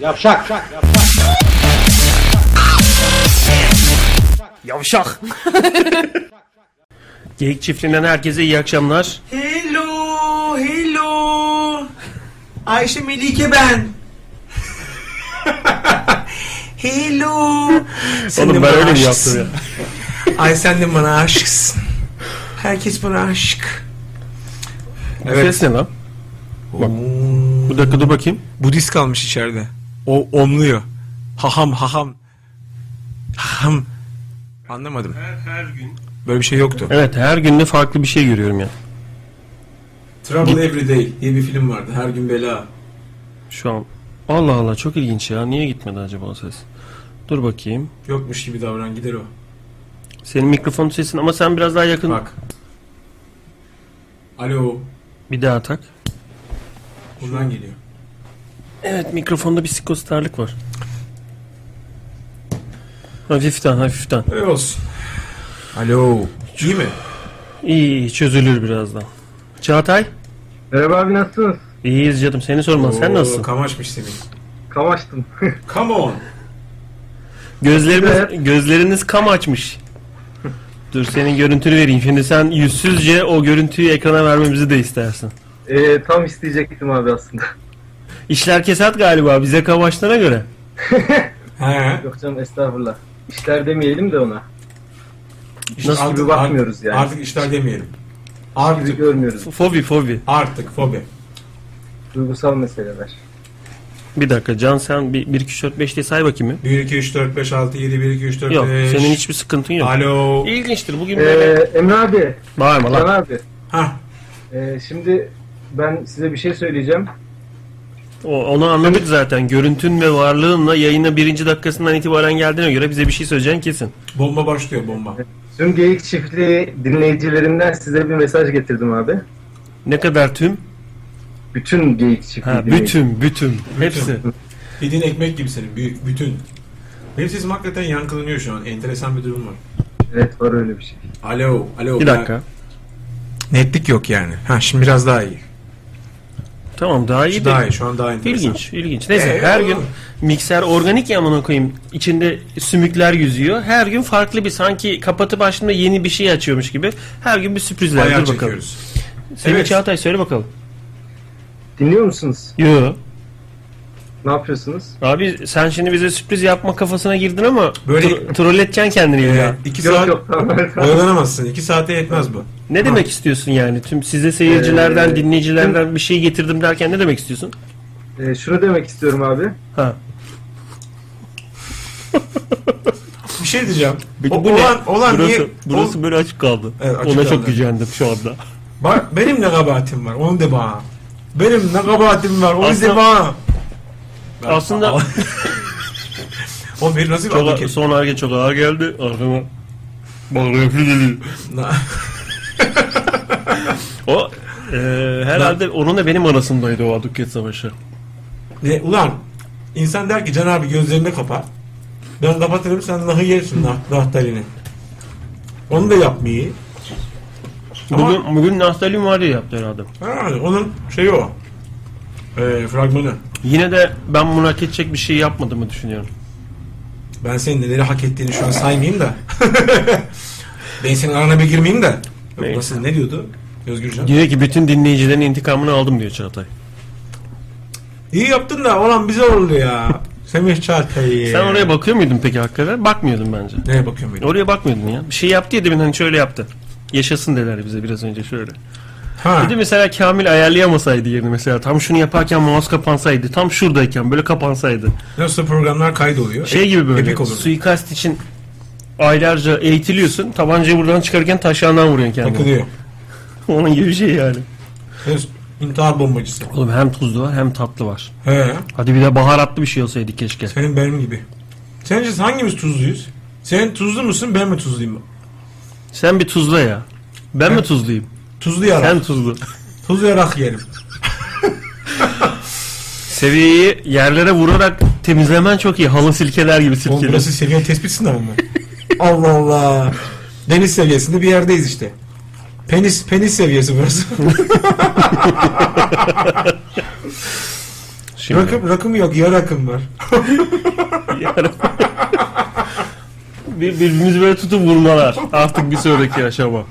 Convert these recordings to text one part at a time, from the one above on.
Yavşak. Yavşak. Geyik çiftliğinden herkese iyi akşamlar. Hello, hello. Ayşe Melike ben. hello. Sen de Oğlum ben bana öyle mi aşıksın. yaptım ya? Ay sen de bana aşıksın. Herkes bana aşık. Evet. Ses ne lan? Bak. Bir dakika dur bakayım. Budist kalmış içeride. O omluyor. Haham haham. Haham. Anlamadım. Böyle bir şey yoktu. Evet her günde farklı bir şey görüyorum ya. Trouble Every Day diye bir film vardı. Her gün bela. Şu an. Allah Allah çok ilginç ya. Niye gitmedi acaba o ses? Dur bakayım. Yokmuş gibi davran gider o. Senin mikrofon sesin ama sen biraz daha yakın. Bak. Alo. Bir daha tak. Bundan geliyor. Evet mikrofonda bir psikostarlık var. Hafiften hafiften. Öyle olsun. Alo. İyi mi? İyi iyi çözülür birazdan. Çağatay. Merhaba abi nasılsınız? İyiyiz canım seni sormaz. Sen Oo, nasılsın? Kamaşmış demin. Kavaştım. Come on. Gözlerimiz, gözleriniz kam açmış. Dur senin görüntünü vereyim. Şimdi sen yüzsüzce o görüntüyü ekrana vermemizi de istersin. Ee, tam isteyecektim abi aslında. İşler kesat galiba bize kavaşlara göre. He. Yok canım estağfurullah. İşler demeyelim de ona. İş Nasıl gibi bakmıyoruz yani. Artık işler demeyelim. Gibi Artık, görmüyoruz. F- Fobi fobi. artık fobi. Duygusal meseleler. Bir dakika Can sen bir, 1 2 3 4 5 diye say bakayım 1, 2, 3, 4, 5, 6, 7, 1, 2, 3, 4, bir. Yok 5. senin hiçbir sıkıntın yok. Alo. İlginçtir bugün Ee, böyle. Emre abi. Bağırma Can lan. abi. Hah. ee, şimdi ben size bir şey söyleyeceğim. O, onu anladık zaten. Görüntün ve varlığınla yayına birinci dakikasından itibaren geldiğine göre bize bir şey söyleyeceksin kesin. Bomba başlıyor bomba. Tüm Geyik Çiftliği dinleyicilerimden size bir mesaj getirdim abi. Ne kadar tüm? Bütün Geyik Çiftliği Ha, dinleyici- bütün, bütün. Hepsi. Yediğin ekmek gibi senin. Büyük, bütün. Benim sesim hakikaten yankılanıyor şu an. Enteresan bir durum var. Evet var öyle bir şey. Alo. Alo. Bir dakika. Netlik yok yani. Ha şimdi biraz daha iyi. Tamam daha iyi Şu de. daha iyi. Şu an daha enteresan. İlginç, ilginç. Neyse Ee, her olur. gün mikser organik ya amına koyayım. İçinde sümükler yüzüyor. Her gün farklı bir sanki kapatıp açtığında yeni bir şey açıyormuş gibi. Her gün bir sürprizler. Ayar Dur bakalım. çekiyoruz. Sevgili Evet. Çağatay söyle bakalım. Dinliyor musunuz? Yo. Ne yapıyorsunuz? Abi sen şimdi bize sürpriz yapma kafasına girdin ama Böyle- Böyle... troll edeceksin kendini Ee, ya. iki Yok saat yok tamam. oyalanamazsın. İki saate yetmez bu. Ne demek istiyorsun yani? Tüm size seyircilerden, Ee, dinleyicilerden bir şey getirdim derken ne demek istiyorsun? Ee, şunu demek istiyorum abi. Ha. Bir şey diyeceğim. O- bu ne? olan, olan burası, niye? burası Ol- böyle açık kaldı. Evet, açık Ona kaldı. çok gücendim şu anda. Bak benim ne kabahatim var. Onu de bana. Benim ne kabahatim var. Onu Aslında- de bana. Ben- Aslında- Oğlum benim nasıl bir Çok advokat- son hareket çok ağır geldi. Arkama bağırıyor geliyor. Na- O e, herhalde onun da benim arasındaydı o Aduket Savaşı. Ne, ulan insan der ki Can abi gözlerini kapa. Ben kapatırım sen nahı yersin nah, nahtalini. Onu da yapmayı. Ama- Bugün, bugün Naftalin var diye yaptı herhalde. Ha, onun şeyi o. Ee, fragmanı. Yine de ben bunu hak edecek bir şey yapmadığımı düşünüyorum. Ben senin neleri hak ettiğini şu an saymayayım da. ben senin arana bir girmeyeyim de. Neyse. Yok, nasıl ne diyordu? Özgürcan. Diyor ki bütün dinleyicilerin intikamını aldım diyor Çağatay. İyi yaptın da olan bize oldu ya. Semih Çağatay. Sen oraya bakıyor muydun peki hakikaten? Bakmıyordun bence. Neye bakıyorum ben? Oraya bakmıyordun ya. Bir şey yaptı ya demin hani şöyle yaptı. Yaşasın dediler bize biraz önce şöyle. Ha. Bir de mesela Kamil ayarlayamasaydı yerini mesela. Tam şunu yaparken mouse kapansaydı. Tam şuradayken böyle kapansaydı. Nasıl programlar kaydoluyor? Şey gibi böyle E, Epik olur. suikast için aylarca eğitiliyorsun. Tabancayı buradan çıkarırken taşağından vuruyorsun kendini. Takılıyor. Onun gibi bir şey yani. Henüz İntihar bombacısı. Oğlum hem tuzlu var hem tatlı var. He. Hadi bir de baharatlı bir şey olsaydı keşke. Senin benim gibi. Sence hangimiz tuzluyuz? Sen tuzlu musun ben mi tuzluyum? Sen bir tuzla ya. Ben mi tuzluyum? Tuzlu yarak. Sen tuzlu. Tuzlu yarak yiyelim. Seviyeyi yerlere vurarak temizlemen çok iyi. Halı silkeler gibi Oğlum silkeler. burası seviye tespit sınavı mı? Allah Allah. Deniz seviyesinde bir yerdeyiz işte. Penis penis seviyesi burası. Şimdi. rakım rakım yok ya rakım var. Yani- Bir- Birbirimizi böyle tutup vurmalar. Artık bir sonraki aşama.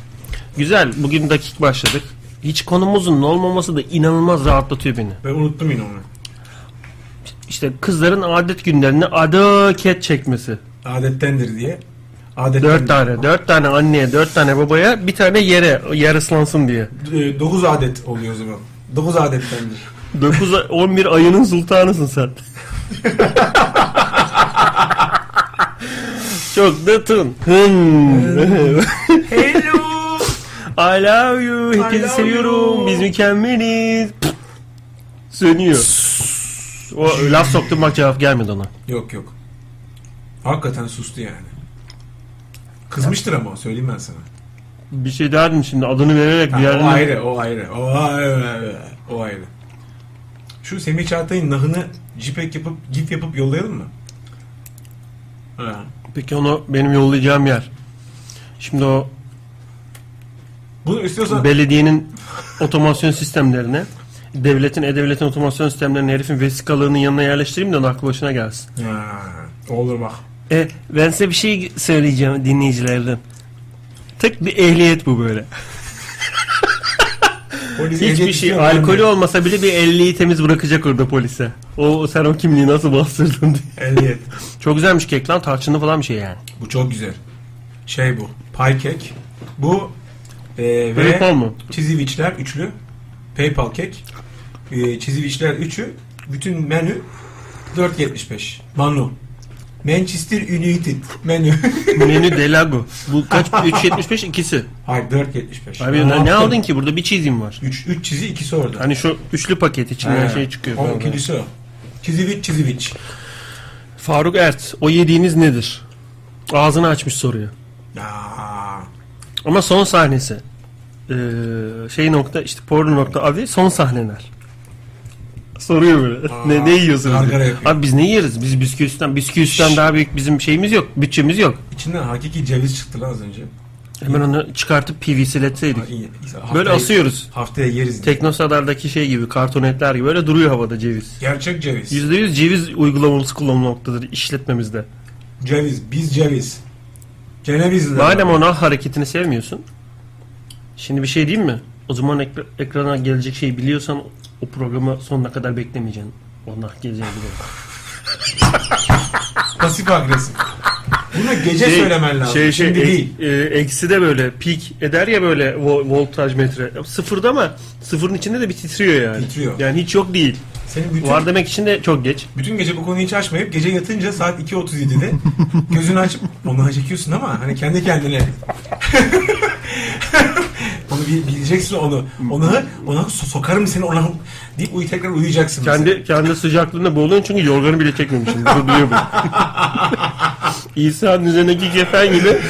Güzel. Bugün dakik başladık. Hiç konumuzun olmaması da inanılmaz rahatlatıyor beni. Ben unuttum yine onu. İşte kızların adet günlerine adet çekmesi. Adettendir diye. Adetten. Dört tane. Dört tane anneye, dört tane babaya, bir tane yere. Yer ıslansın diye. E, Dokuz adet oluyor o zaman. Dokuz adettendir. 9 11 ayının sultanısın sen. Çok datın. Hın. Hello. I love you. I Hepinizi love seviyorum. you. Biz mükemmeliz. Sönüyor. O laf soktum bak cevap gelmedi ona. yok yok. Hakikaten sustu yani. Kızmıştır ama söyleyeyim ben sana. Bir şey derdim şimdi adını vererek bir Ha, o yerden... ayrı, o ayrı, o ayrı, o ayrı. Şu Semih Çağatay'ın nahını JPEG yapıp, GIF yapıp yollayalım mı? Ha. Peki onu benim yollayacağım yer. Şimdi o Bunu istiyorsan belediyenin otomasyon sistemlerine, devletin e-devletin otomasyon sistemlerine herifin vesikalığının yanına yerleştireyim de onun aklı başına gelsin. Ha, olur bak. E, ben size bir şey söyleyeceğim dinleyicilerden. Tek bir ehliyet bu böyle. Polis Hiçbir ehliyet şey istiyor mu? alkolü olmasa bile bir 50'yi temiz bırakacak orada polise. O sen o kimliği nasıl bastırdın diye. Ehliyet. Çok güzelmiş kek lan tarçınlı falan bir şey yani. Bu çok güzel. Şey bu. Pie cake. Bu e, Paypal ve mı? Çiziviçler üçlü. Paypal cake. E, Çiziviçler üçü. Bütün menü 4.75. Manu. Manchester United menü. Menü Delago. Bu kaç? 3.75 ikisi. Hayır 4.75. Abi Ben ne, ne yaptım. aldın ki? Burada bir çizim var. 3 3 çizi ikisi orada. Hani şu üçlü paket içinden He. şey çıkıyor. O falan. ikincisi o. Çiziviç çiziviç. Faruk Ert, o yediğiniz nedir? Ağzını açmış soruyor. Aa, Ama son sahnesi. Ee, şey nokta işte porno nokta abi son sahneler. Soruyor böyle. Aa, ne, ne yiyorsunuz? gargara diye. yapıyor. Abi biz ne yeriz? Biz bisküvisten, bisküvisten daha büyük bizim şeyimiz yok. Bütçemiz yok. içinden hakiki ceviz çıktı lan az önce. Hemen onu çıkartıp PVC'letseydik. Ha, iyi. Böyle Haftaya- asıyoruz. Haftaya yeriz. Teknosadar'daki şey gibi, kartonetler gibi böyle duruyor havada ceviz. Gerçek ceviz. %100 ceviz uygulamamız kullanım noktadır işletmemizde. Ceviz, biz ceviz. Cenevizliler. Madem ona hareketini sevmiyorsun. Şimdi bir şey diyeyim mi? O zaman ekra- ekrana gelecek şeyi biliyorsan o programı sonuna kadar beklemeyeceksin. Onlar geleceğini biliyorum. pasif agresif. Bunu gece söylemen lazım. Şey, şey, Şimdi ek- değil. e, eksi de böyle peak eder ya böyle vo- voltaj metre. Sıfırda ama sıfırın içinde de bir titriyor yani. Titriyor. Yani hiç yok değil. Senin bütün, Var demek için de çok geç. bütün gece bu konuyu hiç açmayıp gece yatınca saat 2.37'de gözünü açıp onu çekiyorsun ama hani kendi kendine onu bil- bileceksin onu. Ona ona so- sokarım seni ona deyip uyu tekrar uyuyacaksın. mesela. Kendi kendi sıcaklığında boğuluyorsun çünkü yorganı bile çekmemişsin. Bunu biliyor bu. İsa'nın üzerindeki kefen gibi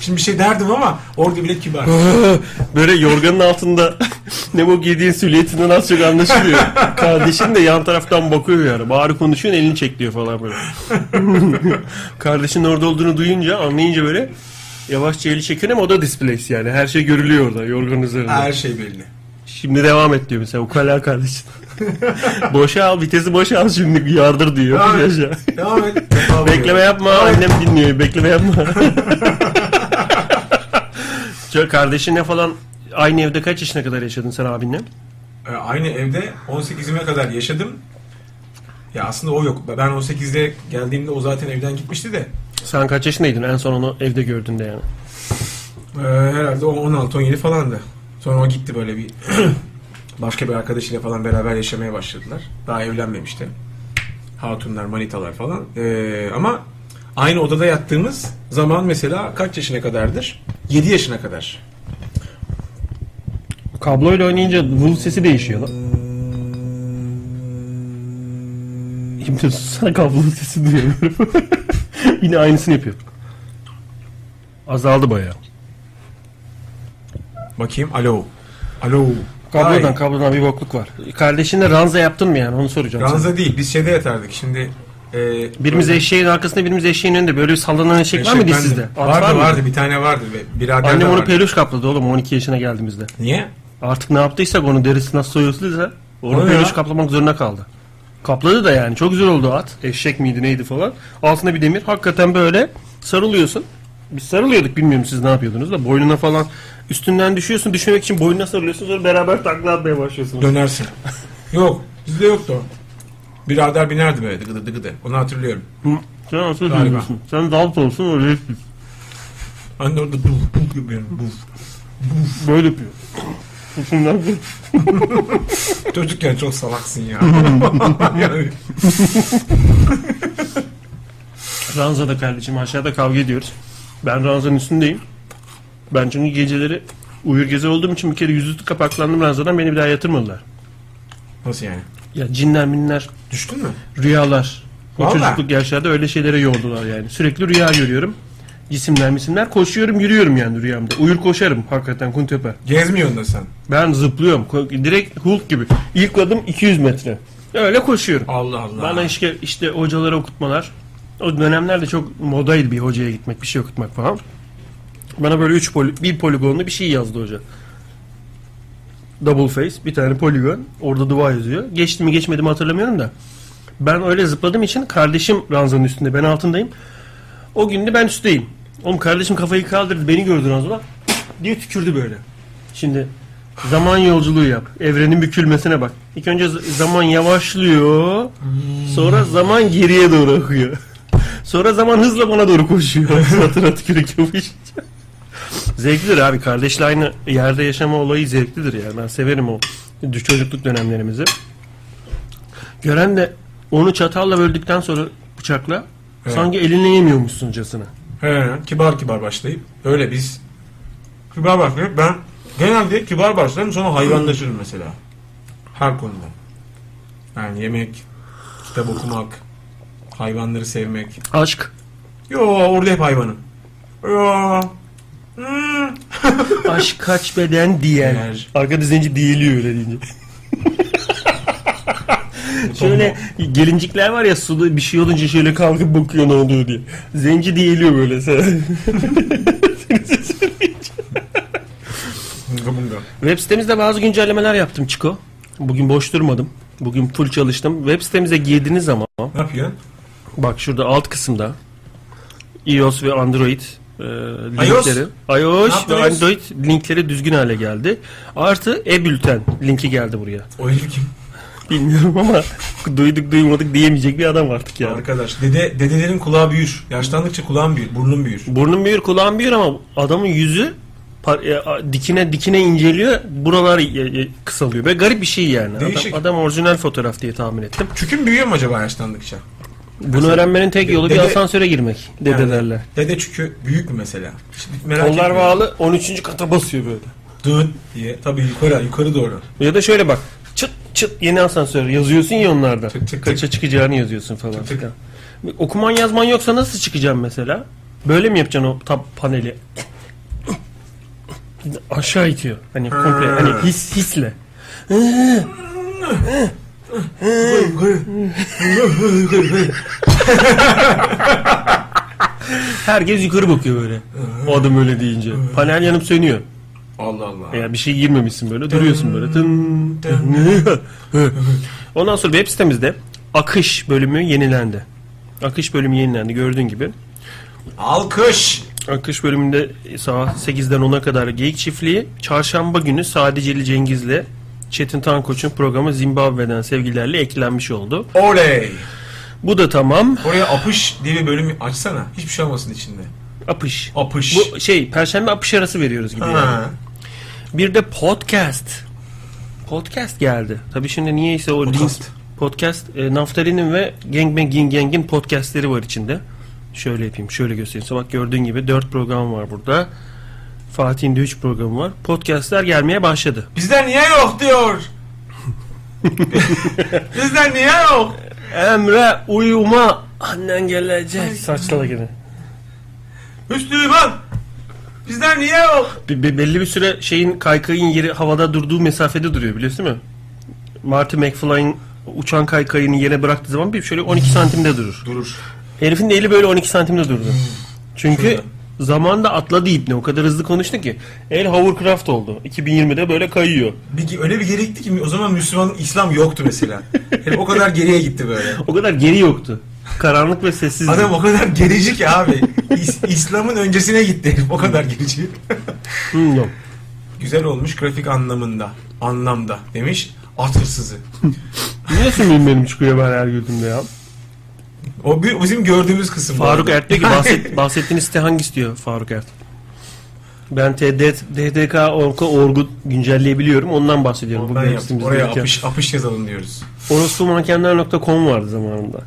Şimdi bir şey derdim ama orada bile kibar. Ee, Böyle yorganın altında ne bu giydiğin silüetinden az çok anlaşılıyor. Kardeşin de yan taraftan bakıyor yani. Bağırı konuşuyor elini çek diyor falan böyle. Kardeşin orada olduğunu duyunca anlayınca böyle yavaşça eli çekiyor ama o da displays yani. Her şey görülüyor orada yorganın üzerinde. Her şey belli. Şimdi devam et diyor mesela ukala kardeşin. boşa al vitesi boşa al şimdi yardır diyor. Devam et. Yaşa. Devam et. Devam et. Bekleme yapma annem dinliyor. Bekleme yapma. Çok kardeşinle falan aynı evde kaç yaşına kadar yaşadın sen abinle? E, aynı evde 18'ime kadar yaşadım. Ya aslında o yok. Ben 18'de geldiğimde o zaten evden gitmişti de. Sen kaç yaşındaydın en son onu evde gördüğünde yani? e, herhalde o 16-17 falandı. Sonra o gitti böyle bir başka bir arkadaşıyla falan beraber yaşamaya başladılar. Daha evlenmemişti. Hatunlar, manitalar falan. E, ama aynı odada yattığımız zaman mesela kaç yaşına kadardır? 7 yaşına kadar. Kabloyla oynayınca vul sesi değişiyor lan. Hmm. Şimdi sana kablonun sesi duyuyorum. Yine aynısını yapıyor. Azaldı bayağı. Bakayım. Alo. Alo. Kablodan Ay. kablodan bir bokluk var. Kardeşinle ranza yaptın mı yani onu soracağım. sana. Ranza değil. Biz şeyde yatardık. Şimdi e, Birimiz eşeğin arkasında birimiz eşeğin önünde. Böyle bir sallanan eşek, var mıydı Eşek sizde? bende. At Şey, Vardı var vardı, mıydı? bir tane vardı. ve Birader de Annem onu vardı. peluş kapladı oğlum 12 yaşına geldiğimizde. Niye? Artık ne yaptıysak onu derisi nasıl soyulduysa onu Vay peluş ya. kaplamak zorunda kaldı. Kapladı da yani çok güzel oldu at. Eşek miydi neydi falan. Altına bir demir. Hakikaten böyle sarılıyorsun. Biz sarılıyorduk bilmiyorum siz ne yapıyordunuz da boynuna falan üstünden düşüyorsun düşmemek için boynuna sarılıyorsun sonra beraber takla atmaya başlıyorsunuz. Dönersin. Yok. Bizde yoktu o. Birader binerdi böyle dıgıdı dıgıdı. Onu hatırlıyorum. Hı, Sen nasıl Galiba. söylüyorsun? Sen dalt olsun öyle yapıyorsun. Anne orada buf buf yapıyorum. Buf. böyle yapıyor. Üstünden bir- Çocukken çok salaksın ya. yani, Ranzada kardeşim aşağıda kavga ediyoruz. Ben ranzanın üstündeyim. Ben çünkü geceleri uyur gezer olduğum için bir kere yüzüstü kapaklandım ranzadan beni bir daha yatırmadılar. nasıl yani? Ya cinler minler, Düştün mü? rüyalar. O Vallahi. çocukluk yaşlarda öyle şeylere yordular yani. Sürekli rüya görüyorum. Cisimler misimler koşuyorum yürüyorum yani rüyamda. Uyur koşarım hakikaten kuntöper. Gezmiyorsun da sen. Ben zıplıyorum. ko- Direkt Hulk gibi. İlk adım 200 metre. Öyle koşuyorum. Allah Allah. Bana işte, işte hocalara okutmalar. O dönemlerde çok modaydı bir hocaya gitmek, bir şey okutmak falan. Bana böyle üç poli, bir poligonlu bir şey yazdı hoca. Double face, bir tane poligon. Orada dua yazıyor. Geçti mi geçmedi mi hatırlamıyorum da. Ben öyle zıpladığım için kardeşim ranzanın üstünde, ben altındayım. O gün de ben üstteyim. Oğlum kardeşim kafayı kaldırdı, beni gördü ranzada diye tükürdü böyle. Şimdi zaman yolculuğu yap. Evrenin bükülmesine bak. İlk önce z- zaman yavaşlıyor. Sonra zaman geriye doğru akıyor. Sonra zaman hızla bana doğru koşuyor. Suratına tükürük yapışınca. Zevklidir abi. Kardeşle aynı yerde yaşama olayı zevklidir yani. Ben severim o dü- çocukluk dönemlerimizi. Gören de onu çatalla böldükten sonra bıçakla Evet. sanki eline yemiyormuşsuncasına. He, kibar kibar başlayıp öyle biz kibar başlayıp ben genelde kibar başlarım sonra hayvanlaşırım mesela. Her konuda. Yani yemek, kitap okumak, hayvanları sevmek. Aşk. Yo orada hep hayvanım. Yo. Hmm. Aşk kaç beden diyen. Eğer- Arkada zenci değiliyor öyle deyince. Şöyle gelincikler var ya suda bir şey olunca şöyle kalkıp bakıyor ne oluyor diye. Zenci değiliyor böyle sen. Bunga bunga. Web sitemizde bazı güncellemeler yaptım Çiko. Bugün boş durmadım. Bugün full çalıştım. Web sitemize girdiğiniz zaman Ne yapıyorsun? bak şurada alt kısımda iOS ve Android e, iOS? linkleri. Ne iOS yaptın ve iOS? Android linkleri düzgün hale geldi. Artı e-bülten linki geldi buraya. O herif kim? Bilmiyorum ama duyduk duymadık diyemeyecek bir adam artık yani. Arkadaş dede, dedelerin kulağı büyür. Yaşlandıkça kulağın büyür, burnun büyür. Burnun büyür kulağın büyür ama adamın yüzü par- e, a- dikine dikine inceliyor. Buralar e, e, kısalıyor. Böyle garip bir şey yani. Değişik. Adam, adam orijinal fotoğraf diye tahmin ettim. Çükün büyüyor mu acaba yaşlandıkça? Bunu öğrenmenin tek yolu dede- bir asansöre girmek. Dedelerle. Dede çükü büyük mü mesela? Şimdi merak Kollar etmiyorum. bağlı 13. kata basıyor böyle. Dın diye. Tabii yukarı, yukarı doğru. Ya da şöyle bak. Çıt çıt yeni asansör yazıyorsun ya onlarda. Tık tık Kaça çıkacağını yazıyorsun falan. Tık tık. filan. Okuman yazman yoksa nasıl çıkacaksın mesela? Böyle mi yapacaksın o tab paneli? Aşağı itiyor. Hani komple Ha. hani his hisle. Herkes yukarı bakıyor böyle. O adam öyle deyince. Panel yanıp sönüyor. Allah Allah. Ya bir şey girmemişsin böyle duruyorsun böyle. Tın, tın. Ondan sonra web sitemizde akış bölümü yenilendi. Akış bölümü yenilendi gördüğün gibi. Alkış. Akış bölümünde saat 8'den 10'a kadar Geyik Çiftliği. Çarşamba günü Sadiceli Cengiz'le Çetin Tankoç'un programı Zimbabwe'den sevgilerle eklenmiş oldu. Oley. Bu da tamam. Oraya apış diye bir bölüm açsana. Hiçbir şey olmasın içinde. Apış. Apış. Bu şey perşembe apış arası veriyoruz gibi. yani. Ha. Bir de podcast. Podcast geldi. Tabii şimdi niyeyse o Podcast. podcast, podcast e, Naftalin'in ve Gangbang Ging Gang'in podcastleri var içinde. Şöyle yapayım, şöyle göstereyim. Size Bak gördüğün gibi 4 program var burada. Fatih'in de 3 programı var. Podcastler gelmeye başladı. Bizden niye yok diyor. Bizden niye yok? Emre uyuma annen gelecek. Saçlara gene. Hüsnü İman. Bizden niye yok? Be- be- belli bir süre şeyin kaykayın yeri havada durduğu mesafede duruyor biliyorsun değil mi? Marty McFly'in uçan kaykayını yere bıraktığı zaman bir şöyle 12 santimde durur. Durur. Hmm. Herifin de eli böyle 12 santimde durdu. Çünkü Şurada. zamanda atladı ipne. O kadar hızlı konuştu ki. El hovercraft oldu. 2020'de böyle kayıyor. Bir, öyle bir geri gitti ki o zaman Müslüman İslam yoktu mesela. Hep o kadar geriye gitti böyle. O kadar geri yoktu. Karanlık ve sessizdi. Adam o kadar gerici ki abi. İs- İslam'ın öncesine gitti herif. O kadar gerici. Hı, yok. Güzel olmuş grafik anlamında. Anlamda demiş. At hırsızı. Niye sümüğüm benim çıkıyor ben her gördüğümde ya? O bi- bizim gördüğümüz kısım. bu Faruk arada. Ert diyor ki bahset, bahsettiğiniz site hangisi diyor Faruk Ert. Ben TD, DDK Orka Orgut güncelleyebiliyorum. Ondan bahsediyorum. Ondan Bugün yap. sitemizde Oraya yok ya. apış, apış yazalım diyoruz. Orospumankenler.com vardı zamanında.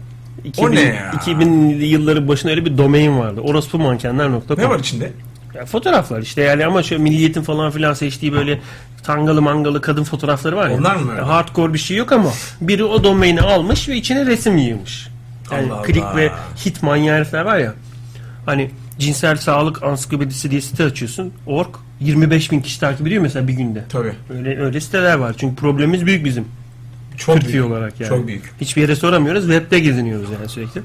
2000, O ne ya? 2000'li yılları başında öyle bir domain vardı. Orospumankenler.com. Ne var içinde? Ya fotoğraflar işte yani ama şu milliyetin falan filan seçtiği böyle tangalı mangalı kadın fotoğrafları var ya. Onlar mı? Ya Hardcore bir şey yok ama biri o domaini almış ve içine resim yığmış. Yani Allah klik Allah. ve hit manyağı herifler var ya. Hani cinsel sağlık ansiklopedisi diye site açıyorsun. Org 25 bin kişi takip ediyor mesela bir günde. Tabii. Öyle, öyle siteler var. Çünkü problemimiz büyük bizim. Çok Türkiye büyük. olarak yani. Çok büyük. Hiçbir yere soramıyoruz. Web'de geziniyoruz yani sürekli.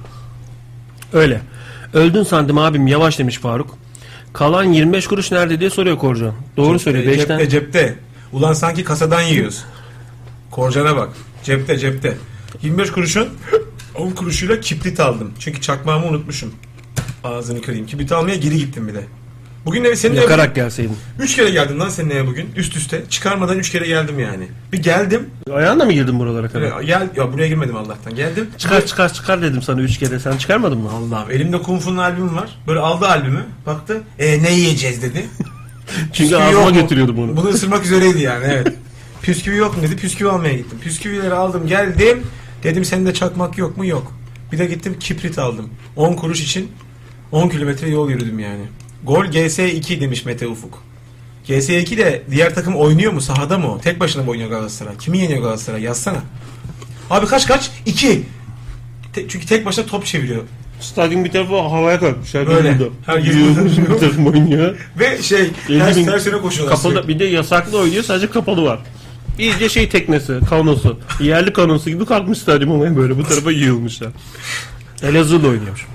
Öyle. Öldün sandım abim yavaş demiş Faruk. Kalan 25 kuruş nerede diye soruyor Korcan. Doğru söylüyor. Cepte, 5'ten Cepte cepte. Ulan sanki kasadan yiyoruz. Korcana bak. Cepte cepte. 25 kuruşun 10 kuruşuyla kibrit aldım. Çünkü çakmağımı unutmuşum. Ağzını kırayım. Kibrit almaya geri gittim bir de. Bugün eve senin eve yakarak gelseydin. 3 kere geldim lan senin eve bugün. Üst üste. Çıkarmadan 3 kere geldim yani. Bir geldim. Ayağınla mı girdin buralara kadar? Ya, gel, ya buraya girmedim Allah'tan. Geldim. Çıkar çıkar çıkar dedim sana 3 kere. Sen çıkarmadın mı? Allah'ım elimde Kung Fu'nun albümü var. Böyle aldı albümü. Baktı. E ne yiyeceğiz dedi. Çünkü Yok ağzıma mu? götürüyordum onu. Bunu ısırmak üzereydi yani evet. Püsküvi yok mu dedi. Püsküvi almaya gittim. Püsküvileri aldım geldim. Dedim sende çakmak yok mu? Yok. Bir de gittim kiprit aldım. 10 kuruş için 10 kilometre yol yürüdüm yani. Gol GS2 demiş Mete Ufuk. GS2 de diğer takım oynuyor mu? Sahada mı? o? Tek başına mı oynuyor Galatasaray? Kimi yeniyor Galatasaray? Yazsana. Abi kaç kaç? 2. Te- çünkü tek başına top çeviriyor. Stadyum bir tarafı havaya kalkmış. Herkes Böyle. burada. Herkes Yürüyor, burada. bir takım oynuyor. Ve şey Elli ters bin- ters yöne koşuyorlar sürekli. Kapalı, bir de yasaklı oynuyor sadece kapalı var. İyice şey teknesi, kanosu. Yerli kanosu gibi kalkmış stadyum olaya böyle bu tarafa yığılmışlar. Elazığ'da oynuyor.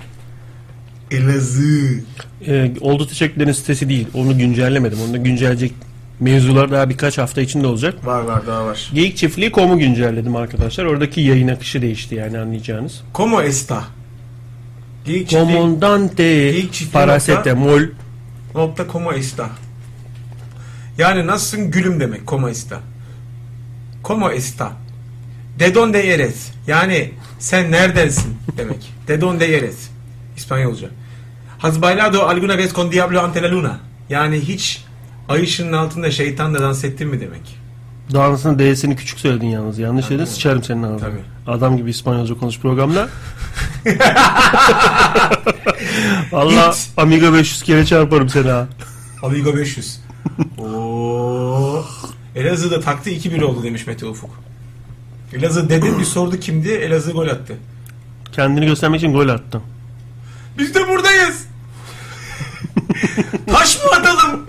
Elazığ. Ee, oldu teşekkürlerin sitesi değil. Onu güncellemedim. Onu da güncelleyecek mevzular daha birkaç hafta içinde olacak. Var var daha var. Geyik Çiftliği.com'u güncelledim arkadaşlar. Oradaki yayın akışı değişti yani anlayacağınız. Como esta? Geyik çiftliği. Komandante Geyik Çiftliği parasetamol. Nokta como esta. Yani nasılsın gülüm demek como esta. Como esta. De donde eres? Yani sen neredensin demek. De donde eres? İspanyolca. Has bailado alguna vez con diablo ante la luna? Yani hiç ay ışığının altında şeytanla dans ettin mi demek. Dansın D'sini küçük söyledin yalnız. Yanlış söyledin. tabii. Sıçarım senin ağzına. Tabii. Adam gibi İspanyolca konuş programda. Valla Hiç. Amiga 500 kere çarparım seni ha. Amigo 500. Oo. Elazığ'da taktı 2-1 oldu demiş Mete Ufuk. Elazığ dedin bir sordu kimdi? Elazığ gol attı. Kendini göstermek için gol attım. Biz de buradayız. taş mı atalım?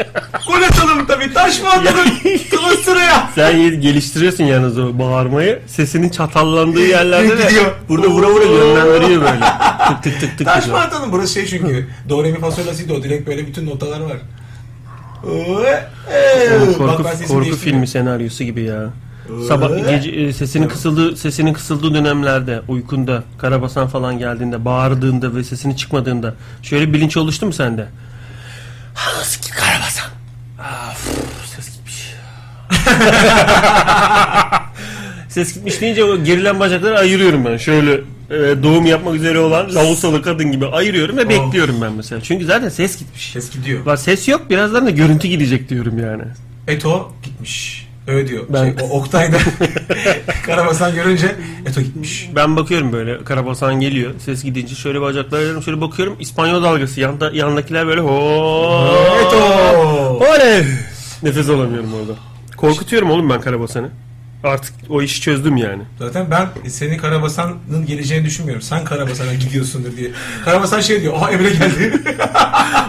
Gol atalım tabii. Taş mı atalım? Galatasaray'a. Sen iyi geliştiriyorsun yalnız o bağırmayı. Sesinin çatallandığı yerlerde de Gidiyor. burada vura vura yönlendiriyor böyle. Tık tık tık tık. Taş tık. mı atalım? Burası şey çünkü. Do, re, mi, fa, sol, la, si, do. Direkt böyle bütün notalar var. Oo, ee. O Bak korku, ben sesimi korku değiştirdim. filmi senaryosu gibi ya. Sabah Ee? gece e, sesinin kısıldığı sesinin kısıldığı dönemlerde uykunda karabasan falan geldiğinde bağırdığında ve sesini çıkmadığında şöyle bir bilinç oluştu mu sende? Ha, Eski karabasan. Aa, üf, ses gitmiş. ses gitmiş deyince o gerilen bacakları ayırıyorum ben. Şöyle e, doğum yapmak üzere olan lavusalı kadın gibi ayırıyorum ve bekliyorum ben mesela. Çünkü zaten ses gitmiş. Ses gidiyor. Var ses yok birazdan da görüntü gidecek diyorum yani. Eto gitmiş. Öyle diyor. Ben- Şey, o Oktay'da Karabasan görünce Eto gitmiş. Ben bakıyorum böyle karabasan geliyor ses gidince şöyle bacaklar yarım şöyle bakıyorum İspanyol dalgası yanda yandakiler böyle ho Eto! Oley! Nefes alamıyorum orada. Korkutuyorum oğlum ben karabasanı. Artık o işi çözdüm yani. Zaten ben senin Karabasan'ın geleceğini düşünmüyorum. Sen Karabasan'a gidiyorsundur diye. Karabasan şey diyor. Aha Emre geldi.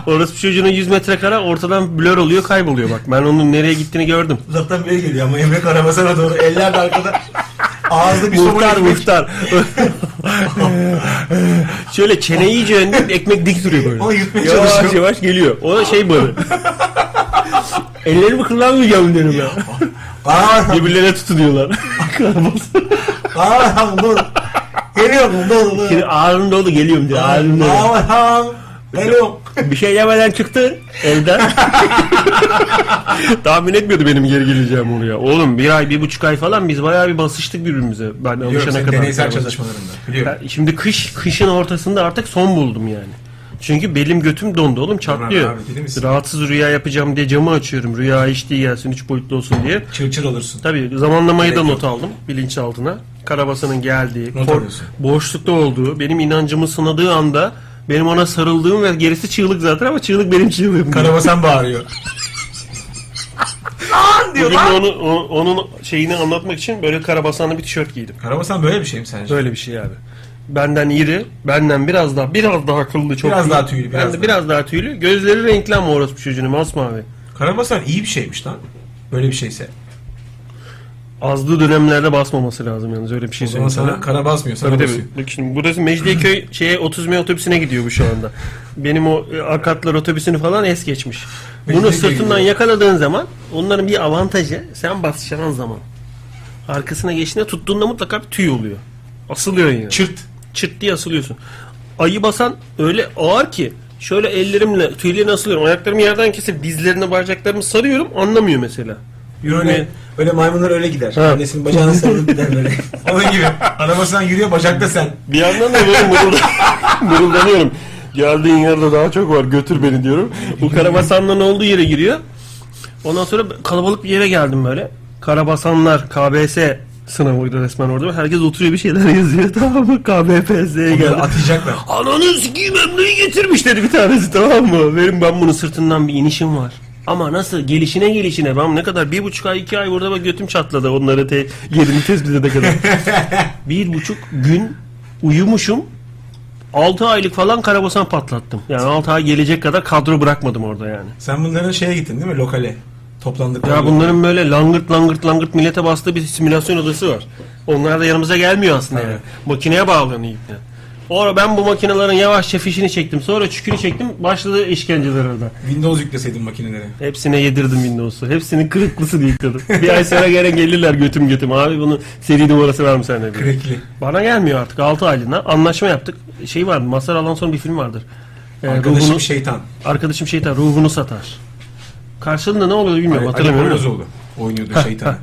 Orası bir çocuğuna 100 metre kara ortadan blur oluyor kayboluyor bak. Ben onun nereye gittiğini gördüm. Uzaktan biri geliyor ama Emre Karabasan'a doğru. Eller de arkada. Ağızda bir somun Muhtar ekmek. muhtar. Şöyle çene iyice önde ekmek dik duruyor böyle. O yutmaya yavaş çalışıyor. yavaş geliyor. O da şey böyle. Ellerimi kullanmayacağım diyorum ya. Aa, Birbirlerine tutunuyorlar. aa, dur. Geliyorum, dur, dur. Şimdi ağrım dolu geliyorum diyor. Ağrım dolu. Aa, geliyorum. Bir şey yemeden çıktı evden. Tahmin etmiyordu benim geri geleceğim oraya. Oğlum bir ay, bir buçuk ay falan biz bayağı bir basıştık birbirimize. Ben Biliyorum alışana senin kadar. deneysel çalışmalarında. Biliyorum. Ben Şimdi kış, kışın ortasında artık son buldum yani. Çünkü belim götüm dondu oğlum çatlıyor. abi, deli misin? Rahatsız rüya yapacağım diye camı açıyorum. Rüya işte gelsin, üç boyutlu olsun diye. Çır çır olursun. Tabii zamanlamayı da Gerek not aldım bilinçaltına. Karabasanın geldiği, Not kor- alıyorsun. boşlukta olduğu, benim inancımı sınadığı anda benim ona sarıldığım ve gerisi çığlık zaten ama çığlık benim çığlığım. Karabasan bağırıyor. Lan diyor Bugün lan. onu, o- onun şeyini anlatmak için böyle karabasanlı bir tişört giydim. Karabasan böyle bir şey mi sence? Böyle bir şey abi. Benden iri, benden biraz daha biraz daha akıllı çok. Biraz iyi. daha tüylü, biraz Ben de daha. biraz daha tüylü. Gözleri renkli ama orospu çocuğunu masmavi. Karabasan iyi bir şeymiş lan. Böyle bir şeyse. Azlı dönemlerde basmaması lazım yalnız öyle bir şey O zaman söyleyeyim sana. sana kara basmıyor. Sana Tabii tabii. basıyor. Bak şimdi burası Mecidiyeköy şeye 30 Mayıs otobüsüne gidiyor bu şu anda. Benim o e, Akatlar otobüsünü falan es geçmiş. Bunu Mecidiyeköy sırtından gidiyor. yakaladığın zaman onların bir avantajı sen basacağın zaman. Arkasına geçtiğinde tuttuğunda mutlaka bir tüy oluyor. Asılıyor yani. Çırt. çırt diye asılıyorsun. Ayı basan öyle ağır ki şöyle ellerimle tüylerini asılıyorum. Ayaklarımı yerden kesip dizlerine bacaklarımı sarıyorum anlamıyor mesela. Öyle, Yürüme. öyle maymunlar öyle gider. Ha. Annesinin bacağına sarılıp gider böyle. Onun gibi. Arabasından yürüyor bacakta sen. Bir yandan da böyle mırılda- mırıldanıyorum. Geldiğin yerde daha çok var götür beni diyorum. Bu karabasanların olduğu yere giriyor. Ondan sonra kalabalık bir yere geldim böyle. Karabasanlar KBS sınavıydı resmen orada. Herkes oturuyor bir şeyler yazıyor tamam mı? KBPS'ye Böyle geldim. atlayacaklar. Ananı sikeyim emreyi getirmiş dedi bir tanesi tamam mı? Benim ben bunun sırtından bir inişim var. Ama nasıl gelişine gelişine ben ne kadar bir buçuk ay iki ay burada bak götüm çatladı onları te, yerini tespit edene kadar. bir buçuk gün uyumuşum. 6 aylık falan karabasan patlattım. Yani 6 ay gelecek kadar kadro bırakmadım orada yani. Sen bunların şeye gittin değil mi? Lokale. Toplandıkları. Ya bunların böyle langırt langırt langırt millete bastığı bir simülasyon odası var. Onlar da yanımıza gelmiyor aslında yani. Evet. Makineye bağlanıyor ipne. Orada ben bu makinelerin yavaşça fişini çektim. Sonra çükünü çektim. Başladı işkenceler orada. Windows yükleseydin makinelere. Hepsine yedirdim Windows'u. Hepsinin kırıklısı yıkladım. bir ay sonra gene gelirler götüm götüm. Abi bunun seri numarası var mı sende? diye. Krekli. Bana gelmiyor artık 6 aylığına. Anlaşma yaptık. Şey vardı. Masar alan son bir film vardır. Ee, Arkadaşım ruhunu- şeytan. arkadaşım şeytan ruhunu satar. Karşılığında ne oluyor bilmiyorum. Ali hatırlamıyorum. Poyrazoğlu oynuyordu şeytanı.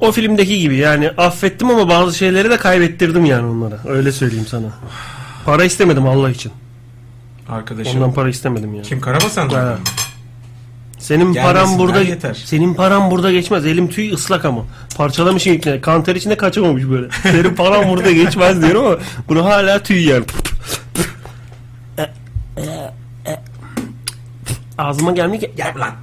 O filmdeki gibi yani affettim ama bazı şeyleri de kaybettirdim yani onlara. Öyle söyleyeyim sana. Para istemedim Allah için. Arkadaşım. Ondan para istemedim yani. Kim Karabasan Ha. mı? Senin Gelmesinler paran burada yeter. Senin paran burada geçmez. Elim tüy ıslak ama. Parçalamış ipne. Kanter içinde kaçamamış böyle. Senin paran burada geçmez diyorum ama bunu hala tüy yani. Ağzıma gelmiyor ki. Gel lan.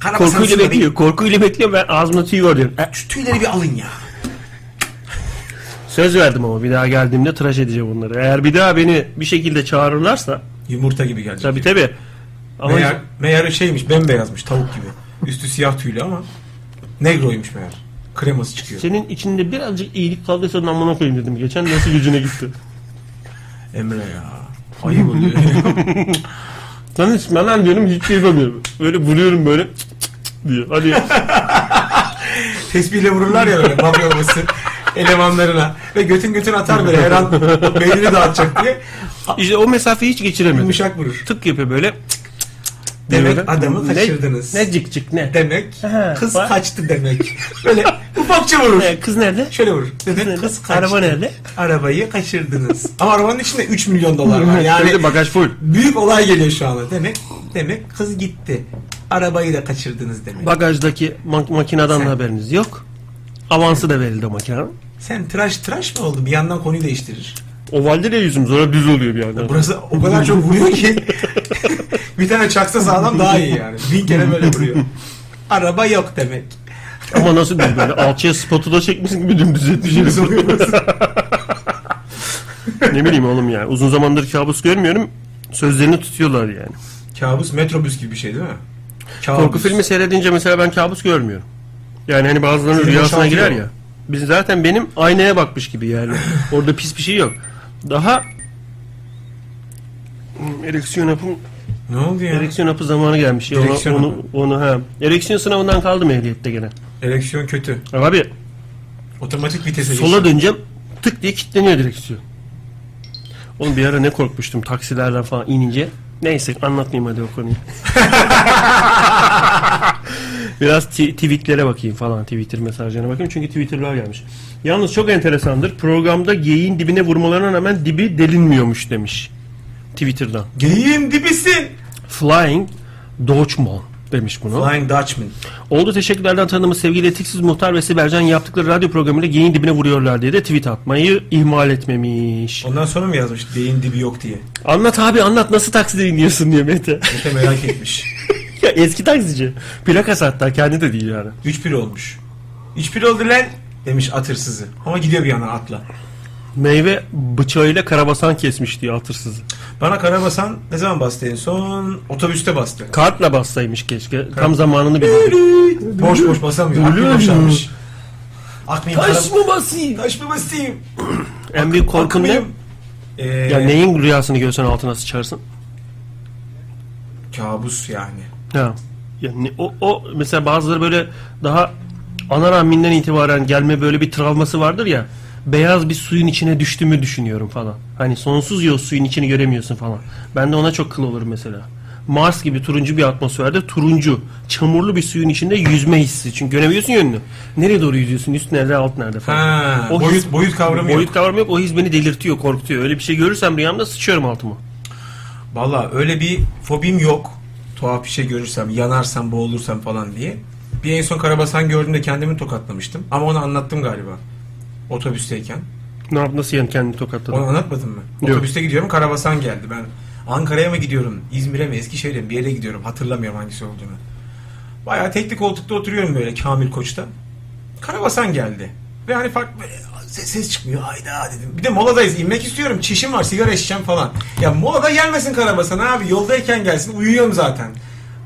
Karabasan Korkuyla sınırı değil. bekliyor. Korkuyla bekliyor. Ben ağzımda tüy var diyorum. Şu tüyleri bir alın ya. Söz verdim ama bir daha geldiğimde tıraş edeceğim onları. Eğer bir daha beni bir şekilde çağırırlarsa Yumurta gibi gelecek. tabii tabii. Ama Meğer, meğer şeymiş bembeyazmış tavuk gibi. Üstü siyah tüylü ama negroymuş meğer. Kreması çıkıyor. senin içinde birazcık iyilik kaldıysa namına koyayım dedim. Geçen nasıl gücüne gitti. Emre ya. Ayıp oluyor. Sen hiç lan diyorum hiç şey yapamıyorum. Böyle vuruyorum böyle diyor. Hadi ya. Tespihle vururlar ya böyle mafya babası elemanlarına. Ve götün götün atar böyle her an beynini dağıtacak diye. İşte o mesafeyi hiç geçiremedim. Yumuşak vurur. Tık yapıyor böyle. Demek Böyle. adamı Ne- kaçırdınız. Ne, cik cik ne. Demek Ha, kız bak. kaçtı demek. Böyle ufakça vurur. Ne, Kız nerede? Şöyle vurur. Demek nerede? kız kaçtı. Araba nerede? Arabayı kaçırdınız. Ama arabanın içinde 3 milyon dolar var. Şöyle Yani de bagaj full. Büyük olay geliyor şu anda. Demek demek kız gitti. Arabayı da kaçırdınız demek. Bagajdaki mak- makineden Sen- de haberiniz yok. Avansı da verildi o makinenin. Sen tıraş tıraş mı oldun? Bir yandan konuyu değiştirir. Ovalde de yüzümüz orada düz oluyor bir yandan. Burası o kadar çok vuruyor ki. bir tane çaksa sağlam daha iyi yani. Bin kere böyle vuruyor. Araba yok demek. Ama nasıl düz böyle Hani alçıya spotu da çekmişsin gibi dümdüz etmişsin. Soruyor burası. ne bileyim oğlum yani uzun zamandır kabus görmüyorum. Sözlerini tutuyorlar yani. Kabus metrobüs gibi bir şey değil mi? Kabus. Korku filmi seyredince mesela ben kabus görmüyorum. Yani hani bazılarının Seni rüyasına boşaltıyor. girer ya. Biz zaten benim aynaya bakmış gibi yani. Orada pis bir şey yok. Daha Hmm, ereksiyon hapım Ne oldu ya? ereksiyon hapı zamanı gelmiş. Ya, Direksiyon onu, onu, hapı. onu ha. Ereksiyon sınavından kaldım ehliyette gene. Ereksiyon kötü. Abi Otomatik vitese sola geçti. döneceğim tık diye kilitleniyor direksiyon. Oğlum bir ara ne korkmuştum taksilerden falan inince. Neyse anlatmayayım hadi o konuyu. Biraz ti- tweetlere bakayım falan Twitter mesajlarına bakayım çünkü Twitter'lar gelmiş. Yalnız çok enteresandır programda geyiğin dibine vurmalarına rağmen dibi delinmiyormuş demiş Twitter'dan. Geyiğin dibisi. Flying Dutchman demiş bunu. Flying Dutchman. Oldu teşekkürlerden tanıdığımız sevgili Etiksiz Muhtar ve Sibelcan yaptıkları radyo programıyla geyin dibine vuruyorlar diye de tweet atmayı ihmal etmemiş. Ondan sonra mı yazmış geyiğin dibi yok diye? Anlat abi anlat nasıl takside iniyorsun diyor Mete. Mete merak etmiş. ya eski taksici. Plakası hatta kendi de değil yani. 3-1 olmuş. 3-1 oldu lan demiş at hırsızı. Ama gidiyor bir yana atla. Meyve bıçağıyla karabasan kesmiş diyor atırsız. Bana Karabasan ne zaman bastı en son? Otobüste bastı. Kartla bassaymış keşke. Tam zamanını bilmiyor. Boş boş basamıyor. Aklı Dülüm. boşalmış. Akmayayım Taş, mı basayım? taş mı basayım? En büyük korkun ne? Akmayayım. Ya Ee, neyin rüyasını görsen altına sıçarsın? Kabus yani. Ha. Yani o, o mesela bazıları böyle daha ana rahminden itibaren gelme böyle bir travması vardır ya. Beyaz bir suyun içine düştüğümü düşünüyorum falan. Hani sonsuz yol suyun içini göremiyorsun falan. Ben de ona çok kıl olurum mesela. Mars gibi turuncu bir atmosferde turuncu, çamurlu bir suyun içinde yüzme hissi. Çünkü göremiyorsun yönünü. Nereye doğru yüzüyorsun? Üst nerede, alt nerede falan. Ha, O boyut, his- boyut kavramı boyut yok. kavramı yok. O his beni delirtiyor, korkutuyor. Öyle bir şey görürsem rüyamda sıçıyorum altıma. Valla öyle bir fobim yok. Tuhaf bir şey görürsem, yanarsam, boğulursam falan diye. Bir en son Karabasan gördüğümde kendimi tokatlamıştım. Ama onu anlattım galiba. Otobüsteyken. Ne yap nasıl yani kendini Onu tokatladın? anlatmadın mı? Yok. Otobüste gidiyorum Karabasan geldi. Ben Ankara'ya mı gidiyorum, İzmir'e mi, Eskişehir'e mi bir yere gidiyorum. Hatırlamıyorum hangisi olduğunu. Bayağı tekli koltukta oturuyorum böyle Kamil Koç'ta. Karabasan geldi. Ve hani farklı böyle ses, ses çıkmıyor. Hayda dedim. Bir de moladayız. inmek istiyorum. Çişim var. Sigara içeceğim falan. Ya molada gelmesin Karabasan abi. Yoldayken gelsin. Uyuyorum zaten.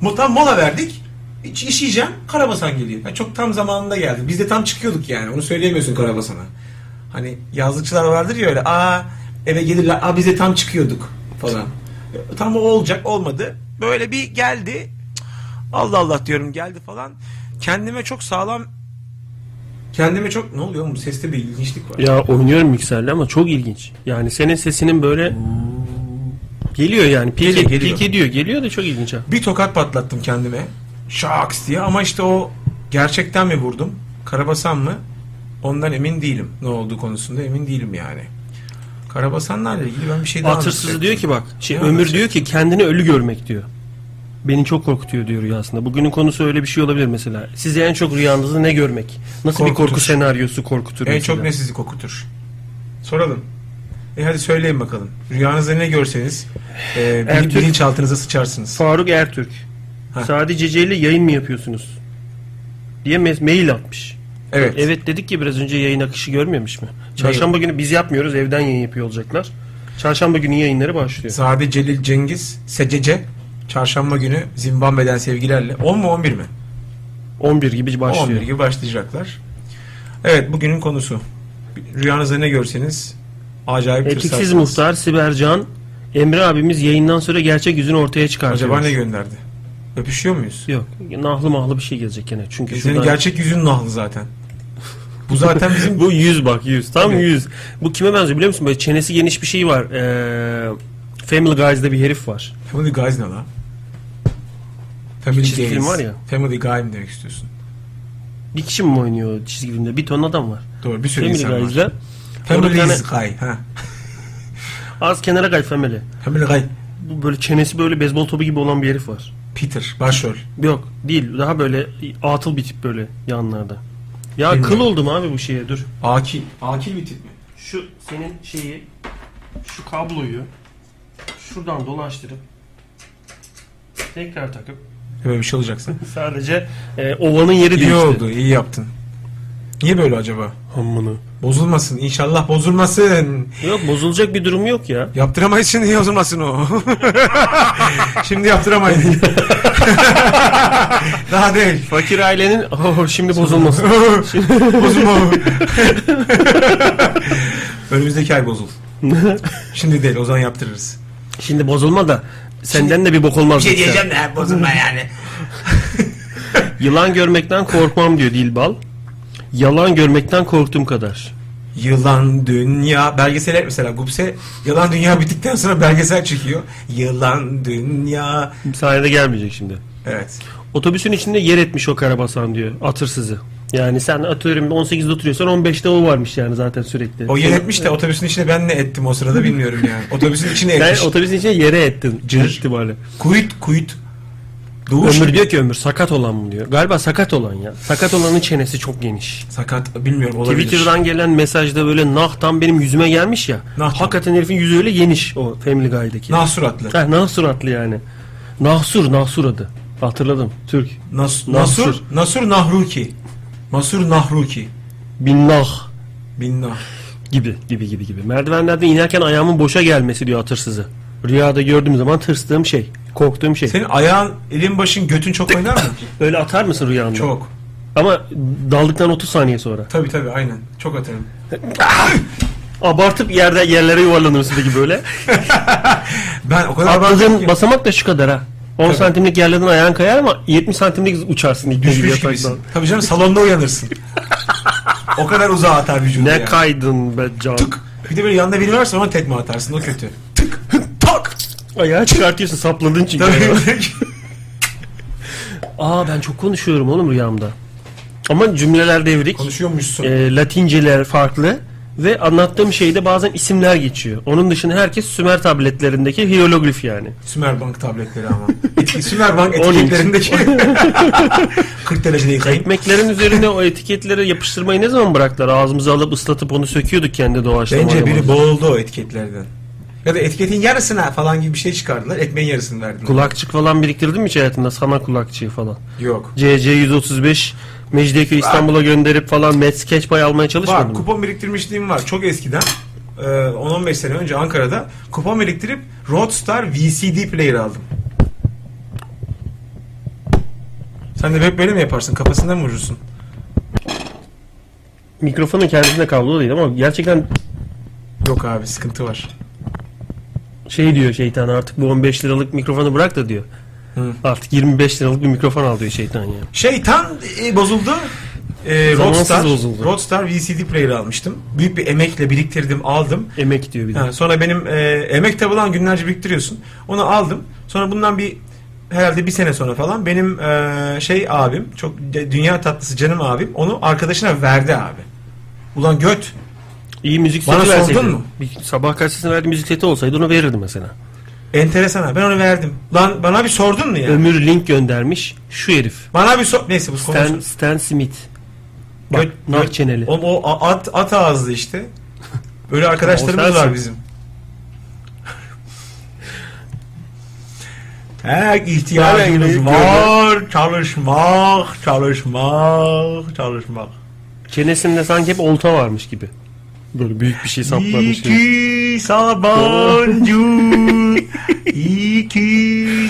Mo- Tam mola verdik. İç, iş yiyeceğim. Karabasan geliyor. Ya çok tam zamanında geldi. Biz de tam çıkıyorduk yani. Onu söyleyemiyorsun Karabasan'a. Hani yazlıkçılar vardır ya öyle. Aa eve gelirler. Aa biz de tam çıkıyorduk falan. E, Tam o olacak olmadı. Böyle bir geldi. Cık, Allah Allah diyorum geldi falan. Kendime çok sağlam kendime çok ne oluyor oğlum seste bir ilginçlik var. Ya oynuyorum mikserle ama çok ilginç. Yani senin sesinin böyle geliyor yani. Pik, Geliyor, pik geliyor. ediyor. Geliyor da çok ilginç. ha. Bir tokat patlattım kendime. Şaks diye ama işte o gerçekten mi vurdum? Karabasan mı? Ondan emin değilim. Ne olduğu konusunda emin değilim yani. Karabasanlarla ilgili ben bir şey daha Atırsızı anlatacaktım. diyor ki bak. Şey, Ne ömür anlatacaktım? diyor ki kendini ölü görmek diyor. Beni çok korkutuyor diyor rüyasında. Bugünün konusu öyle bir şey olabilir mesela. Sizi en çok rüyanızda ne görmek? Nasıl bir korku Korkutur. senaryosu korkutur? En mesela? çok ne sizi kokutur? Soralım. E hadi söyleyin bakalım. Rüyanızda ne görseniz e, bil- Ertürk- bilinçaltınıza sıçarsınız. Faruk Ertürk. Ha. Sadece Cece'yle yayın mı yapıyorsunuz? Diye me- mail atmış. Evet. Evet dedik ki biraz önce yayın akışı görmemiş mi? Çarşamba günü biz yapmıyoruz evden yayın yapıyor olacaklar. Çarşamba günü yayınları başlıyor. Sade Celil Cengiz, Secece. Çarşamba günü Zimbabwe'den sevgilerle. 10 mu 11 mi? 11 gibi 11 başlıyor. gibi başlayacaklar. Evet bugünün konusu. Rüyanızda ne görseniz acayip Etiksiz tırsarsınız. Muhtar, Sibercan, Emre abimiz yayından sonra gerçek yüzünü ortaya çıkartıyor. Acaba ne gönderdi? Öpüşüyor muyuz? Yok. Nahlı mahlı bir şey gelecek gene. Çünkü Senin şurada... gerçek yüzün nahlı zaten. Bu zaten bizim Bu yüz bak yüz. Tam Evet. yüz. Bu kime benziyor biliyor musun? Böyle çenesi geniş bir şey var. Ee, Family Guy'da bir herif var. Family Guy's ne lan? Family Çizgi Guys. film var ya. Family Guy mi demek istiyorsun? Bir kişi mi oynuyor çizgi filmde? Bir ton adam var. Doğru bir sürü Family insan var. Guy'da. Orada bir Family tane- Guy. Ha. Az kenara Guy Family. Family Guy. Bu böyle çenesi böyle beyzbol topu gibi olan bir herif var. Peter. Başrol. Yok değil. Daha böyle atıl bir tip böyle yanlarda. Ya Bilmiyorum. kıl oldum abi bu şeye dur. Akil. Akil bir tip mi? Şu senin şeyi şu kabloyu şuradan dolaştırıp tekrar takıp Böyle bir şey olacaksa. sadece e, ovanın yeri iyi değişti. oldu. iyi yaptın. Niye böyle acaba? Amına. Bozulmasın. İnşallah bozulmasın. Yok bozulacak bir durum yok ya. Yaptıramayız şimdi niye bozulmasın o? şimdi yaptıramayız. Daha değil. Fakir ailenin "Oh, şimdi bozulmasın. Bozulma. Önümüzdeki ay bozul. Şimdi değil o zaman yaptırırız. şey şimdi bozulma da senden de bir şey bok olmaz. lütfen. de bozulma yani. Yılan görmekten korkmam diyor Dilbal. Yalan görmekten korktuğum kadar. Yılan Dünya belgeseler mesela Gupse Yılan Dünya bittikten sonra belgesel çekiyor. Yılan Dünya Sahnede gelmeyecek şimdi. Evet. Otobüsün içinde yer etmiş o karabasan diyor. Atır sizi. Yani sen atıyorum 18'de oturuyorsan 15'te o varmış yani zaten sürekli. O yer etmiş de otobüsün içine ben ne ettim o sırada bilmiyorum yani. Otobüsün içine Sen etmiş. otobüsün içine yere ettin. Cır. ihtimali. Kuyut kuyut. Doğuş. Ömür diyor ki ömür sakat olan mı diyor. Galiba sakat olan ya. Sakat olanın çenesi çok geniş. Sakat bilmiyorum olabilir. Twitter'dan gelen mesajda böyle nah tam benim yüzüme gelmiş ya. Nah tam. Hakikaten herifin yüzü öyle geniş o Family Guy'daki. Nah suratlı. Heh, Nahsur atlı yani. Nahsur, Nahsur adı. Hatırladım. Türk. Nas- Nasur. Nasur. Nasur Nahruki. Masur Nahruki. Bin Nah Bin Nah. gibi gibi gibi gibi. Merdivenlerden inerken ayağımın boşa gelmesi diyor atırsızı. Rüyada gördüğüm zaman tırstığım şey. Korktuğum şey. Senin ayağın, elin, başın, götün çok oynar mı? Böyle atar mısın rüyanda? çok. Ama daldıktan 30 saniye sonra. Tabii tabii aynen. Çok atarım. Abartıp yerde yerlere yuvarlanırsın gibi böyle. Ben o kadar abartırım Atladığın ki- basamak da şu kadar ha. 10 Tabii. santimlik yerlerden ayağın kayar ama 70 santimlik uçarsın ilk Düşmüş gibi yataktan. gibisin. Tabii canım salonda uyanırsın. o kadar uzağa atar vücudu Ne yani. kaydın be can. Tık. Bir de böyle yanında biri varsa ona tekme atarsın o kötü. Tık. Tak. Ayağı çıkartıyorsun sapladın çünkü. Tabii. Aa ben çok konuşuyorum oğlum rüyamda. Ama cümleler devrik. Konuşuyormuşsun. E, Latinceler farklı. Ve anlattığım şeyde bazen isimler geçiyor. Onun dışında herkes Sümer tabletlerindeki hieroglif yani. Sümerbank tabletleri ama. Etki, Sümerbank 10 inç. etiketlerindeki 40 derecede yıkayın. Ekmeklerin üzerine o etiketleri yapıştırmayı ne zaman bıraktılar? Ağzımıza alıp ıslatıp onu söküyorduk kendi doğaçlama. Bence biri yolumuza. boğuldu o etiketlerden. Ya da etiketin yarısına falan gibi bir şey çıkardılar. Ekmeğin yarısını verdiler. Kulakçık falan biriktirdin mi hiç hayatında? Sana kulakçığı falan. Yok. CC 135 Mecidiyeköy İstanbul'a gönderip falan Metskeç pay almaya çalışmadın Var mı? kupon biriktirmişliğim var. Çok eskiden. e, 10-15 sene önce Ankara'da kupon biriktirip Roadstar VCD player aldım. Sen de hep böyle mi yaparsın? Kafasından mı vurursun? Mikrofonun kendisinde kablo değil ama gerçekten Yok abi sıkıntı var. şey diyor şeytan artık bu 15 liralık mikrofonu bırak da diyor. Hı. Artık 25 liralık bir mikrofon al diyor şeytan ya. Şeytan e, bozuldu. E, Zamansız Roadstar, bozuldu. Roadstar VCD player almıştım. Büyük bir emekle biriktirdim, aldım. Emek diyor bir de. Ha, sonra benim e, emek tabi lan günlerce biriktiriyorsun. Onu aldım. Sonra bundan bir herhalde bir sene sonra falan benim e, şey abim, çok de- dünya tatlısı canım abim onu arkadaşına verdi abi. Ulan göt. İyi müzik seti Bana sordun verseydi. mu? Bir sabah gazetesine verdiği müzik seti olsaydı onu verirdi mesela. Enteresan abi. Ben onu verdim. Lan bana bir sordun mu ya? Ömür link göndermiş. Şu herif. Bana bir sor... Neyse bu Stan, konu. Stan Smith. Göt- Bak nar göt- çeneli. Oğlum o a- at, at ağızlı işte. Böyle O arkadaşlarımız sensin. var bizim. Her ihtiyacımız Aynen. var. Çalışmak, çalışmak, çalışmak. Çenesinde sanki hep olta varmış gibi. Böyle büyük bir şey saplamış. gibi. İki Sabancı. İki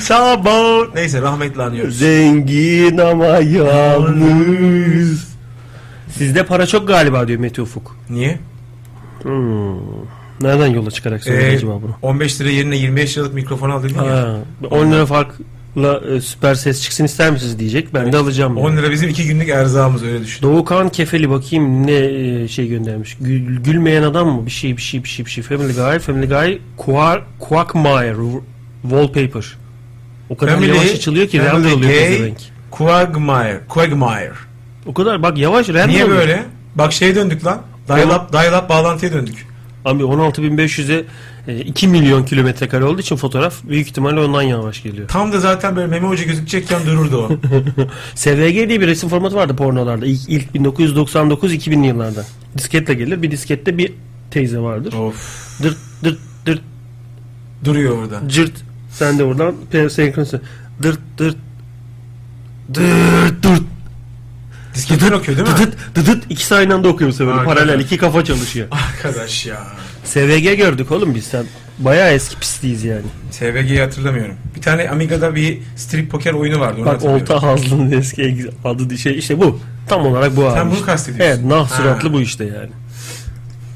Saban. Neyse rahmetli anıyoruz. Zengin ama yalnız. Sizde para çok galiba diyor Mete Ufuk. Niye? Hmm. Nereden yola çıkarak söyledi Ee, acaba bunu? 15 lira yerine 25 liralık mikrofon aldın ya. Ha, 10 lira farkla e, süper ses çıksın ister misiniz diyecek. Ben de alacağım. 10 yani. lira bizim 2 günlük er- erzağımız öyle düşün. Doğukan Kefeli bakayım ne e, şey göndermiş. Gül- gülmeyen adam mı? Bir şey bir şey bir şey bir şey. Family Guy, Family Guy, Quar, Quagmire, R- Wallpaper. O kadar Family, yavaş açılıyor ki Family render oluyor Guy. pezevenk. Quagmire. Quagmire. O kadar bak yavaş render Niye oluyor. böyle? Bak şeye döndük lan. Dial-up, dial-up bağlantıya döndük. Abi 16500'e e, 2 milyon kilometre kare olduğu için fotoğraf büyük ihtimalle ondan yavaş geliyor. Tam da zaten böyle meme hoca gözükecekken dururdu o. SVG diye bir resim formatı vardı pornolarda. İlk, ilk 1999-2000'li yıllarda. Disketle gelir. Bir diskette bir teyze vardır. of. Dırt dırt dırt Duruyor orada. cırt. Sen de oradan senkronisi. Dırt dırt dırt dırt. Tıtır okuyor değil mi? Dıdıt dıdıt ikisi aynı anda okuyor bu sefer. Harika. Paralel iki kafa çalışıyor. Arkadaş ya. SVG gördük oğlum biz sen. Bayağı eski pisliyiz yani. SVG'yi hatırlamıyorum. Bir tane Amiga'da bir strip poker oyunu vardı. Onu Bak hatırlıyorum. olta hazlının eski ex- adı şey işte bu. Tam olarak bu abi. Sen bunu işte. kastediyorsun. Evet nah Ha. suratlı bu işte yani.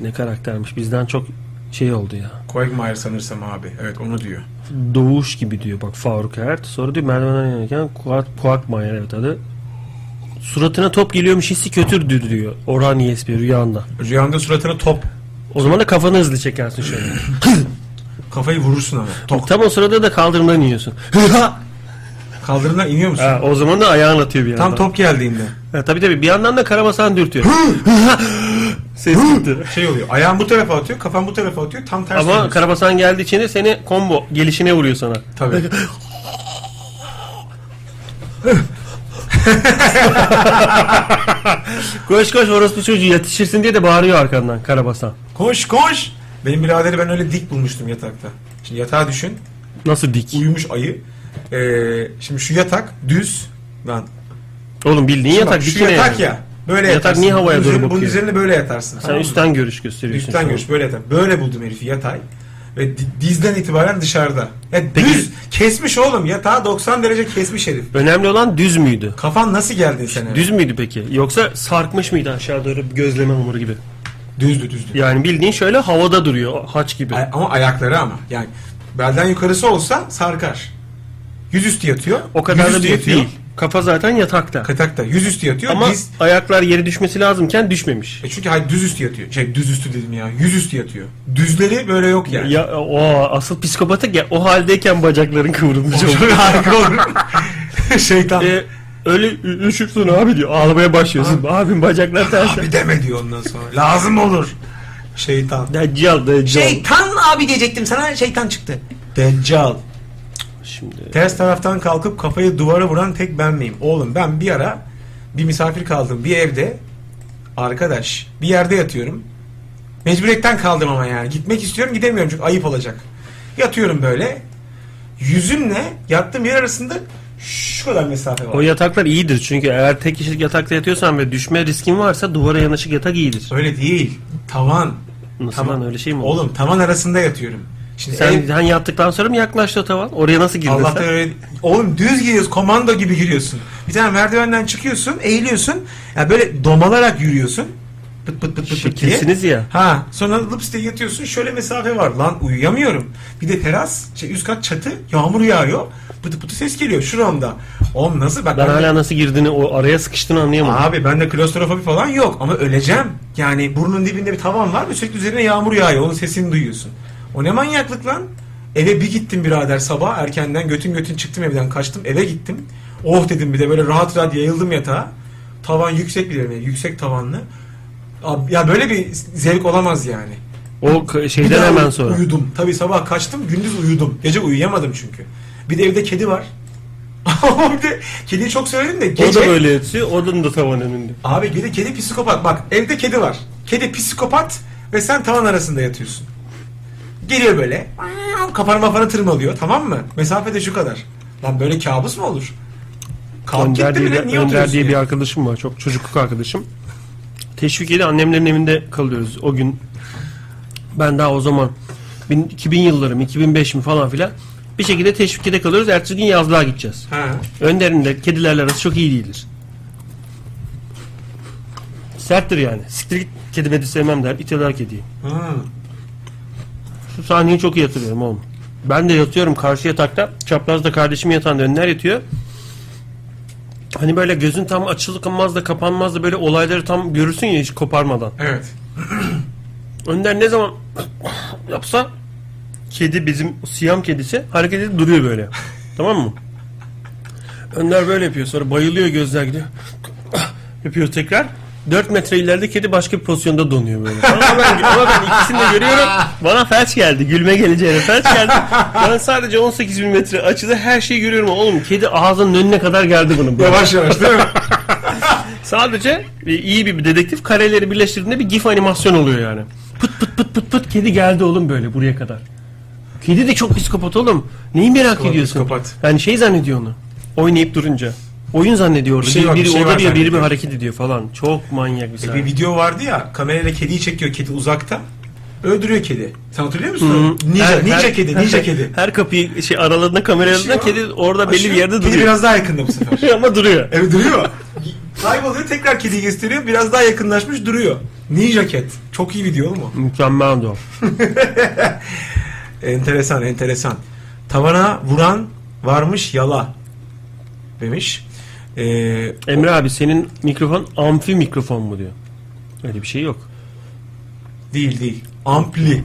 Ne karaktermiş bizden çok şey oldu ya. Quagmire sanırsam abi. Evet onu diyor. Doğuş gibi diyor bak Faruk Ert. Sonra diyor merdivenden inerken Kuat, Kuakmayer evet adı. Suratına top geliyormuş hissi kötürdür diyor. Orhan Yesbi rüyanda. Rüyanda suratına top. O zaman da kafanı hızlı çekersin şöyle. Kafayı vurursun ama. Top. Tam o sırada da kaldırımdan iniyorsun. Kaldırımdan iniyor musun? ha, o zaman da ayağın atıyor bir yandan. Tam top geldiğinde. Ha, tabii tabii bir yandan da karabasan dürtüyor. Ses çıktı. Şey oluyor. Ayağın bu tarafa atıyor. Kafan bu tarafa atıyor. Tam tersi. Ama dönüyorsun. karabasan geldiği için de seni combo gelişine vuruyor sana. Tabii. Koş koş orospu çocuğu yetişirsin diye de bağırıyor arkandan karabasan. koş koş. Benim biraderi ben öyle dik bulmuştum yatakta. Şimdi yatağa düşün. Nasıl dik? Uyumuş ayı. Ee, şimdi şu yatak düz. Lan. Oğlum bildiğin yatak Bak, şu dikine yatak yani. ya. Böyle Yatak yatarsın. niye havaya Bunun doğru üzerine- Bunun bakıyor? üzerine böyle yatarsın. Sen üstten görüş gösteriyorsun. şu Üstten an. görüş böyle yatar. Böyle buldum herifi yatay. Ve di- dizden itibaren dışarıda. Ya Peki- düz kesmiş oğlum yatağı 90 derece kesmiş herif. Önemli olan düz müydü? Kafan nasıl geldin sen eve? Düz müydü peki? Yoksa sarkmış mıydı aşağı doğru bir gözleme hamuru gibi? Düzdü düzdü. Yani bildiğin şöyle havada duruyor haç gibi. Ay- ama ayakları ama. Yani belden yukarısı olsa sarkar. Yüzüstü yatıyor. O kadar da yüzüstü büyük yatıyor. değil. Kafa zaten yatakta. Katakta yüzüstü yatıyor. Ama Diz, ayaklar yere düşmesi lazımken düşmemiş. e çünkü hayır düzüstü yatıyor. Şey düzüstü dedim ya. Yüzüstü yatıyor. Düzleri böyle yok yani. Ya o asıl psikopata gel- o haldeyken bacakların kıvrılmış oldu. Çok harika olur. Şeytan. E, öyle ü- üşüksün abi diyor. Ağlamaya başlıyorsun. Abim bacaklar ters. Abi deme diyor ondan sonra. Lazım olur. Şeytan. Deccal deccal. Şeytan abi diyecektim sana şeytan çıktı. Deccal. Şimdi Ters taraftan kalkıp kafayı duvara vuran tek ben miyim? Oğlum ben bir ara bir misafir kaldım bir evde. Arkadaş bir yerde yatıyorum. Mecburiyetten kaldım ama yani. Gitmek istiyorum gidemiyorum çünkü ayıp olacak. Yatıyorum böyle. Yüzümle yattığım yer arasında şu kadar mesafe var. o yataklar iyidir çünkü eğer tek kişilik yatakta yatıyorsan ve düşme riskin varsa duvara yanaşık yatak iyidir. Öyle değil. Tavan. Nasıl Tavan. lan öyle şey mi olur? Oğlum tavan arasında yatıyorum. Şimdi Sen, ev- sen yattıktan sonra mı yaklaştı o tavan? Oraya nasıl girdin Allah'tan sen? öyle. Oğlum düz giriyorsun. Komando gibi giriyorsun. Bir tane merdivenden çıkıyorsun. Eğiliyorsun. Ya böyle domalarak yürüyorsun. Pıt pıt pıt pıt pıt diye. Şekilsiniz ya. Ha sonra lıps diye yatıyorsun. Şöyle mesafe var. Lan uyuyamıyorum. Bir de teras. Şey, üst kat çatı. Yağmur yağıyor. Pıtı pıtı ses geliyor şuramda. Oğlum nasıl? Bak Ben de- hala nasıl girdiğini, o araya sıkıştığını anlayamadım. Abi bende klostrofobi falan yok ama öleceğim. Yani burnun dibinde bir tavan var ve sürekli üzerine yağmur yağıyor. Onun sesini duyuyorsun. O ne manyaklık lan? Eve bir gittim birader sabah erkenden götün götün çıktım evden kaçtım eve gittim. Oh dedim bir de böyle rahat rahat yayıldım yatağa. Tavan yüksek bir yer, yüksek tavanlı. Abi, ya böyle bir zevk olamaz yani. O k- Bir şeyden daha hemen sonra. Uyudum. Tabii sabah kaçtım, gündüz uyudum. Gece uyuyamadım çünkü. Bir de evde kedi var. bir de kediyi çok severim de O gece da böyle yatıyor. Onun da tavan önünde. Abi bir de kedi psikopat. Bak evde kedi var. Kedi psikopat ve sen tavan arasında yatıyorsun. Geliyor böyle. Kafanı mafanı tırmalıyor tamam mı? Mesafe de şu kadar. Lan böyle kabus mu olur? Kalk Önder gitti diye, bir, bile niye Önder oturuyorsun? diye bir ya? arkadaşım var. Çok çocukluk arkadaşım. Teşvikiye'de annemlerin evinde kalıyoruz. O gün ben daha o zaman bin- 2000 yıllarım, 2005 mi falan filan bir şekilde teşvikiye'de kalıyoruz. Ertesi gün yazlığa gideceğiz. Ha. Önder'in de kedilerle arası çok iyi değildir. Serttir yani. Siktir git kedi medi sevmem der. İteler kediyi. Ha. Şu sahneyi çok iyi hatırlıyorum oğlum. Ben de yatıyorum karşı yatakta. Çaprazda kardeşim yatağında önler yatıyor. Hani böyle gözün tam açılmaz da kapanmaz da böyle olayları tam görürsün ya hiç koparmadan. Evet. Önder ne zaman yapsa kedi bizim siyam kedisi hareket edip duruyor böyle. tamam mı? Önder böyle yapıyor sonra bayılıyor gözler gidiyor. yapıyor tekrar. 4 metre ileride kedi başka bir pozisyonda donuyor böyle. Ama ben, ama ben ikisini de görüyorum. Bana felç geldi. Gülme geleceğine felç geldi. Ben sadece 18 bin metre açıda her şeyi görüyorum. Oğlum kedi ağzının önüne kadar geldi bunun. Böyle. Yavaş yavaş değil mi? Sadece e, iyi bir dedektif kareleri birleştirdiğinde bir gif animasyon oluyor yani. Pıt pıt pıt pıt pıt kedi geldi oğlum böyle buraya kadar. Kedi de çok psikopat oğlum. Neyi merak ediyorsun? psikopat. Yani şey zannediyor onu. Oynayıp durunca. Oyun zannediyor. Bir şey var, biri bir şey orada var diyor, biri bir zannediyor. hareket ediyor falan. Çok manyak E, bir sahne. bir video vardı ya kamerayla kediyi çekiyor kedi uzakta. Öldürüyor kedi. Sen hatırlıyor musun? onu? Ninja, Her- ninja her- kedi, ninja kedi. Her kapıyı şey aralarında kamerayla Aşıyor. kedi orada belli bir Aşıyor. yerde Kedi duruyor. biraz daha yakında bu sefer. Ama duruyor. Evet duruyor. Kayboluyor tekrar kediyi gösteriyor. Biraz daha yakınlaşmış duruyor. Ninja Cat. Çok iyi video oğlum o. Mükemmel o. Enteresan enteresan. Tavana vuran varmış yala. Demiş. Ee, Emre abi senin mikrofon amfi mikrofon mu diyor. Öyle bir şey yok. o- değil değil. Ampli.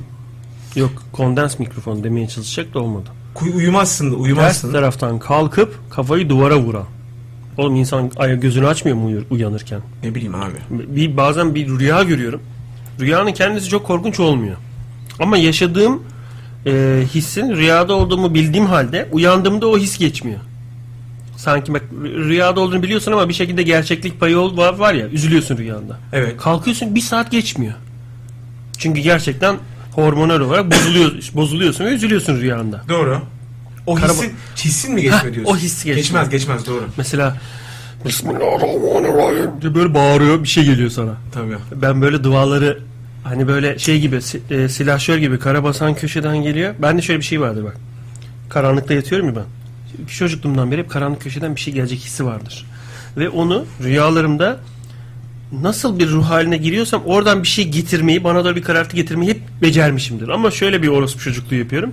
Yok kondens mikrofon demeye çalışacak da olmadı. Kuy- Uyumazsın da Ters uyumazsın. taraftan kalkıp kafayı duvara vuran. Oğlum insan ay- gözünü açmıyor mu uyur- uyanırken? Ne bileyim abi. Bir, bazen bir rüya görüyorum. Rüyanın kendisi çok korkunç olmuyor. Ama yaşadığım e, hissin rüyada olduğumu bildiğim halde uyandığımda o his geçmiyor. Sanki bak rü- rüyada olduğunu biliyorsun ama bir şekilde gerçeklik payı ol- var, var ya üzülüyorsun rüyanda. Evet. Kalkıyorsun bir saat geçmiyor. Çünkü gerçekten hormonal olarak bozuluyor, bozuluyorsun ve üzülüyorsun rüyanda. Doğru. O Karaba- hissin, hissin mi geçmiyor Heh, diyorsun? o hissi geçmiyor. Geçmez geçmez doğru. Mesela Bismillahirrahmanirrahim diye böyle bağırıyor bir şey geliyor sana. Tabii. Ben böyle duaları hani böyle şey gibi si- e, silahşör gibi kara basan köşeden geliyor. Bende şöyle bir şey vardır bak. Karanlıkta yatıyorum ya ben. Çocukluğumdan beri hep karanlık köşeden bir şey gelecek hissi vardır. Ve onu rüyalarımda nasıl bir ruh haline giriyorsam oradan bir şey getirmeyi, bana doğru bir karartı getirmeyi hep becermişimdir. Ama şöyle bir orospu çocukluğu yapıyorum.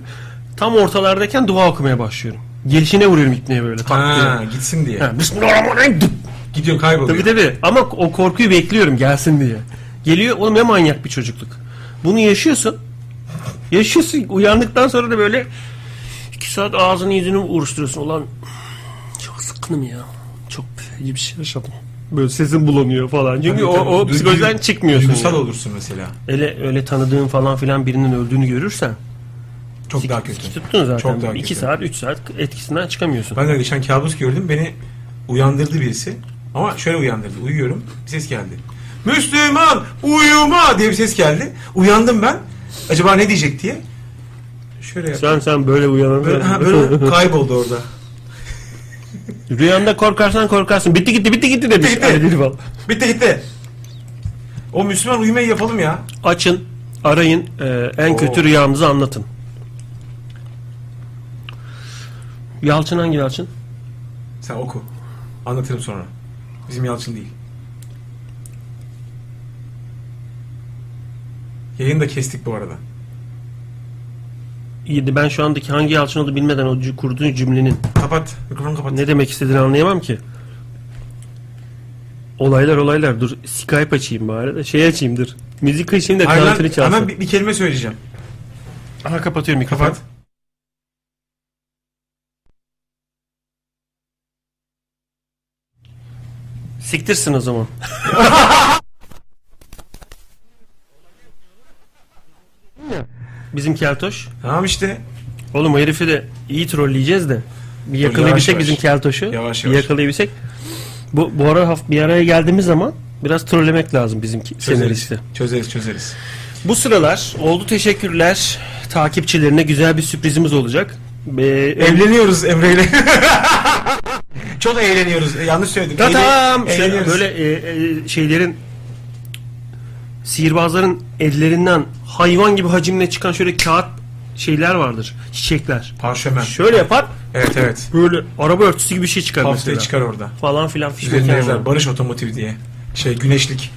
Tam ortalardayken dua okumaya başlıyorum. Gelişine vuruyorum ipneye böyle. tak Ha, diye. gitsin diye. Ha, Bismillahirrahmanirrahim. Dup. Gidiyor kayboluyor. Tabii tabii ama o korkuyu bekliyorum gelsin diye. Geliyor oğlum ne manyak bir çocukluk. Bunu yaşıyorsun. Yaşıyorsun uyandıktan sonra da böyle iki saat ağzını yüzünü uğraştırıyorsun. Ulan çok sıkkınım ya. Çok iyi bir şey yaşadım. Böyle sesin bulanıyor falan. Çünkü Tabii, o, tabii. o Duygu- psikolojiden çıkmıyorsun. Duygusal yani. olursun mesela. Öyle, öyle tanıdığın falan filan birinin öldüğünü görürsen Çok daha ki kötü. tuttun zaten. Çok daha 2 kötü. saat 3 saat etkisinden çıkamıyorsun. Ben de geçen kabus gördüm. Beni uyandırdı birisi. Ama şöyle uyandırdı. Uyuyorum. Bir ses geldi. Müslüman uyuma diye bir ses geldi. Uyandım ben. Acaba ne diyecek diye. Şöyle yaptım. Sen sen böyle uyanan. Böyle, ha, böyle kayboldu orada. Rüyanda korkarsan korkarsın. Bitti gitti bitti gitti demiş. Bitti. Ali Dilbal. Bitti gitti. O Müslüman uyumayı yapalım ya. Açın, arayın, e, en Oo. kötü rüyanızı anlatın. Yalçın hangi Yalçın? Sen oku. Anlatırım sonra. Bizim Yalçın değil. Yayını da kestik bu arada. İyiydi ben şu andaki hangi Yalçın olduğunu bilmeden o cü- kurduğun cümlenin Kapat. Mikrofonu kapat. ne demek istediğini anlayamam ki. Olaylar olaylar dur Skype açayım bari de şey açayım dur. Müzik açayım da Hayır, kantini lan, çalsın. hemen bir, bir kelime söyleyeceğim. Aha kapatıyorum mikrofonu. Kapat. Siktirsin o zaman. Bizim Keltoş. Tamam işte. Oğlum o herifi de iyi trolleyeceğiz de. Bir yakalayabilsek yavaş. bizim Keltoş'u. Yavaş Bir yavaş. yakalayabilsek. Bu, bu ara haft- bir araya geldiğimiz zaman biraz trollemek lazım bizim Çözeriz. senaristi. Çözeriz çözeriz. Bu sıralar oldu teşekkürler takipçilerine güzel bir sürprizimiz olacak. Ee, Evleniyoruz Emre ile. Çok eğleniyoruz. E, yanlış söyledim. Tatam! Eğlen- Şey, eğleniyoruz. böyle e, e, şeylerin sihirbazların ellerinden hayvan gibi hacimle çıkan şöyle kağıt şeyler vardır. Çiçekler. parşömen. Şöyle yapar. Evet evet. Böyle araba örtüsü gibi bir şey çıkar Haftaya mesela. çıkar orada. Falan filan fişmek Üzerinde yazar Barış Otomotiv diye. Şey güneşlik.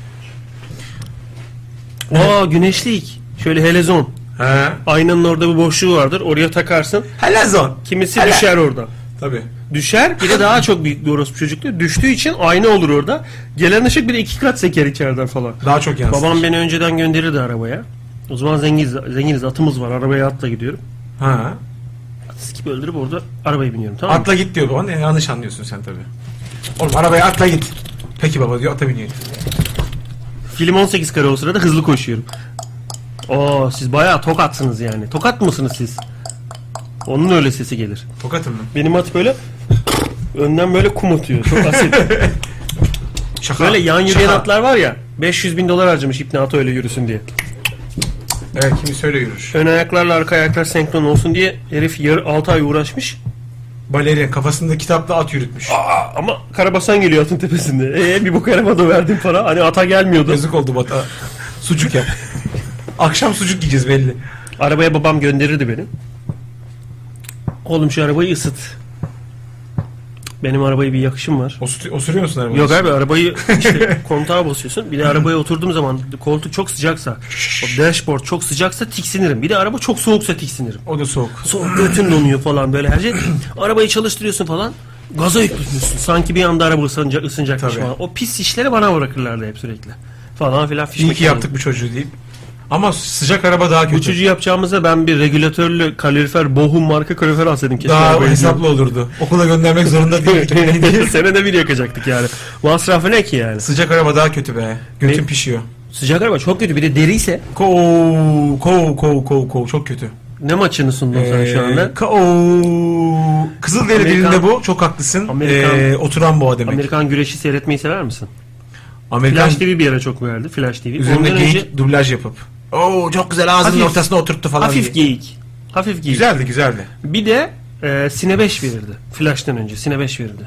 Aa güneşlik. Şöyle helezon. He. Aynanın orada bir boşluğu vardır. Oraya takarsın. Helazon. Kimisi Hele. düşer orada. Tabii. Düşer bir de daha çok büyük bir orospu çocukluğu. Düştüğü için ayna olur orada. Gelen ışık bir de iki kat seker içeriden falan. Daha çok yansıtır. Babam beni önceden gönderirdi arabaya. O zaman zenginiz, zenginiz atımız var. Arabaya atla gidiyorum. Ha. Sikip öldürüp orada arabaya biniyorum tamam mı? Atla git diyor baban. E, yanlış anlıyorsun sen tabii. Oğlum arabaya atla git. Peki baba diyor ata biniyor. Film 18 kare o sırada hızlı koşuyorum. Oo siz bayağı tokatsınız yani. Tokat mısınız siz? Onun öyle sesi gelir. Tokatım mı? Benim at böyle önden böyle kum atıyor. Çok asit. Şaka. böyle yan yürüyen şaka. atlar var ya. 500 bin dolar harcamış İbni Ato öyle yürüsün diye. Evet kimi söyle yürür. Ön ayaklarla arka ayaklar senkron olsun diye herif 6 ay uğraşmış. Balerin kafasında kitapla at yürütmüş. Aa, ama karabasan geliyor atın tepesinde. Ee bir bu arabada verdiğim para hani ata gelmiyordu. Yazık oldu bata. sucuk yap. Akşam sucuk yiyeceğiz belli. Arabaya babam gönderirdi beni. Oğlum şu arabayı ısıt. Benim arabaya bir yakışım var. Osur- osuruyor musun arabanın Yok içine? abi arabayı işte kontağa basıyorsun. Bir de arabaya oturduğum zaman koltuk çok sıcaksa, o dashboard çok sıcaksa tiksinirim. Bir de araba çok soğuksa tiksinirim. O da soğuk. Soğuk götün donuyor falan böyle her şey. Arabayı çalıştırıyorsun falan. Gaza yüklüyorsun. Sanki bir anda araba ısınacak, ısınacakmış Tabii. falan. O pis işleri bana bırakırlardı hep sürekli. Falan filan fiş İyi ki makineleri. yaptık bu çocuğu deyip. Ama sıcak araba daha Bu kötü. çocuğu yapacağımıza ben bir regülatörlü kalorifer, Bohum marka kalorifer alsaydım kesin. daha arabayı hesaplı olurdu. Okula göndermek zorunda diyorum. değil. Senede bir yakacaktık yani. Masrafı ne ki yani? sıcak araba daha kötü be. Götün Ne? pişiyor. Sıcak araba çok kötü. Bir de deriyse Kov, kov, kov, kov, kov. Çok kötü. ne maçını sundun sen şu anda? Ee, kov. Kızılderili Amerikan- dilinde bu. Çok haklısın. Amerikan- Ee, oturan boğa demek. Amerikan güreşi seyretmeyi sever misin? Amerikan Flash TV bir yere çok verdi. Flash TV. üzerinde Ondan geyik önce dublaj yapıp. Oo çok güzel ağzının Hafif- ortasına oturttu falan. diye. hafif geyik. Hafif geyik. Güzeldi güzeldi. Bir de e, Sine 5 verirdi. Flash'tan önce Sine 5 verirdi.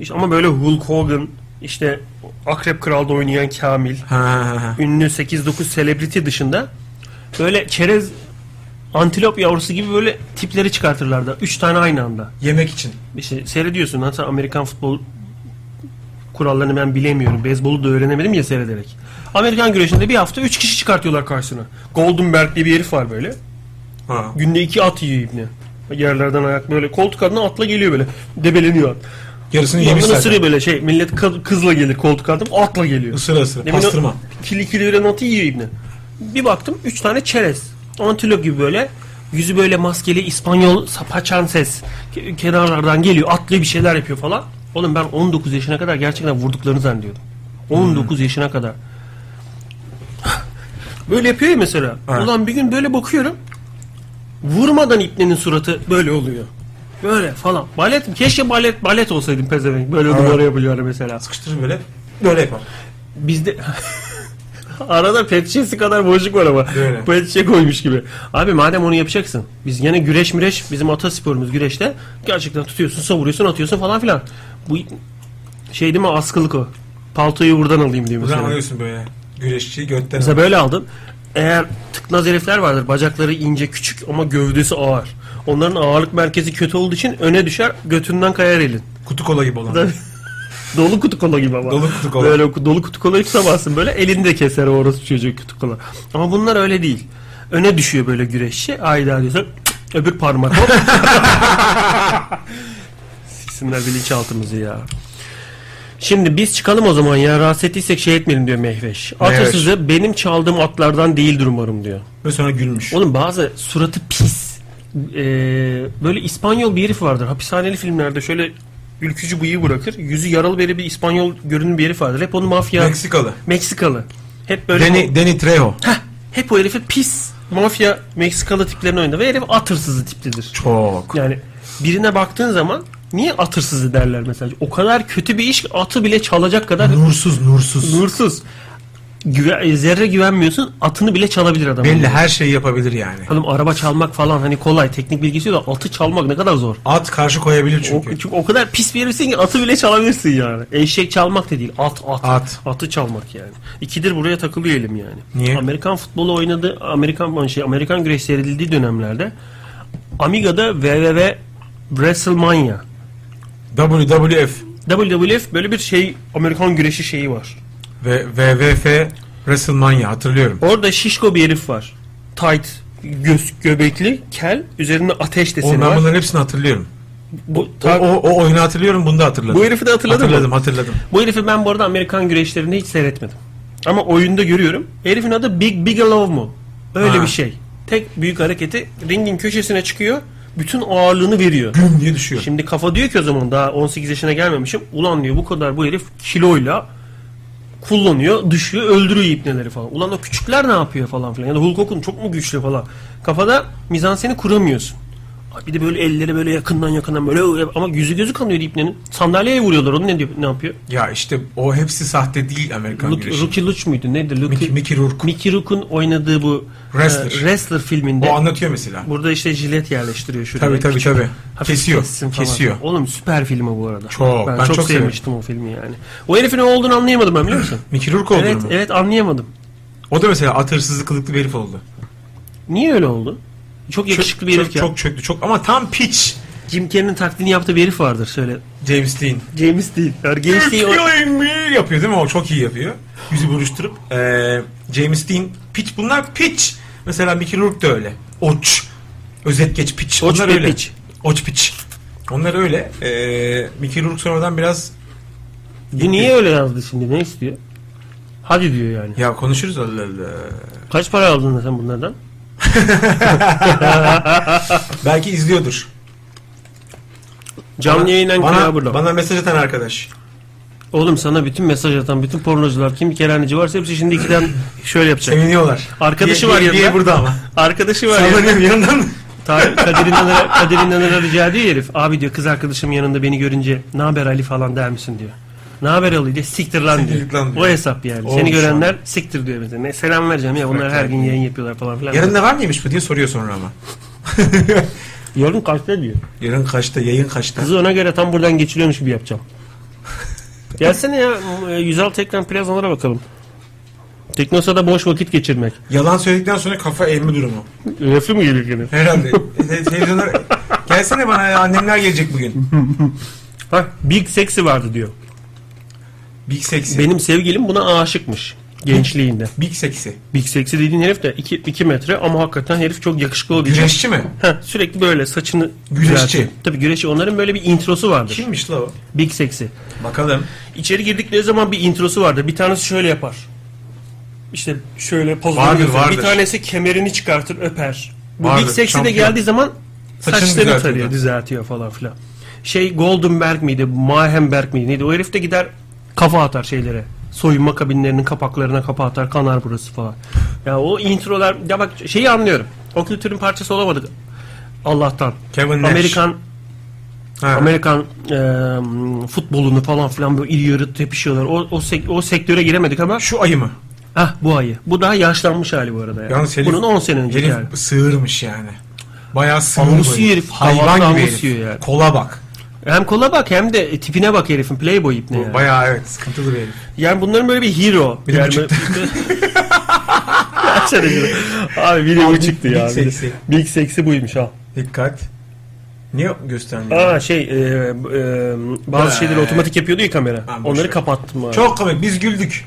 İşte ama böyle Hulk Hogan, işte Akrep Kral'da oynayan Kamil, Ha, ha, ha. ünlü 8-9 celebrity dışında böyle çerez antilop yavrusu gibi böyle tipleri çıkartırlardı. 3 tane aynı anda. Yemek için. İşte seyrediyorsun. Hatta Amerikan futbol kurallarını ben bilemiyorum. Beyzbolu da öğrenemedim ya seyrederek. Amerikan güreşinde bir hafta 3 kişi çıkartıyorlar karşısına. Goldenberg diye bir herif var böyle. Ha. Günde 2 at yiyor ibne. Yerlerden ayak böyle. Koltuk altına atla geliyor böyle. Debeleniyor at. Yarısını yemiş Yanına zaten. ısırıyor böyle şey. Millet kı- kızla gelir koltuk altına atla geliyor. Isıra ısıra. Demin o Pastırma. Kili kili veren atı yiyor ibne. Bir baktım 3 tane çerez. Antilop gibi böyle. Yüzü böyle maskeli İspanyol sapaçan ses. Ke- Kenarlardan geliyor. Atlıyor bir şeyler yapıyor falan. Oğlum ben 19 yaşına kadar gerçekten vurduklarını zannediyordum. 19 Hmm. yaşına kadar. böyle yapıyor ya mesela. Evet. Ulan bir gün böyle bakıyorum. Vurmadan ipnenin suratı böyle oluyor. Böyle falan. Balet keşke balet balet olsaydım pezevenk. Böyle numara yapıyorlar mesela. Sıkıştırır böyle. Böyle yapar. Bizde arada pet şişesi kadar boşluk var ama. Öyle. Pet şişe koymuş gibi. Abi madem onu yapacaksın. Biz gene güreş müreş bizim atasporumuz güreşte. Gerçekten tutuyorsun, savuruyorsun, atıyorsun falan filan. Bu şey değil mi askılık o. Paltoyu buradan alayım diye Buradan mesela. alıyorsun böyle. Güreşçi götten. Mesela böyle aldım. Eğer tıknaz herifler vardır. Bacakları ince küçük ama gövdesi ağır. Onların ağırlık merkezi kötü olduğu için öne düşer götünden kayar elin. Kutu kola gibi olan. Tabii. Dolu kutu kola gibi ama. Dolu kutu kola. Böyle ku- dolu kutu kolayı tutamazsın böyle elini de keser orası çocuğu kutu kola. Ama bunlar öyle değil. Öne düşüyor böyle güreşçi. Ayda diyorsun cık, öbür parmak hop. Siksinler bilinçaltımızı ya. Şimdi biz çıkalım o zaman ya. Rahatsız ettiysek şey etmeyelim diyor Mehveş. At Mehveş. hırsızı benim çaldığım atlardan değildir umarım diyor. Ve sonra gülmüş. Oğlum bazı suratı pis. Ee, böyle İspanyol bir herif vardır. Hapishaneli filmlerde şöyle ülkücü bıyığı bırakır. Yüzü yaralı böyle bir İspanyol görünümlü bir herif vardır. Hep onu mafya Meksikalı. Meksikalı. Hep böyle Deni, Deni Trejo. hep o herifin pis mafya Meksikalı tiplerini oynar ve herif at hırsızı tiplidir. Çok. Yani birine baktığın zaman niye at hırsızı derler mesela. O kadar kötü bir iş ki atı bile çalacak kadar Nursuz nursuz. nursuz. Güve- e, zerre güvenmiyorsun. Atını bile çalabilir adam. Belli her şeyi yapabilir yani. Oğlum araba çalmak falan hani kolay teknik bilgisi yok da atı çalmak ne kadar zor. At karşı koyabilir O, çünkü. çünkü o kadar pis bir herifsin ki atı bile çalabilirsin yani. Eşek çalmak da değil at at. At. Atı çalmak yani. İkidir buraya takılıyor elim yani. Niye? Amerikan futbolu oynadı Amerikan şey Amerikan güreş seyredildiği dönemlerde Amiga'da WWF WrestleMania WWF WWF böyle bir şey Amerikan güreşi şeyi var. ve WWF WrestleMania hatırlıyorum. Orada şişko bir herif var. Tight göz göbekli kel üzerinde ateş O, ben deseni var. bunların hepsini hatırlıyorum. Bu, O, o, o oyunu hatırlıyorum bunu da hatırladım. Bu herifi de hatırladın mı? Hatırladım hatırladım. Bu herifi ben bu arada Amerikan güreşlerinde hiç seyretmedim. Ama oyunda görüyorum. Herifin adı Big Bigelow mu? Öyle Ha. bir şey. Tek büyük hareketi ringin köşesine çıkıyor. Bütün ağırlığını veriyor. Güm diye düşüyor. Şimdi kafa diyor ki o zaman daha 18 yaşına gelmemişim. Ulan diyor bu kadar bu herif kiloyla kullanıyor, düşüyor, öldürüyor ipneleri falan. Ulan o küçükler ne yapıyor falan filan. Ya da Hulk Hogan çok mu güçlü falan. Kafada mizanseni kuramıyorsun. Ay Bir de böyle elleri böyle yakından yakından böyle öyle- ama yüzü gözü kanıyor ipnenin. Sandalyeye vuruyorlar onu ne diyor ne yapıyor? Ya işte o hepsi sahte değil Amerikan Luke, güreşi. Rocky Luch muydu? Neydi? Luke, Mickey, Mickey Rourke. Mickey Rourke'un oynadığı bu Wrestler. e, wrestler filminde. O anlatıyor mesela. Burada işte jilet yerleştiriyor şuraya. Tabii tabii Küçük- tabii. hafif Kesiyor. kessin falan. Kesiyor. Oğlum süper filmi bu arada. Çok, Ben, ben çok, çok severim. sevmiştim o filmi yani. O herifin ne olduğunu anlayamadım ben biliyor musun? Mickey Rourke olduğunu evet mu? evet anlayamadım. O da mesela at hırsızı kılıklı bir herif oldu. Niye öyle oldu? Çok yakışıklı bir çok, herif ya. Çok çöktü. Çok ama tam piç. Jim Carrey'nin taklidini yaptığı bir herif vardır şöyle. James Dean. James değil. Yani You're genç değil. o- killing me yapıyor değil mi? O çok iyi yapıyor. Yüzü buruşturup. Ee, James Dean piç. Bunlar piç. Mesela Mickey Rourke de öyle. Oç. Özet geç piç. Oç Onlar ve öyle. piç. Oç piç. Onlar öyle. Ee, Mickey Rourke sonradan biraz Bu E niye öyle yazdı şimdi? Ne istiyor? Hadi diyor yani. ya konuşuruz Allah Allah. Kaç para aldın sen bunlardan? Belki izliyordur. Canlı yayından bana, kulağa burada. bana mesaj atan arkadaş. Oğlum sana bütün mesaj atan bütün pornocular kim kerenci varsa hepsi şimdi ikiden şöyle yapacak. Seviniyorlar. Arkadaşı Diye- var diye- yanında. diye burada ama. Arkadaşı var ya. Sallanıyorum yanından. Ta- Kadir İnanır'a, Kadir İnanır'a rica ediyor herif. Abi diyor kız arkadaşım yanında beni görünce ne haber Ali falan der misin diyor. Ne haber Ali diyor. Siktir lan diyor. Siktir lan diyor. O hesap yani. Olmuş Seni görenler siktir diyor mesela. Ne selam vereceğim ya bunlar her gün yayın yapıyorlar falan filan. Yarın ne var mıymış bu diye soruyor sonra ama. Yarın kaçta diyor. Yarın kaçta? Yayın kaçta? Kızı ona göre tam buradan geçiliyormuş gibi yapacağım. Gelsene ya e, 106 ekran plazalara bakalım. Teknosa'da boş vakit geçirmek. Yalan söyledikten sonra kafa eğme durumu. Lafı mı gelir gene? Herhalde. E, Te- Televizyonlar... Gelsene bana ya, annemler gelecek bugün. Bak Big Sexy vardı diyor. Big Sexy. Benim sevgilim buna aşıkmış gençliğinde. Big Sexy. Big Sexy dediğin herif de 2 metre ama hakikaten herif çok yakışıklı olduğu için. Güreşçi mi? Heh, sürekli böyle saçını Güreşçi. düzeltiyor. Tabii güreşçi. Onların böyle bir introsu vardır. Kimmiş la o? Big Sexy. Bakalım. İçeri girdikleri zaman bir introsu vardır. Bir tanesi şöyle yapar. İşte şöyle pozlar Vardır, gösterir. vardır. Bir tanesi kemerini çıkartır, öper. Bu Vardır, Big Sexy de şampiyon. geldiği zaman Saçını saçlarını düzeltiyor. tarıyor, düzeltiyor falan filan. Şey Goldenberg miydi, Mahenberg miydi neydi? O herif de gider kafa atar şeylere. Soyunma kabinlerinin kapaklarına kafa atar, kanar burası falan. Ya o introlar, ya bak şeyi anlıyorum. O kültürün parçası olamadık Allah'tan. Kevin Nash. Amerikan Ha. Amerikan e, futbolunu falan filan böyle iri yarı tepişiyorlar. O, o, sek- o sektöre giremedik ama şu- Şu ayı mı? ah bu ayı. Bu daha yaşlanmış hali bu arada. Yani. Yalnız herif- Bunun 10 sene önceki hali. Herif sığırmış yani. Bayağı sığır Amus bu yiyor herif. Havalı Hayvan gibi amus herif. yiyor yani. Kola bak. Hem kola bak hem de tipine bak herifin. Playboy ipne Bu yani. Bayağı evet sıkıntılı bir herif. Yani bunların böyle bir hero. de yani buçukta. Açar elini. Abi bir de Abi, bu çıktı Big ya. Bir de- Sexy. Big Sexy buymuş ha. Dikkat. Niye göstermiyor? Aa şey e, e, bazı Ee. şeyleri otomatik yapıyordu ya kamera. Ha, boş Onları ver. kapattım abi. Çok komik. Biz güldük.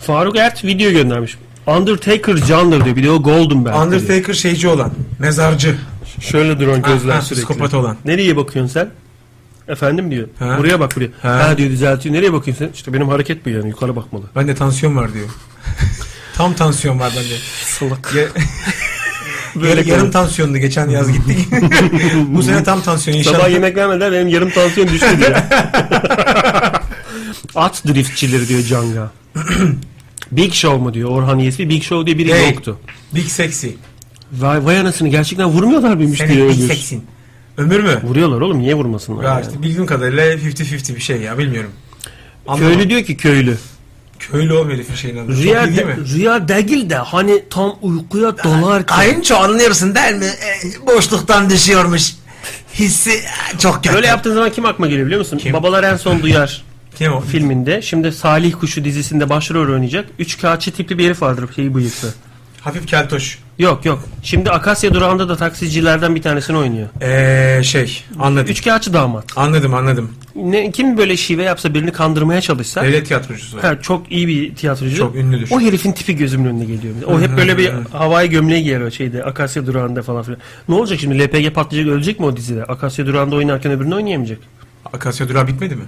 Faruk Ert video göndermiş. Undertaker candır diyor. Bir de o Goldenberg. diyor. Undertaker şeyci olan. Mezarcı. Şöyle duran gözler ha, sürekli. psikopat olan. Nereye bakıyorsun sen? Efendim diyor. Ha? Buraya bak buraya. Ha. Ha. diyor düzeltiyor. Nereye bakıyorsun sen? İşte benim hareket bu yani yukarı bakmalı. Ben de tansiyon var diyor. Tam tansiyon var bende. Salak. Ya- Böyle yarım kalın. tansiyondu geçen yaz gittik. Bu sene tam tansiyon Sabah inşallah. yemek vermediler benim yarım tansiyon düştü diyor. At driftçileri diyor Canga. Big Show mu diyor Orhan Yesvi. Big Show diye biri Hey. yoktu. Big sexy. Vay, vay anasını gerçekten vurmuyorlar mıymış Senin diye big ölüyorsun. sexin. Ömür mü? Vuruyorlar oğlum niye vurmasınlar? Ya yani? işte bildiğim kadarıyla 50-50 bir şey ya bilmiyorum. Anlamadım. Köylü diyor ki köylü. Köylü o herifin şeyin adı. Çok Rüya, iyi değil de, mi? rüya değil de hani tam uykuya dalarken. Kayınço anlıyorsun değil mi? E, boşluktan düşüyormuş. Hissi e, çok kötü. Böyle yaptığın zaman kim akma geliyor biliyor musun? Babalar en son duyar Kim o? filminde. Şimdi Salih Kuşu dizisinde başrol oynayacak. Üç kağıtçı tipli bir herif vardır şeyi bıyıklı. Hafif keltoş. Yok yok. Şimdi Akasya durağında da taksicilerden bir tanesini oynuyor. Eee şey anladım. Üç kağıtçı damat. Anladım anladım. Ne, kim böyle şive yapsa birini kandırmaya çalışsa Devlet tiyatrocusu. ha, çok iyi bir tiyatrocu. Çok ünlüdür. O herifin tipi gözümün önüne geliyor. O hep böyle bir havai gömleği giyer o şeyde. Akasya durağında falan filan. Ne olacak şimdi? LPG patlayacak ölecek mi o dizide? Akasya durağında oynarken öbürünü oynayamayacak. Akasya Durağı bitmedi mi?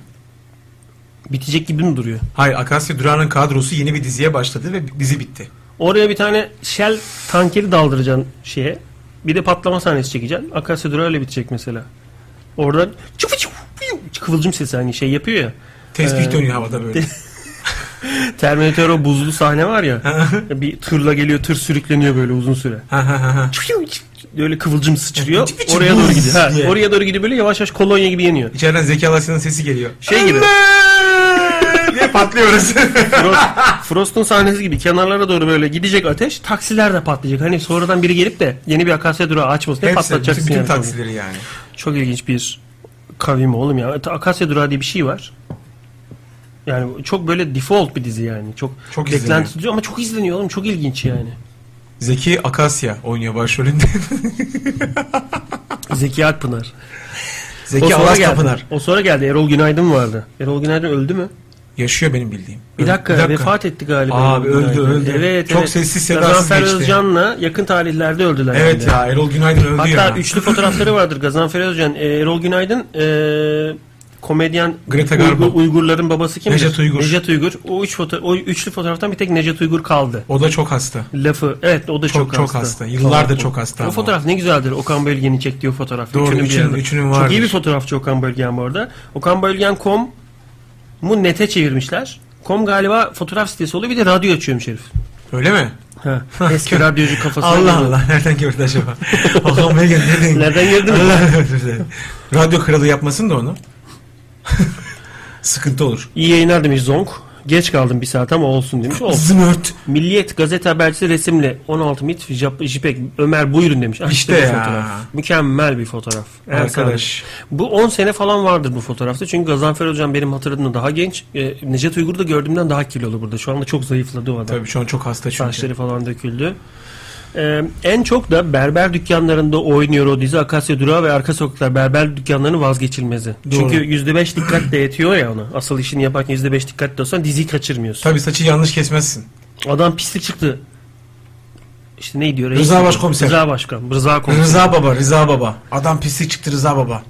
Bitecek gibi mi duruyor? Hayır Akasya Durağı'nın kadrosu yeni bir diziye başladı ve dizi bitti. Oraya bir tane Shell tankeri daldıracaksın şeye. Bir de patlama sahnesi çekeceksin. Akasya durağı öyle bitecek mesela. Oradan çıfı çıfı çıfı, kıvılcım sesi hani şey yapıyor ya. Tespih Ee, dönüyor havada böyle. Terminator o buzlu sahne var ya. bir tırla geliyor tır sürükleniyor böyle uzun süre. Ha ha ha. ha. Böyle kıvılcım sıçrıyor. Çip çip oraya doğru buz gidiyor. Ha, diye. oraya doğru gidiyor böyle yavaş yavaş kolonya gibi yeniyor. İçeriden Zeki Alasya'nın sesi geliyor. Şey gibi. diye patlıyoruz. Frost- Frost'un sahnesi gibi kenarlara doğru böyle gidecek ateş taksiler de patlayacak. Hani sonradan biri gelip de yeni bir akasya durağı açmasın diye Hepsi, patlatacaksın. bütün, bütün yani. taksileri yani. Çok ilginç bir kavim oğlum ya. Akasya Durağı diye bir şey var. Yani çok böyle default bir dizi yani. Çok, Çok beklenti izleniyor. tutuyor ama çok izleniyor oğlum. Çok ilginç yani. Zeki Akasya oynuyor başrolünde. Zeki Akpınar. Zeki sonra Alas geldi. Kapınar. O sonra geldi. Erol Günaydın vardı. Erol Günaydın öldü mü? Yaşıyor benim bildiğim. Bir Öl- dakika, vefat etti galiba. Abi, Erol öldü, Günaydın. öldü. Evet, Çok evet. sessiz, sedasız Gazanfer geçti. Özcan'la yakın tarihlerde öldüler. Evet yani. ya Erol Günaydın öldü Hatta ya. üçlü fotoğrafları vardır. Gazanfer Özcan, e, Erol Günaydın, e, komedyen Greta Garbo. Uygur- Uygurların babası kimdir? Nejat Uygur. Nejat Uygur. O, üç foto o üçlü fotoğraftan bir tek Nejat Uygur kaldı. O da çok hasta. Lafı. Evet o da çok, Çok- çok hasta. Yıllardır Tamam. çok hasta O ama. fotoğraf ne güzeldir. Okan Bölgen'in çektiği o fotoğraf. Doğru, bir üçünün- yerde. üçünün Çok iyi vardır. bir fotoğrafçı Okan Bölgen bu arada. Okan Bölgen.com mu nete çevirmişler. Com galiba fotoğraf sitesi oluyor. Bir de radyo açıyormuş herif. Öyle mi? Ha, eski radyocu kafası. Allah Allah. Nereden gördü acaba? Hakan Bey geldi. Nereden Nereden girdi mi? Allah özür dilerim. Radyo kralı yapmasın da onu. Sıkıntı olur. İyi yayınlar demiş Zonk. Geç kaldım bir saat ama olsun demiş. Olsun. Zımört. Milliyet gazete habercisi resimle 16 mit Jap- JPEG Ömer buyurun demiş. Ah, İşte bir ya. Fotoğraf. Mükemmel bir fotoğraf. Evet, Arkadaş. abi. Bu 10 sene falan vardır bu fotoğrafta. Çünkü Gazanfer Hocam benim hatırladığımda daha genç. E, Necdet Uygur da gördüğümden daha kilolu burada. Şu anda çok zayıfladı o adam. Tabii şu an çok hasta çünkü. Saçları falan döküldü. Ee, en çok da berber dükkanlarında oynuyor o dizi Akasya Durağı ve Arka Sokaklar berber dükkanlarının vazgeçilmezi. Çünkü %5 dikkat de yetiyor ya ona. Asıl işini yaparken %5 dikkatli olsan diziyi kaçırmıyorsun. Tabii saçı yanlış kesmezsin. Adam pislik çıktı. İşte ne diyor? reis? Rıza Başkomiser. Rıza Başkan. Rıza Komiser. Rıza Baba, Rıza Baba. Adam pislik çıktı Rıza Baba.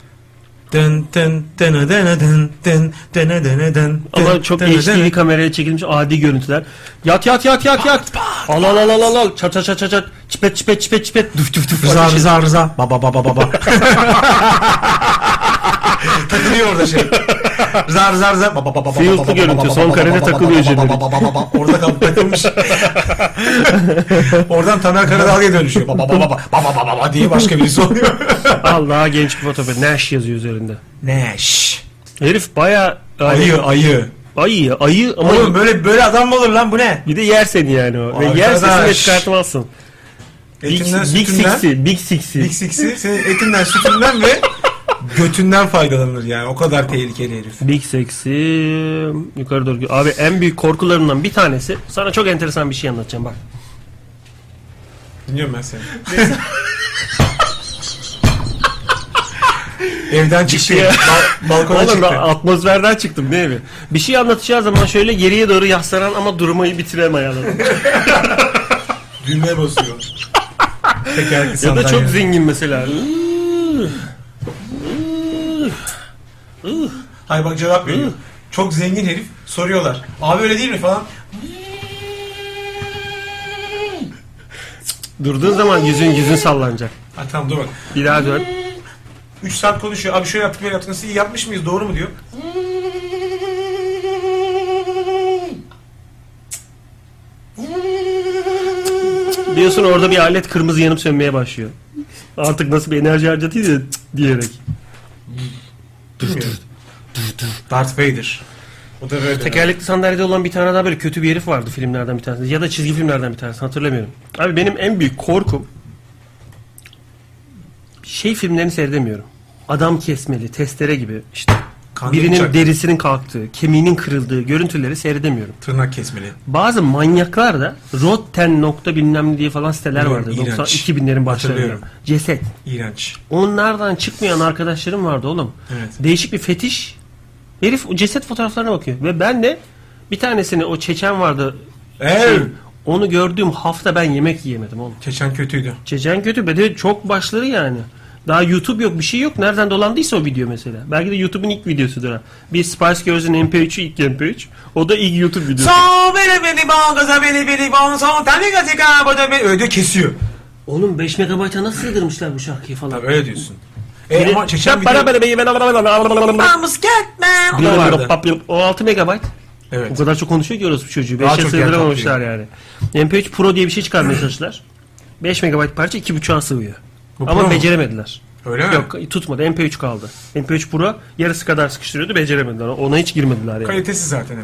Dın dın dın dın dın dın dın dın dın Ama çok HD kameraya çekilmiş adi görüntüler. Yat yat yat yat yat. Al al al al al al. Çat çat çat çat çat. Çipet çipet çipet çipet. Düf düf düf. Rıza Ateş- Rıza Rıza. Baba baba baba. takılıyor orada şey. Rıza Rıza Rıza. Baba baba baba. Fielt'li baba, görüntü. baba, Son baba, karede baba, takılıyor baba, jenerik. baba, baba, baba. Orada kalıp takılmış. Oradan Taner Karadağlı'ya dönüşüyor. Baba baba baba baba baba baba diye başka birisi oluyor. Allah genç bir fotoğraf. Nash yazıyor üzerinde. Neş. Herif baya Ayı ayı. ayı ayı ama Oğlum böyle böyle adam mı olur lan bu ne? bir de yer seni yani o. Ve Arkadaş. yer sesini de çıkartmazsın. Big, Etinden Big sütünden. Six'i, Big Six'i. Big Six'i senin etinden sütünden ve götünden faydalanır yani. O kadar tehlikeli herif. Big Six'i yukarı doğru. Abi en büyük korkularından bir tanesi. Sana çok enteresan bir şey anlatacağım bak. Dinliyorum ben seni. Evden çıktı. şey- Bal- balkona Oğlum çıktı. ben atmosferden çıktım değil mi? Bir şey anlatacağı zaman şöyle geriye doğru yaslanan ama durmayı bitiremeyen adam. Düğmeye basıyor. Tekerlekli ya sandalye. da çok zengin mesela. Hayır bak cevap veriyor. Çok zengin herif soruyorlar. Abi öyle değil mi falan. Durduğun zaman yüzün yüzün sallanacak. Ha tamam dur bak. Bir daha dön. 3 saat konuşuyor. Abi şöyle yaptık böyle yaptık. Nasıl iyi yapmış mıyız? Doğru mu diyor. Diyorsun orada bir alet kırmızı yanıp sönmeye başlıyor. Artık nasıl bir enerji harcadıydı diyerek. Darth Vader. O da böyle. Tekerlekli sandalyede olan bir tane daha böyle kötü bir herif vardı filmlerden bir tanesi. Ya da çizgi filmlerden bir tanesi hatırlamıyorum. Abi benim en büyük korkum şey filmlerini seyredemiyorum. Adam kesmeli, testere gibi işte Kan birinin bıçak. derisinin kalktığı, kemiğinin kırıldığı görüntüleri seyredemiyorum. Tırnak kesmeli. Bazı manyaklar da Rotten nokta bilmem ne diye falan siteler Biliyorum, vardı. iğrenç. 90 2000'lerin başlarında. Hatırlıyorum. Ceset. İğrenç. Onlardan çıkmayan arkadaşlarım vardı oğlum. Evet. Değişik bir fetiş. Herif o ceset fotoğraflarına bakıyor. Ve ben de bir tanesini o Çeçen vardı. Şey, Ev. onu gördüğüm hafta ben yemek yiyemedim oğlum. Çeçen kötüydü. Çeçen kötü. Ve de çok başları yani. Daha YouTube yok bir şey yok. Nereden dolandıysa o video mesela. Belki de YouTube'un ilk videosudur ha. Bir Spice Girls'ün MP3'ü ilk MP3. O da ilk YouTube videosu. Son beni beni bon gaza beni beni bon son tane gaza kabada beni öyle diyor, kesiyor. Oğlum 5 megabayta nasıl sığdırmışlar bu şarkıyı falan. Tabii öyle diyorsun. E ama çeçen Para video... para beni ben- Namus gitmem. O da vardı. O 6 megabayt. Evet. O kadar çok konuşuyor ki orası bu çocuğu. Daha 5'e çok yer sığdıramamışlar yani. MP3 Pro diye bir şey çıkarmaya çalıştılar. 5 MB parça 2.5'a sığıyor. Bu Ama Pro mu? beceremediler. Öyle mi? Yok tutmadı. MP3 kaldı. MP3 Pro yarısı kadar sıkıştırıyordu. Beceremediler. Ona hiç girmediler yani. Kalitesi zaten MP3.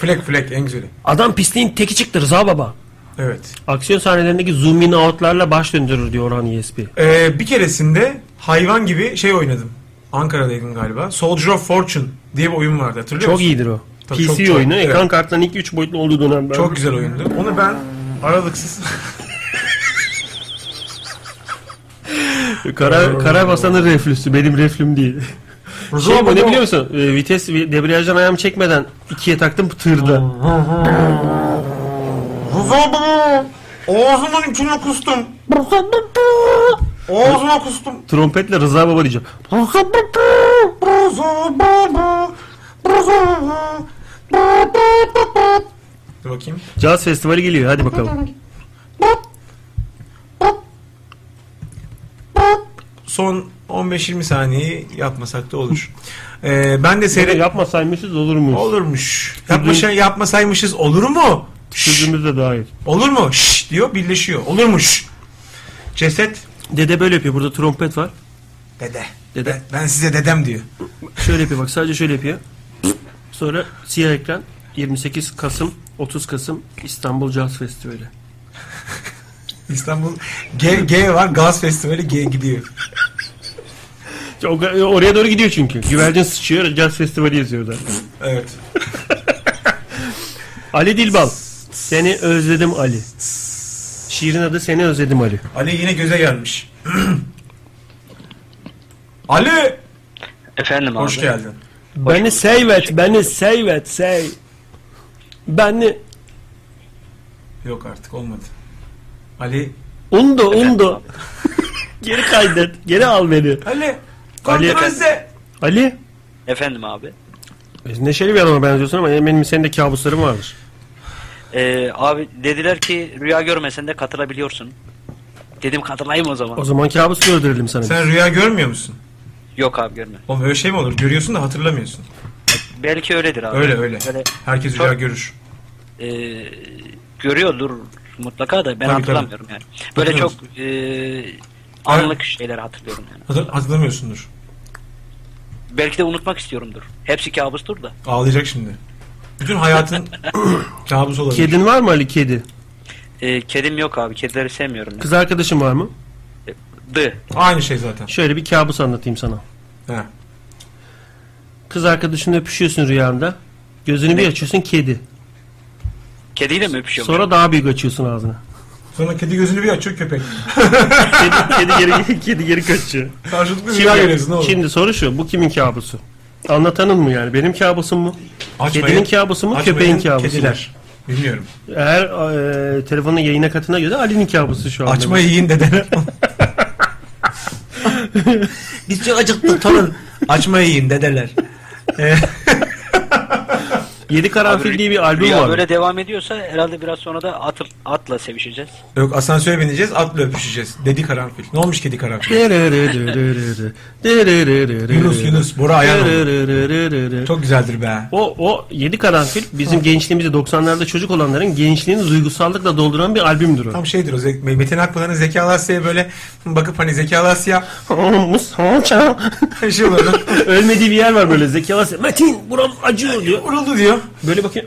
Flek flek en güzeli. Adam pisliğin teki çıktı Rıza Baba. Evet. Aksiyon sahnelerindeki zoom in out'larla baş döndürür diyor Orhan E ESP. Ee, bir keresinde hayvan gibi şey oynadım. Ankara'daydım galiba. Soldier of Fortune diye bir oyun vardı hatırlıyor Çok musun? iyidir o. Tabii PC çok- çok- oyunu. evet. Ekran kartlarının ilk 3 boyutlu olduğu dönem. ben- Çok güzel oyundu. Onu ben aralıksız... Kara, kara basanın reflüsü. Benim reflüm değil. Şey bu ne biliyor musun? Ee, vites vi- debriyajdan ayağımı çekmeden ikiye taktım tırda. Rıza baba! Ağzımın içine kustum. Ağzına kustum. Trompetle Rıza Baba diyeceğim. Rıza baba! Rıza baba! Dur bakayım. Caz Festivali geliyor. Hadi bakalım. Son 15-20 saniyeyi yapmasak da olur. Ee, ben de Seni seyret... yapma saymışız olur mu? Olurmuş. Yapmışa, yapmasaymışız olur mu? Şş, Sözümüz de dahil. olur mu? Şş diyor birleşiyor. Olurmuş. Ceset Dede böyle yapıyor. Burada trompet var. dede. Dede. Ben, ben size dedem diyor. Şöyle yapıyor bak sadece şöyle yapıyor. Sonra siyah ekran 28 Kasım 30 Kasım İstanbul Jazz Festivali. İstanbul G, G var Gaz Festivali G gidiyor. Ya o- Oraya doğru gidiyor çünkü. Güvercin sıçıyor Jazz Festivali yazıyor orada. Evet. Ali Dilbal. Seni özledim Ali. Şiirin adı Seni özledim Ali. Ali yine göze gelmiş. Ali Efendim abi. hoş geldin. Beni seyvet, beni seyvet, sey. Beni Yok artık olmadı. Ali undo undo. geri kaydet, geri al beni. Ali Ali- kontrol bize. Ali. Efendim abi. E, Neşeli bir adama benziyorsun ama benim senin de kabuslarım vardır. Ee, abi dediler ki rüya görmesen de katılabiliyorsun. Dedim katılayım o zaman. O zaman kabus gördürelim sana. Sen rüya görmüyor musun? Yok abi görme. Oğlum öyle şey mi olur? Görüyorsun da hatırlamıyorsun. Belki öyledir abi. Öyle öyle. Böyle, Herkes Çok- rüya görür. e, görüyordur mutlaka da ben Tabii, hatırlamıyorum yani. Böyle çok e, anlık şeyler hatırlıyorum yani. Hatır- hatırlamıyorsundur. Belki de unutmak istiyorumdur. Hepsi kabustur da. Ağlayacak şimdi. Bütün hayatın kabus olabilir. Kedin var mı Ali kedi? E, kedim yok abi. Kedileri sevmiyorum. Yani. Kız arkadaşın var mı? Dı. Aynı şey zaten. Şöyle bir kabus anlatayım sana. He. Kız arkadaşınla öpüşüyorsun rüyanda. Gözünü bir açıyorsun kedi. Kediyle mi öpüşüyorum? Sonra daha büyük açıyorsun ağzını. Sonra kedi gözünü bir açıyor köpek. Kedi, kedi geri kedi geri kaçıyor. Karşılıklı rüya Şimdi, görüyorsun oğlum. şimdi soru şu. Bu kimin kabusu? Anlatanın mı yani? Benim kabusum mu? Açmayın. kedinin kabusu mu, Açmayın, köpeğin kabusu mu? Kediler. Bilmiyorum. Eğer e, telefonun yayına katına göre Ali'nin kabusu şu anda. Açma yiyin dedeler. Biz çok acıktık torun. Açma yiyin dedeler. Yedi Karanfil Abi, diye bir albüm Rüya var. böyle devam ediyorsa herhalde biraz sonra da atıl, atla sevişeceğiz. Yok asansöre bineceğiz atla öpüşeceğiz. Dedi karanfil. Ne olmuş kedi karanfil? Yunus, Yunus, Bora Ayhan Çok güzeldir be. O, o Yedi Karanfil bizim gençliğimizde 90'larda çocuk olanların gençliğini duygusallıkla dolduran bir albümdür o. Tam şeydir o Zek- Metin Akpınar'ın Zeki Alasya'ya böyle bakıp hani Zeki Alasya şey olur. Ölmediği bir yer var böyle Zeki Alasya. Metin buram acıyor diyor. Vuruldu diyor. Böyle bakıyor.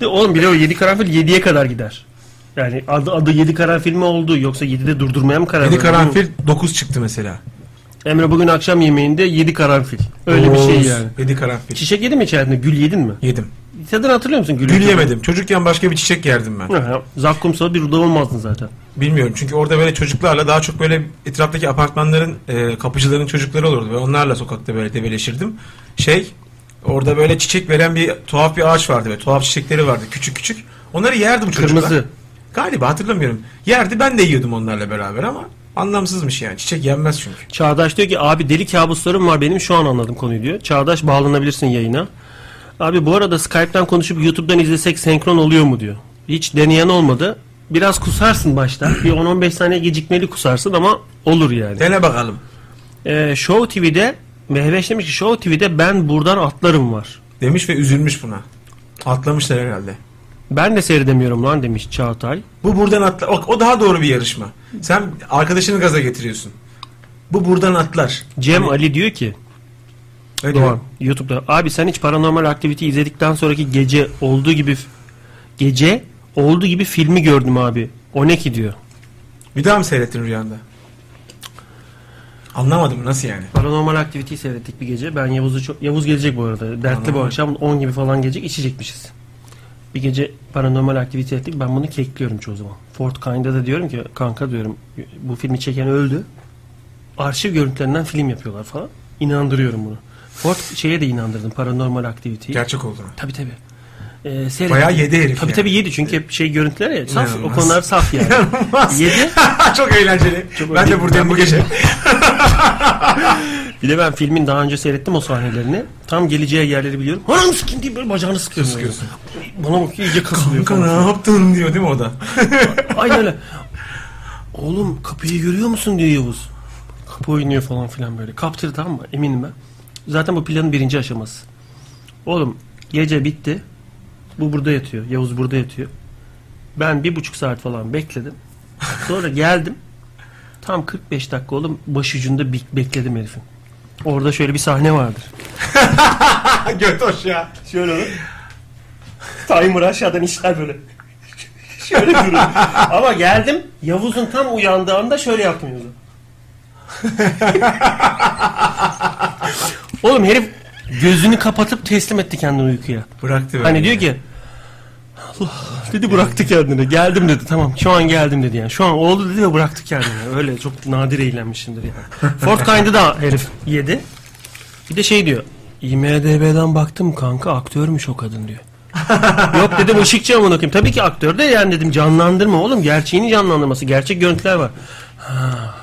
De, Oğlum bile o 7 karanfil 7'ye kadar gider. Yani adı, adı 7 karanfil mi oldu yoksa 7'de durdurmaya mı karar Kedi verdi? karanfil 9 çıktı mesela. Emre bugün akşam yemeğinde 7 karanfil. Öyle bir şey Dokuz, yani. Kedi karanfil. Çiçek yedin mi içerisinde? Gül yedin mi? Yedim. Tadını hatırlıyor musun? Gül, Gül yemedim. Çocukken başka bir çiçek yerdim ben. Zakkumsa bir ruda olmazdın zaten. Bilmiyorum çünkü orada böyle çocuklarla daha çok böyle etraftaki apartmanların e, kapıcıların çocukları olurdu. ve onlarla sokakta böyle debeleşirdim. Şey orada böyle çiçek veren bir tuhaf bir ağaç vardı ve tuhaf çiçekleri vardı küçük küçük. Onları yerdi bu çocuklar. Kırmızı. Galiba hatırlamıyorum. Yerdi ben de yiyordum onlarla beraber ama anlamsızmış yani. Çiçek yenmez çünkü. Çağdaş diyor ki abi deli kabuslarım var benim şu an anladım konuyu diyor. Çağdaş bağlanabilirsin yayına. Abi bu arada Skype'tan konuşup YouTube'dan izlesek senkron oluyor mu diyor. Hiç deneyen olmadı. Biraz kusarsın başta. Bir 10-15 saniye gecikmeli kusarsın ama olur yani. Dene bakalım. Ee, Show TV'de Mehveş demiş ki Show TV'de ben buradan atlarım var. Demiş ve üzülmüş buna. Atlamışlar herhalde. Ben de seyredemiyorum lan demiş Çağatay. Bu buradan atla. Bak o daha doğru bir yarışma. Sen arkadaşını gaza getiriyorsun. Bu buradan atlar. Hani- Cem Ali diyor ki Öyle Doğan mi? YouTube'da abi sen hiç paranormal aktivite izledikten sonraki gece olduğu gibi gece olduğu gibi filmi gördüm abi. O ne ki diyor. Bir daha mı seyrettin rüyanda? Anlamadım nasıl yani? Paranormal aktiviteyi seyrettik bir gece. Ben Yavuz'u çok... Yavuz gelecek bu arada. Dertli bu Anladım. akşam 10 gibi falan gelecek. içecekmişiz. Bir gece paranormal aktivite seyrettik. Ben bunu kekliyorum çoğu zaman. Fort Kind'a da diyorum ki kanka diyorum bu filmi çeken öldü. Arşiv görüntülerinden film yapıyorlar falan. İnandırıyorum bunu. Fort şeye de inandırdım paranormal aktiviteyi. Gerçek olduğunu. Tabii tabii. Ee, seyrettim. Bayağı yedi herif Tabii yani. tabii yedi çünkü hep şey görüntüler ya. Saf İnanılmaz. o konular saf yani. İnanılmaz. yedi. Çok eğlenceli. ben de buradayım bu gece. Bir de ben filmin daha önce seyrettim o sahnelerini. Tam geleceği yerleri biliyorum. Hanım sikin diye böyle bacağını sıkıyorum. Sıkıyorsun. Bana bakıyor iyice kasılıyor Kanka falan. ne yaptın diyor değil mi o da? Aynen öyle. Oğlum kapıyı görüyor musun diyor Yavuz. Kapı oynuyor falan filan böyle. Kaptır tamam mı? Eminim ben. Zaten bu planın birinci aşaması. Oğlum gece bitti. Bu burada yatıyor. Yavuz burada yatıyor. Ben bir buçuk saat falan bekledim. Sonra geldim. Tam 45 dakika oğlum başucunda bi- bekledim herifin. Orada şöyle bir sahne vardır. Götoş ya. Şöyle olur. Timer aşağıdan işler böyle. şöyle durur. Ama geldim Yavuz'un tam uyandığı anda şöyle yapmıyordu. Oğlum herif gözünü kapatıp teslim etti kendini uykuya. Bıraktı böyle. Hani diyor ki Allah dedi bıraktı kendini. Geldim dedi. Tamam şu an geldim dedi yani. Şu an oldu dedi ve bıraktı kendini. Öyle çok nadir eğlenmişimdir yani. Fort Kind'ı da herif yedi. Bir de şey diyor. IMDB'den baktım kanka aktörmüş o kadın diyor. Yok dedim ışıkçı amına koyayım. Tabii ki aktör de yani dedim canlandırma oğlum. Gerçeğini canlandırması. Gerçek görüntüler var. Ha.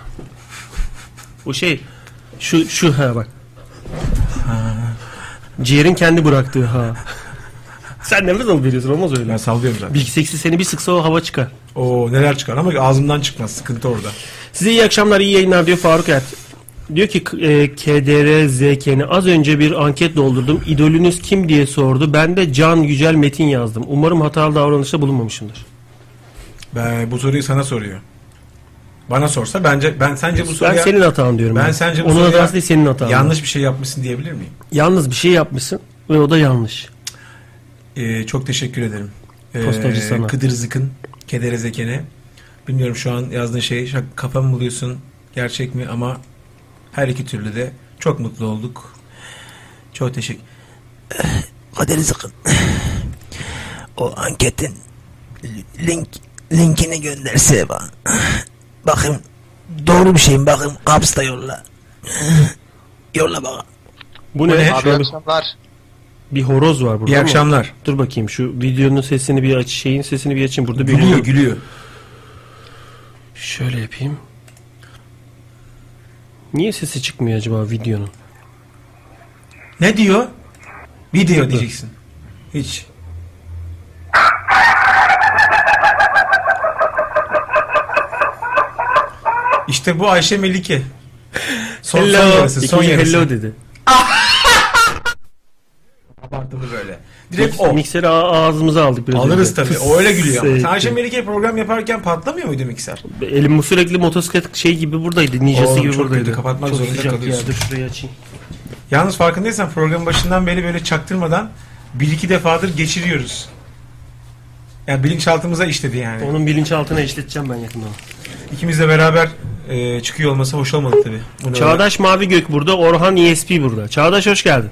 O şey şu şu ha bak. Ciğerin kendi bıraktığı ha. Sen nefes alıp veriyorsun olmaz öyle. Ben sallıyorum zaten. Bilgi seksi seni bir sıksa o hava çıkar. Oo neler çıkar ama ağzımdan çıkmaz. Sıkıntı orada. Size iyi akşamlar, iyi yayınlar diyor Faruk Ert. Diyor ki e, KDR Zeken'i az önce bir anket doldurdum. İdolünüz kim diye sordu. Ben de Can Yücel Metin yazdım. Umarım hatalı davranışta bulunmamışımdır. Ben, bu soruyu sana soruyor. Bana sorsa bence ben sence bu soruya ben senin hatan diyorum. ben yani. sence bu Onun soruya hatası değil senin hatan. yanlış bir şey yapmışsın diyebilir miyim? Yalnız bir şey yapmışsın ve o da yanlış. Ee, çok teşekkür ederim. Ee, Postacı sana. Kıdır Zık'ın, Kedere Zeken'e. Bilmiyorum şu an yazdığın şey şak- kafa mı buluyorsun, gerçek mi ama her iki türlü de çok mutlu olduk. Çok teşekkür Kadir Zıkın. O anketin link linkini gönderse bana. Bakayım doğru bir şey mi? Bakayım kapsta yolla. yolla bana. Bu ne? ne? Abi Abi, akşamlar. Bir horoz var burada. İyi ama- akşamlar. Dur bakayım şu videonun sesini bir aç, şeyin sesini bir açayım. Burada bir Gülüyor, gülüyor. Şöyle yapayım. Niye sesi çıkmıyor acaba videonun? Ne diyor? Video diyeceksin. Hiç. İşte bu Ayşe Melike. Son, son yarısı, son İkinci yarısı. hello dedi. Abartılı böyle. Direkt Direkt o. Mikseri ağ- ağzımıza aldık biraz. Alırız önce. tabii. O öyle gülüyor ama. Fıs- Sen Ayşe Melike'ye program yaparken patlamıyor muydu mikser? Elim bu sürekli motosiklet şey gibi buradaydı. Ninjası Oğlum gibi çok kötü, buradaydı. kapatmak çok zorunda sıcak ya, kalıyorsun. Dur şurayı açayım. Yalnız farkındaysan programın başından beri böyle çaktırmadan bir iki defadır geçiriyoruz. Ya bilinçaltımıza işledi yani. Onun bilinçaltına işleteceğim ben yakında. onu. İkimiz de beraber e, çıkıyor olması hoş olmadı tabii. Bunu Çağdaş Mavi Gök burada. Orhan ESP burada. Çağdaş hoş geldin.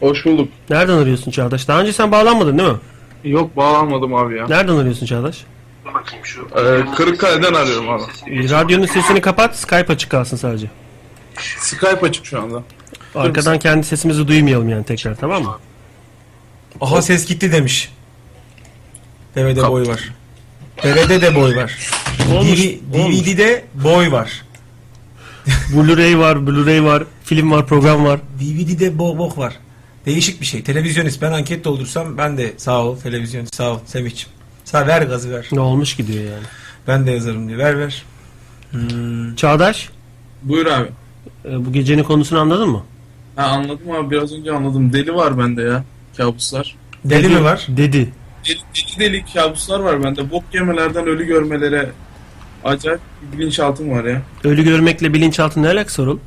Hoş bulduk. Nereden arıyorsun Çağdaş? Daha önce sen bağlanmadın değil mi? Yok bağlanmadım abi ya. Nereden arıyorsun Çağdaş? Ee, Kırıkkale'den arıyorum abi. Radyonun sesini kapat. Skype açık kalsın sadece. Skype açık şu anda. Arkadan kendi sesimizi duymayalım yani tekrar tamam mı? Aha ses gitti demiş. Devede boy var. Devede de boy var. Olmuş, olmuş. DVD'de boy var. Blu-ray var, Blu-ray var, film var, program var. DVD'de bo bok var. Değişik bir şey. Televizyonist. Ben anket doldursam ben de sağ ol televizyonist. Sağ ol Semih'ciğim. Sağ ver gazı ver. Ne olmuş ki diyor yani. Ben de yazarım diyor. Ver ver. Hmm. Çağdaş, Buyur abi. Ee, bu gecenin konusunu anladın mı? Ha anladım abi biraz önce anladım. Deli var bende ya. Kabuslar. Deli mi var? Dedi. Deli deli, deli kabuslar var bende. Bok yemelerden ölü görmelere acayip bir bilinçaltım var ya. Ölü görmekle bilinçaltı ne alakası var oğlum?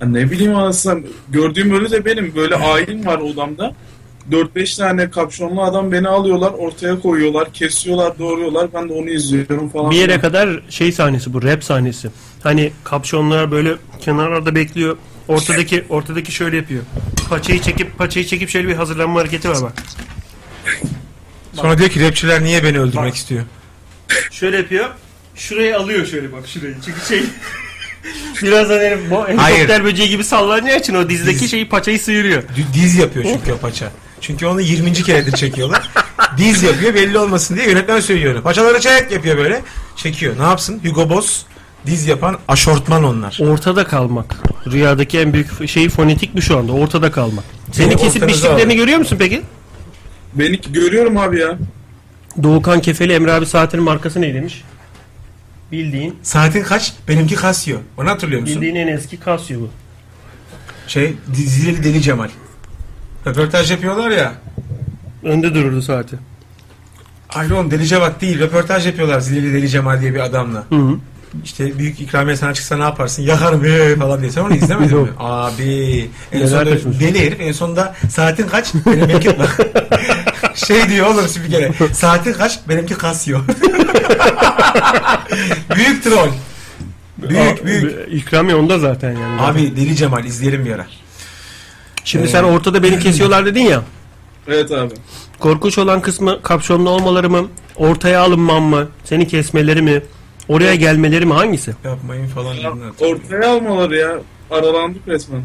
Ya ne bileyim anasını gördüğüm ölü de benim. Böyle ailem var odamda. 4-5 tane kapşonlu adam beni alıyorlar, ortaya koyuyorlar, kesiyorlar, doğruyorlar. Ben de onu izliyorum falan. Bir yere kadar şey sahnesi bu rap sahnesi. Hani kapşonlar böyle kenarlarda bekliyor. Ortadaki ortadaki şöyle yapıyor. Paçayı çekip paçayı çekip şöyle bir hazırlanma hareketi var bak. Sonra diyor ki rapçiler niye beni öldürmek istiyor? Şöyle yapıyor. Şurayı alıyor şöyle bak şurayı. Çünkü şey biraz hani bu helikopter Hayır. böceği gibi sallanacağı için o dizdeki şeyi paçayı sıyırıyor. D- Diz yapıyor çünkü o paça. Çünkü onu 20. keredir çekiyorlar. Diz yapıyor belli olmasın diye yönetmen söylüyor. onu. Paçaları çek yapıyor böyle. Çekiyor. Ne yapsın? Hugo Boss diz yapan aşortman onlar. Ortada kalmak. Rüyadaki en büyük şey fonetik bu şu anda. Ortada kalmak. Seni Beni kesip ortanıza biçtiklerini alın. görüyor musun peki? Beni görüyorum abi ya. Doğukan Kefeli Emre abi saatinin markası ne demiş? Bildiğin. Saatin kaç? Benimki Casio. Onu hatırlıyor musun? Bildiğin en eski Casio bu. Şey dizili Deli Cemal. Röportaj yapıyorlar ya. Önde dururdu saati. Hayır oğlum Deli Cevat değil. Röportaj yapıyorlar Zileli Deli Cemal diye bir adamla. Hı hı. İşte büyük ikramiye sana çıksa ne yaparsın? Yakarım ee, falan diye. Sen onu izlemedin mi? Yok. Abi. En Neler sonunda kaçmış? deli herif. En sonunda saatin kaç? Benim mekik var. şey diyor oğlum spikere. Saatin kaç? Benimki kasıyor. büyük troll. Büyük büyük. İkramiye onda zaten yani. Abi Deli Cemal izleyelim bir ara. Ee, Şimdi sen ortada beni kesiyorlar dedin ya. Evet abi. Korkunç olan kısmı kapşonlu olmaları mı? Ortaya alınmam mı? Seni kesmeleri mi? Oraya gelmeleri mi? Hangisi? Yapmayın falan. Ya, bunlar tabii. ortaya almaları ya. Aralandık resmen.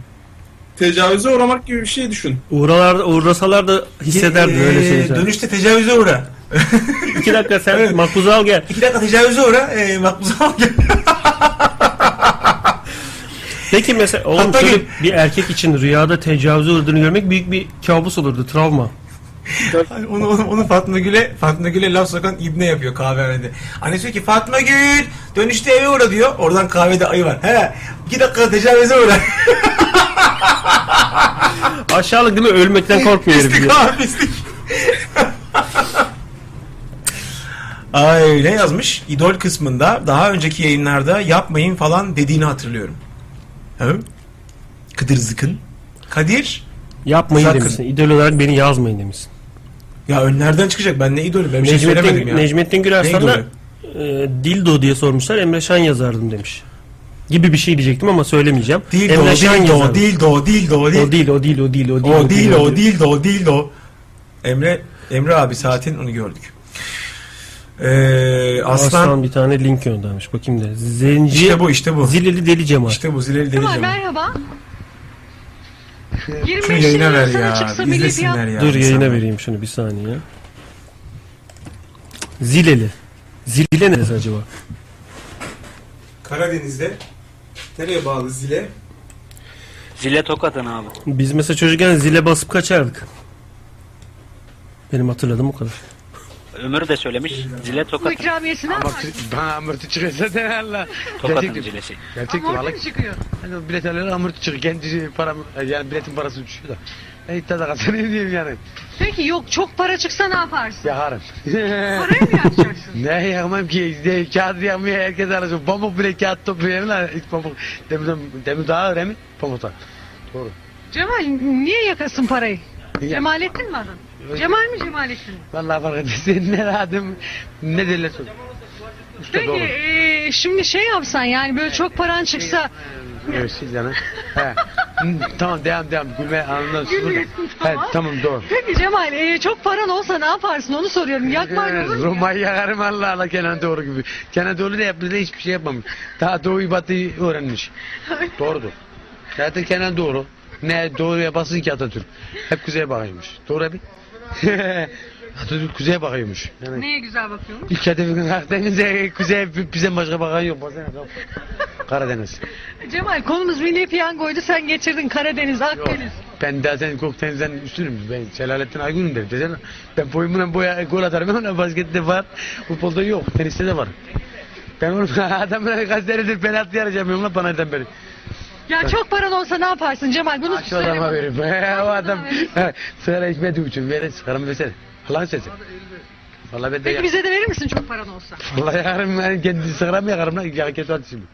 Tecavüze uğramak gibi bir şey düşün. Uğralar, uğrasalar da hissederdin öyle Ee, şeyler. Dönüşte tecavüze uğra. İki dakika sen makuzu al gel. İki dakika tecavüze uğra. Ee, makbuza al gel. Peki mesela oğlum Hatta şöyle gel. bir erkek için rüyada tecavüze uğradığını görmek büyük bir kabus olurdu. Travma. Ay, Onu, onu, onu Fatma Gül'e Fatma Gül'e laf sokan ibne yapıyor kahvehanede. Annesi diyor ki Fatma Gül dönüşte eve uğra diyor. Oradan kahvede ayı var. He iki dakika tecavüze uğra. Aşağılık değil mi? Ölmekten korkmuyor herif. Pislik diyor. abi pislik. Ay ne yazmış? İdol kısmında daha önceki yayınlarda yapmayın falan dediğini hatırlıyorum. He? Kıdır zıkın. Kadir Yapmayın Sakın. demişsin. İdol olarak beni yazmayın demişsin. ya önlerden çıkacak. Ben ne idolüm? Ben bir şey söylemedim ya. Necmettin, Necmettin Gül Ne Arslan'a idolü? e, Dildo diye sormuşlar. Emre Şan yazardım demiş. Gibi bir şey diyecektim ama söylemeyeceğim. Dildo, Emre Şan dildo, yazardım. dildo, dildo, dildo. O değil, o değil, o değil, o değil. O değil o değil de o değil de o. Emre Emre abi saatin onu gördük. Ee, Aslan, aslan bir tane link göndermiş. Bakayım da. Zenci işte bu işte bu. Zileli Deli Cemal. İşte bu zileli Kemal, deneyeceğim. merhaba. 25 Şunu yayına ver Nisan'a ya. çıksa milli İzlesinler ya. Dur yayına insanlar. vereyim şunu bir saniye. Zileli. Zile neresi acaba? Karadeniz'de nereye bağlı zile? Zile tokatın abi. Biz mesela çocukken zile basıp kaçardık. Benim hatırladığım o kadar. Ömür de söylemiş. Zile Bu tokatın. ikramiyesinden var. Amırtı çıkıyorsa denerler. Tokatın zilesi. Gerçek Ama mi orada valla? mı çıkıyor? Hani o bilet alıyor amırtı çıkıyor. Kendi param, yani biletin parası uçuyor da. Ben iddia da kazanayım diyeyim yani. Peki yok çok para çıksa ne yaparsın? Yakarım. Parayı mı yakacaksın? ne yakmam ki? De, kağıt yakmaya herkes arasın. Pamuk bile kağıt topluyor lan. Hiç pamuk. Demir, demir daha önemli. Pamuktan. Cemal niye yakasın parayı? Ya. Cemalettin mi adın? Cemal mi Cemalettin? mi? Vallahi fark etmesin. Ne rahatım. Ne derler sor. Usta Peki doğru. eee, şimdi şey yapsan yani böyle çok paran çıksa Evet siz yani. He. Hı, tamam devam devam. Gülme anlamda. Gülmüyorsun, tamam. He, tamam doğru. Peki Cemal eee, çok paran olsa ne yaparsın onu soruyorum. Yakman olur mu? Roma'yı yakarım Allah Allah Kenan Doğru gibi. Kenan Doğru da yaptığında hiçbir şey yapmamış. Daha Doğu'yu Batı'yı öğrenmiş. Doğrudur. Zaten Kenan Doğru. Ne Doğru yapasın ki Atatürk. Hep kuzeye bakıyormuş. Doğru abi. Atatürk kuzeye bakıyormuş. Yani Neye güzel bakıyorsun? ilk hedefimiz Akdeniz'e, kuzeye bize başka bakan yok. Baksana, Karadeniz. E, Cemal konumuz milli piyangoydu sen geçirdin Karadeniz, Yok. Akdeniz. Ben zaten Gökdeniz'den üstünüm. Ben Selahattin Aygun'um derim. Desene, ben boyumla boya gol atarım ama baskette var. Futbolda yok. Teniste de var. Ben oğlum adamlara kaç senedir penaltı yarayacağım. Onunla bana neden beri. Ya çok paran olsa ne yaparsın Cemal? Bunu Aç o adama söyle. verip. o adam. Sigara içmediği için verin sigaramı versene. Allah'ın sesi. Vallahi ben de Peki yak- bize de verir misin çok paran olsa? Vallahi yakarım ben kendi sigaramı yakarım lan. Yaket at şimdi.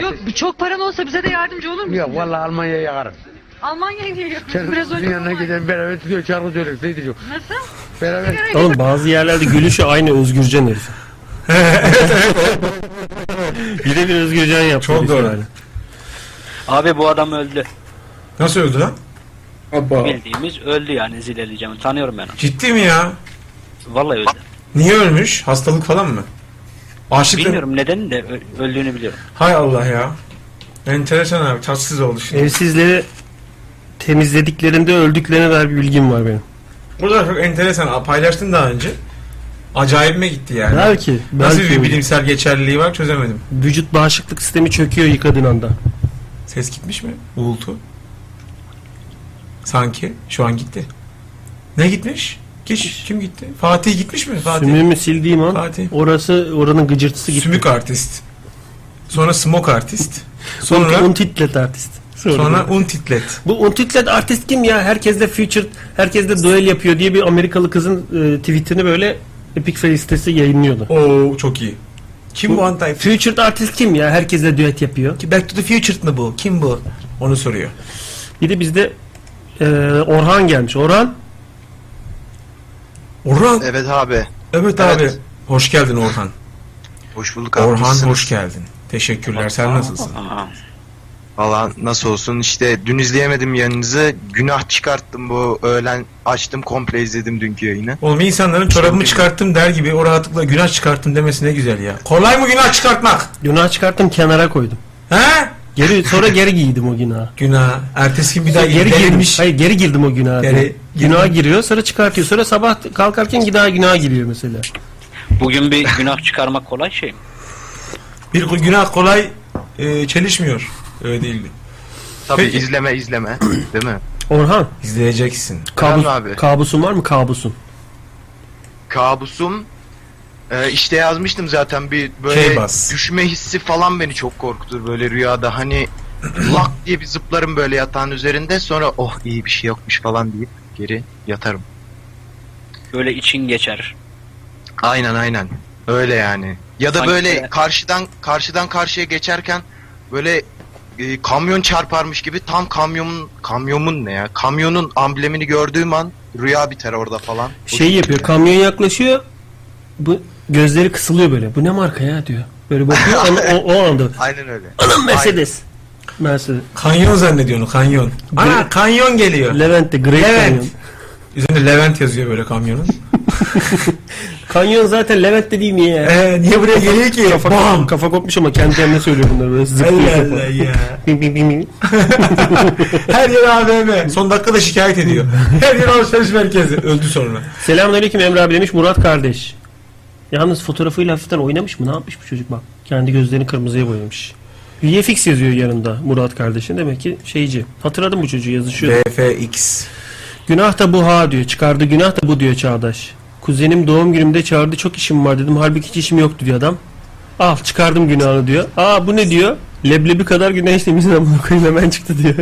Yok çok paran olsa bize de yardımcı olur musun? Yok vallahi Almanya'ya yakarım. Almanya'ya gidiyoruz. Biraz Kendi önce. yanına gidin beraber tutuyor çarpı söylüyor. Ne diyor? Nasıl? Beraber. Oğlum bazı yerlerde gülüşü aynı Özgürcan herif. bir de bir Özgürcan yaptı. Çok herif doğru. yani. Abi bu adam öldü. Nasıl öldü lan? Aba. Bildiğimiz öldü yani zileleyeceğim. Tanıyorum ben onu. Ciddi mi ya? Vallahi öldü. Niye ölmüş? Hastalık falan mı? Aşık mı? Bilmiyorum nedenini de ö- öldüğünü biliyorum. Hay Allah ya. Enteresan abi. Tatsız oldu şimdi. Evsizleri temizlediklerinde öldüklerine dair bir bilgim var benim. Burada çok enteresan. Aa, Paylaştın daha önce. Acayipme gitti yani. Belki. Nasıl belki bir bilimsel geçerliliği var çözemedim. Vücut bağışıklık sistemi çöküyor yıkadığın anda. Ses gitmiş mi? Uğultu. Sanki şu an gitti. Ne gitmiş? Kiş, kim gitti? Fatih gitmiş mi? Fatih. Sümüğümü sildiğim an Fatih. orası oranın gıcırtısı gitti. Sümük artist. Sonra smoke artist. Sonra Sonra Untitlet artist. sonra untitlet. Bu Untitlet artist kim ya? Herkes de featured, herkes de duel yapıyor diye bir Amerikalı kızın e, tweetini böyle Epic Fail sitesi yayınlıyordu. Oo çok iyi. Kim bu Antay? Featured artist kim ya? Herkesle düet yapıyor. Back to the Future mı bu? Kim bu? Onu soruyor. Bir de bizde e, Orhan gelmiş. Orhan Orhan. Evet, Evet abi. abi. Hoş geldin Orhan. Hoş bulduk abi. Orhan Nasılsınız? hoş geldin. Teşekkürler. Sen nasılsın? Aha. Valla nasıl olsun işte dün izleyemedim yayınınızı. Günah çıkarttım bu öğlen açtım komple izledim dünkü yayını. Oğlum insanların çorabımı çıkarttım der gibi o rahatlıkla günah çıkarttım demesi ne güzel ya. Kolay mı günah çıkartmak? günah çıkarttım kenara koydum. He? Geri sonra geri giydim o günahı. Günah. Ertesi gün bir daha Sonra geri gelmiş. girmiş. Hayır geri girdim o günaha. Geri- Geri, günaha giriyor sonra çıkartıyor. Sonra sabah kalkarken daha günaha giriyor mesela. Bugün bir günah çıkarmak kolay şey mi? Bir günah kolay e, çelişmiyor. Öyle değil mi? Tabii Peki. izleme izleme değil mi? Orhan İzleyeceksin. kabus, abi. kabusun var mı kabusun? Kabusum e, işte yazmıştım zaten bir Şey böyle bas. düşme hissi falan beni çok korkutur böyle rüyada hani lak diye bir zıplarım böyle yatağın üzerinde sonra oh iyi bir şey yokmuş falan deyip geri yatarım. Böyle için geçer. Aynen aynen. Öyle yani. Ya da Sanki böyle de- karşıdan karşıdan karşıya geçerken böyle e, kamyon çarparmış gibi tam kamyonun kamyonun ne ya? Kamyonun amblemini gördüğüm an rüya biter orada falan. O Şey yapıyor kamyon yaklaşıyor. Bu gözleri kısılıyor böyle. Bu ne marka ya diyor. Böyle bakıyor an- o, o anda. Aynen öyle. Anam Mercedes. Mercedes. Kanyon zannediyor onu kanyon. Ana Gre- kanyon geliyor. Levent de Great Levent. Canyon. Üzerinde Levent yazıyor böyle kamyonun. Kanyon zaten Levent de değil mi ya? Eee Ee, niye buraya geliyor ki? Kafa, Bam! kafa kopmuş ama kendi kendine söylüyor bunları böyle Allah zıplıyor. Allah ya. Bim bim bim bim. Her yer AVM. Son dakikada şikayet ediyor. Her yer alışveriş merkezi. Öldü sonra. Selamünaleyküm Emre abi demiş Murat kardeş. Yalnız fotoğrafıyla hafiften oynamış mı? Ne yapmış bu çocuk bak. Kendi gözlerini kırmızıya boyamış. VFX yazıyor yanında Murat kardeşin. Demek ki şeyci. Hatırladım bu çocuğu yazışıyor. BFX. Günah da bu ha diyor. Çıkardı günah da bu diyor Çağdaş. Kuzenim doğum günümde çağırdı çok işim var dedim. Halbuki hiç işim yoktu diyor adam. Al çıkardım günahını diyor. Aa bu ne diyor? Leblebi kadar günah işlemişsin ama koyayım hemen çıktı diyor.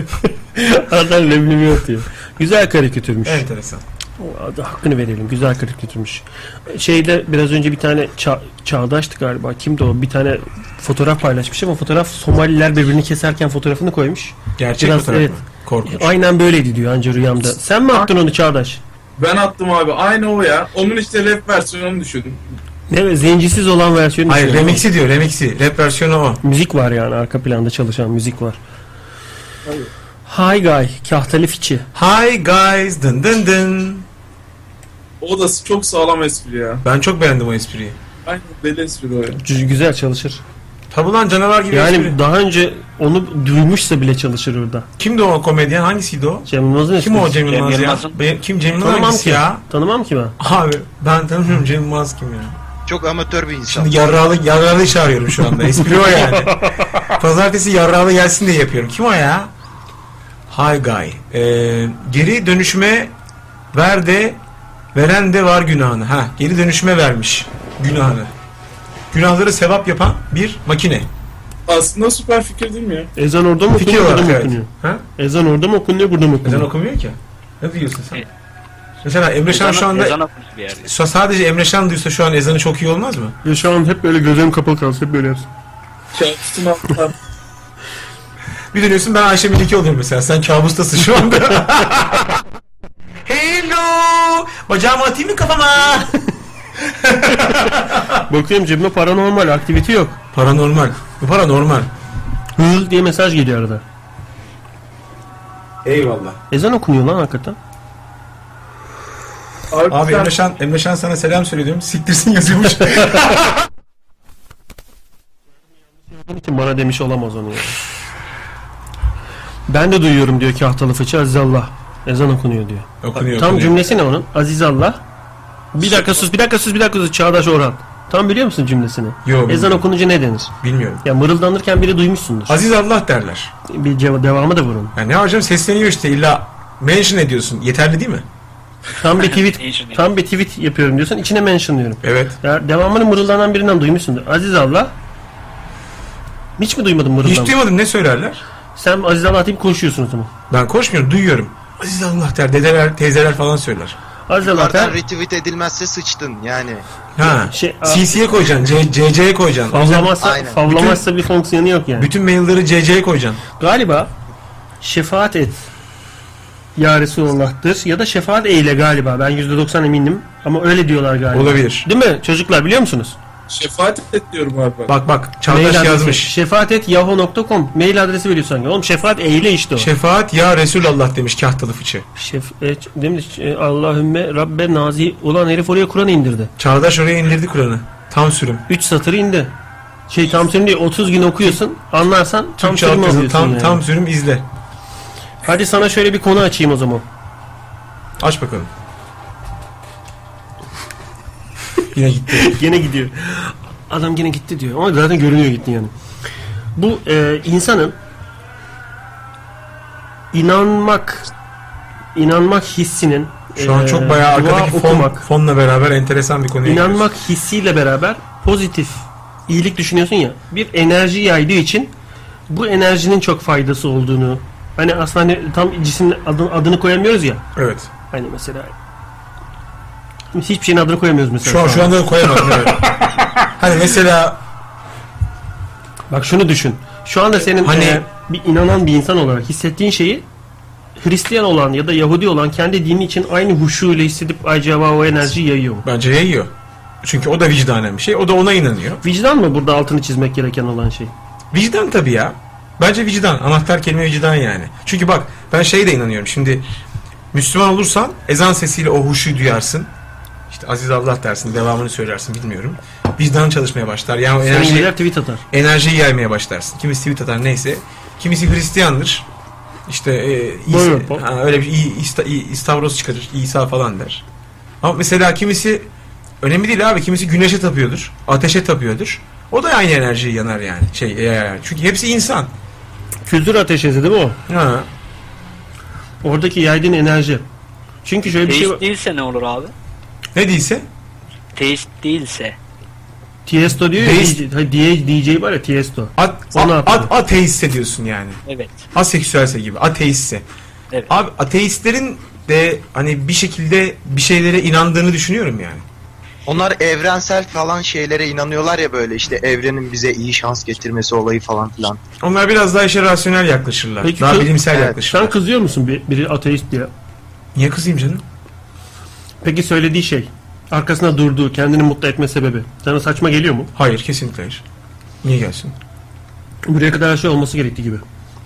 adam leblebi yok diyor. Güzel karikatürmüş. Enteresan. Hakkını verelim. Güzel karikatürmüş. Şeyde biraz önce bir tane ça- çağdaştı galiba. Kimdi o? Bir tane fotoğraf paylaşmış ama fotoğraf Somaliler birbirini keserken fotoğrafını koymuş. Gerçek Biraz, fotoğraf evet. mı? Korkunç. Aynen böyleydi diyor anca rüyamda. Sen Ah. mi attın onu Çağdaş? Ben attım abi. Aynı o ya. Onun işte rap versiyonunu düşündüm. Ne be, zencisiz olan versiyonu. Hayır düşünüyorum. remix'i diyor remix'i. Rap versiyonu o. Müzik var yani arka planda çalışan müzik var. Hay gay, kahtali fiçi. Hi guys dın dın dın. O da çok sağlam espri ya. Ben çok beğendim o espriyi. Aynı deli espri o ya. Cü- Güzel çalışır. Tabi lan canavar gibi Yani espri. daha önce onu duymuşsa bile çalışır orada. Kimdi o komedyen? Hangisiydi o? Cem Yılmaz'ın Kim o Cem Cem Yılmaz ya? Yılmaz'ın- Be- Kim Cem Yılmaz Tanımam hangisi ki. ya? Tanımam ki ben. Abi ben tanımıyorum Cem Yılmaz kim ya? Çok amatör bir insan. Şimdi yarralı, yarralı çağırıyorum şu anda. Espri o yani. Pazartesi yarralı gelsin diye yapıyorum. Kim o ya? Hi guy. Ee, geri dönüşme ver de veren de var günahını. Ha, geri dönüşme vermiş günahını. Günahları sevap yapan bir makine. Aslında süper fikir değil mi ya? Ezan orada mı Fikir okunuyor burada olarak mı evet. okunuyor? Ha? Ezan orada mı okunuyor burada mı Ezan okunuyor? okumuyor ki. Ne diyorsun sen? E- Mesela Emre Şan şu anda Ezan okumuş bir yerde. Sa- sadece Emre Şan duysa şu an ezanı çok iyi olmaz mı? Ve şu an hep böyle gözlerim kapalı kalsın hep böyle yapsın. Şey, Kağıtın altından. Bir dönüyorsun ben Ayşe Melike oluyorum mesela. Sen kabustasın şu anda. Hello! Bacağımı atayım mı kafama? Bakıyorum cebime paranormal aktivite yok. Paranormal. Bu paranormal. Hıl diye mesaj geliyor arada. Eyvallah. Ezan okunuyor lan hakikaten. Abi, Abi sen- Emre Şan, Emre Şan sana selam söylüyorum. Siktirsin yazıyormuş. Bunun için bana demiş olamaz onu ya. Ben de duyuyorum diyor kahtalı fıçı Azizallah. Ezan okunuyor diyor. okunuyor. Tam okunuyor. cümlesi ne onun? Azizallah. Bir dakika sus, bir dakika sus, bir dakika sus. Çağdaş Orhan. Tam biliyor musun cümlesini? Yo, Ezan bilmiyorum. okununca ne denir? Bilmiyorum. Ya mırıldanırken biri duymuşsundur. Aziz Allah derler. Bir ceva- devamı da bunun. Yani ne hocam sesleniyor işte illa mention ediyorsun. Yeterli değil mi? Tam bir tweet, Mention yap. tam bir tweet yapıyorum diyorsun. içine mentionlıyorum. Evet. Ya devamını mırıldanan birinden duymuşsundur. Aziz Allah. Hiç mi duymadın mırıldanma? Hiç duymadım ne söylerler? Sen Aziz Allah deyip koşuyorsun o zaman. Ben koşmuyorum duyuyorum. Aziz Allah der. Dedeler, teyzeler falan söyler. Aziz Allah Yukarıdan der. retweet edilmezse sıçtın yani. Ha. Şey, CC'ye koyacaksın. C- CC'ye koyacaksın. Favlamazsa, Aynen. favlamazsa bir fonksiyonu yok yani. Bütün mailleri CC'ye koyacaksın. Galiba şefaat et ya Resulallah'tır ya da şefaat eyle galiba. Ben %90 eminim ama öyle diyorlar galiba. Olabilir. Değil mi çocuklar biliyor musunuz? Şefaat et diyorum abi bak. Bak bak Mail Çağdaş adresi. yazmış. Şefaat et yahoo.com mail adresi veriyor sanki. Oğlum şefaat eyle işte o. Şefaat ya Resulallah demiş kahtalı fıçı. Şef, e, ç- değil mi? Ç- e, Allahümme Rabbe nazi ulan herif oraya Kur'an indirdi. Çağdaş oraya indirdi Kur'an'ı. Tam sürüm. 3 satır indi. Şey tam sürüm değil 30 gün okuyorsun anlarsan tam Türkçe sürüm alt yazı, alıyorsun tam, yani. tam sürüm izle. Hadi sana şöyle bir konu açayım o zaman. Aç bakalım. Yine gitti. gene gidiyor. Adam gene gitti diyor. Ama zaten görünüyor gitti yani. Bu e, insanın inanmak inanmak hissinin Şu an e, çok bayağı dua arkadaki fon, okumak, fonla beraber enteresan bir konuya giriyoruz. inanmak hissiyle beraber pozitif iyilik düşünüyorsun ya. Bir enerji yaydığı için bu enerjinin çok faydası olduğunu hani aslında hani tam cisim adını, adını koyamıyoruz ya. Evet. Hani mesela hiçbir şeyin adını koyamıyoruz mesela. Şu an şu şu an. anda da koyamadım. evet. hani mesela Bak şunu düşün. Şu anda senin Hani- e, bir inanan bir insan olarak hissettiğin şeyi Hristiyan olan ya da Yahudi olan kendi dini için aynı huşuyla hissedip acaba o enerjiyi yayıyor mu? bence yayıyor. Çünkü o da vicdanen bir şey. O da ona inanıyor. Vicdan mı burada altını çizmek gereken olan şey? Vicdan tabii ya. Bence vicdan. Anahtar kelime vicdan yani. Çünkü bak ben şeye de inanıyorum. Şimdi Müslüman olursan ezan sesiyle o huşu duyarsın. İşte Aziz Allah dersin. Devamını söylersin bilmiyorum. Vicdan çalışmaya başlar. Yani o Senin enerji, gider tweet atar. enerjiyi yaymaya başlarsın. Kimisi tweet atar neyse. Kimisi Hristiyandır. İşte e, Buyurun, Pop. İsa, ha, öyle bir İ- İsta, İ- İstavros çıkarır. İsa falan der. Ama mesela kimisi önemli değil abi. Kimisi güneşe tapıyordur. Ateşe tapıyordur. O da aynı enerjiyi yanar yani. Şey e, çünkü hepsi insan. Küldür ateşesi değil mi o? Ha. Oradaki yaydığın enerji. Çünkü şöyle bir şey var. Teist değilse ne olur abi? Ne değilse Teist değilse. Tiesto diyor ya. Deist- DJ, ha, DJ, DJ var ya Tiesto. at, Onu at, atladım. at, ateist hissediyorsun yani. Evet. Aseksüelse gibi ateistse. Evet. Abi ateistlerin de hani bir şekilde bir şeylere inandığını düşünüyorum yani. Onlar evrensel falan şeylere inanıyorlar ya böyle işte evrenin bize iyi şans getirmesi olayı falan filan. Onlar biraz daha işe rasyonel yaklaşırlar. Peki, daha kız- bilimsel Evet, Sen yaklaşırlar. kızıyor musun bir, biri ateist diye? Niye kızayım canım? Peki söylediği şey. Arkasında durduğu, kendini mutlu etme sebebi. Sana saçma geliyor mu? Hayır kesinlikle hayır. Niye gelsin? Buraya kadar her şey olması gerektiği gibi.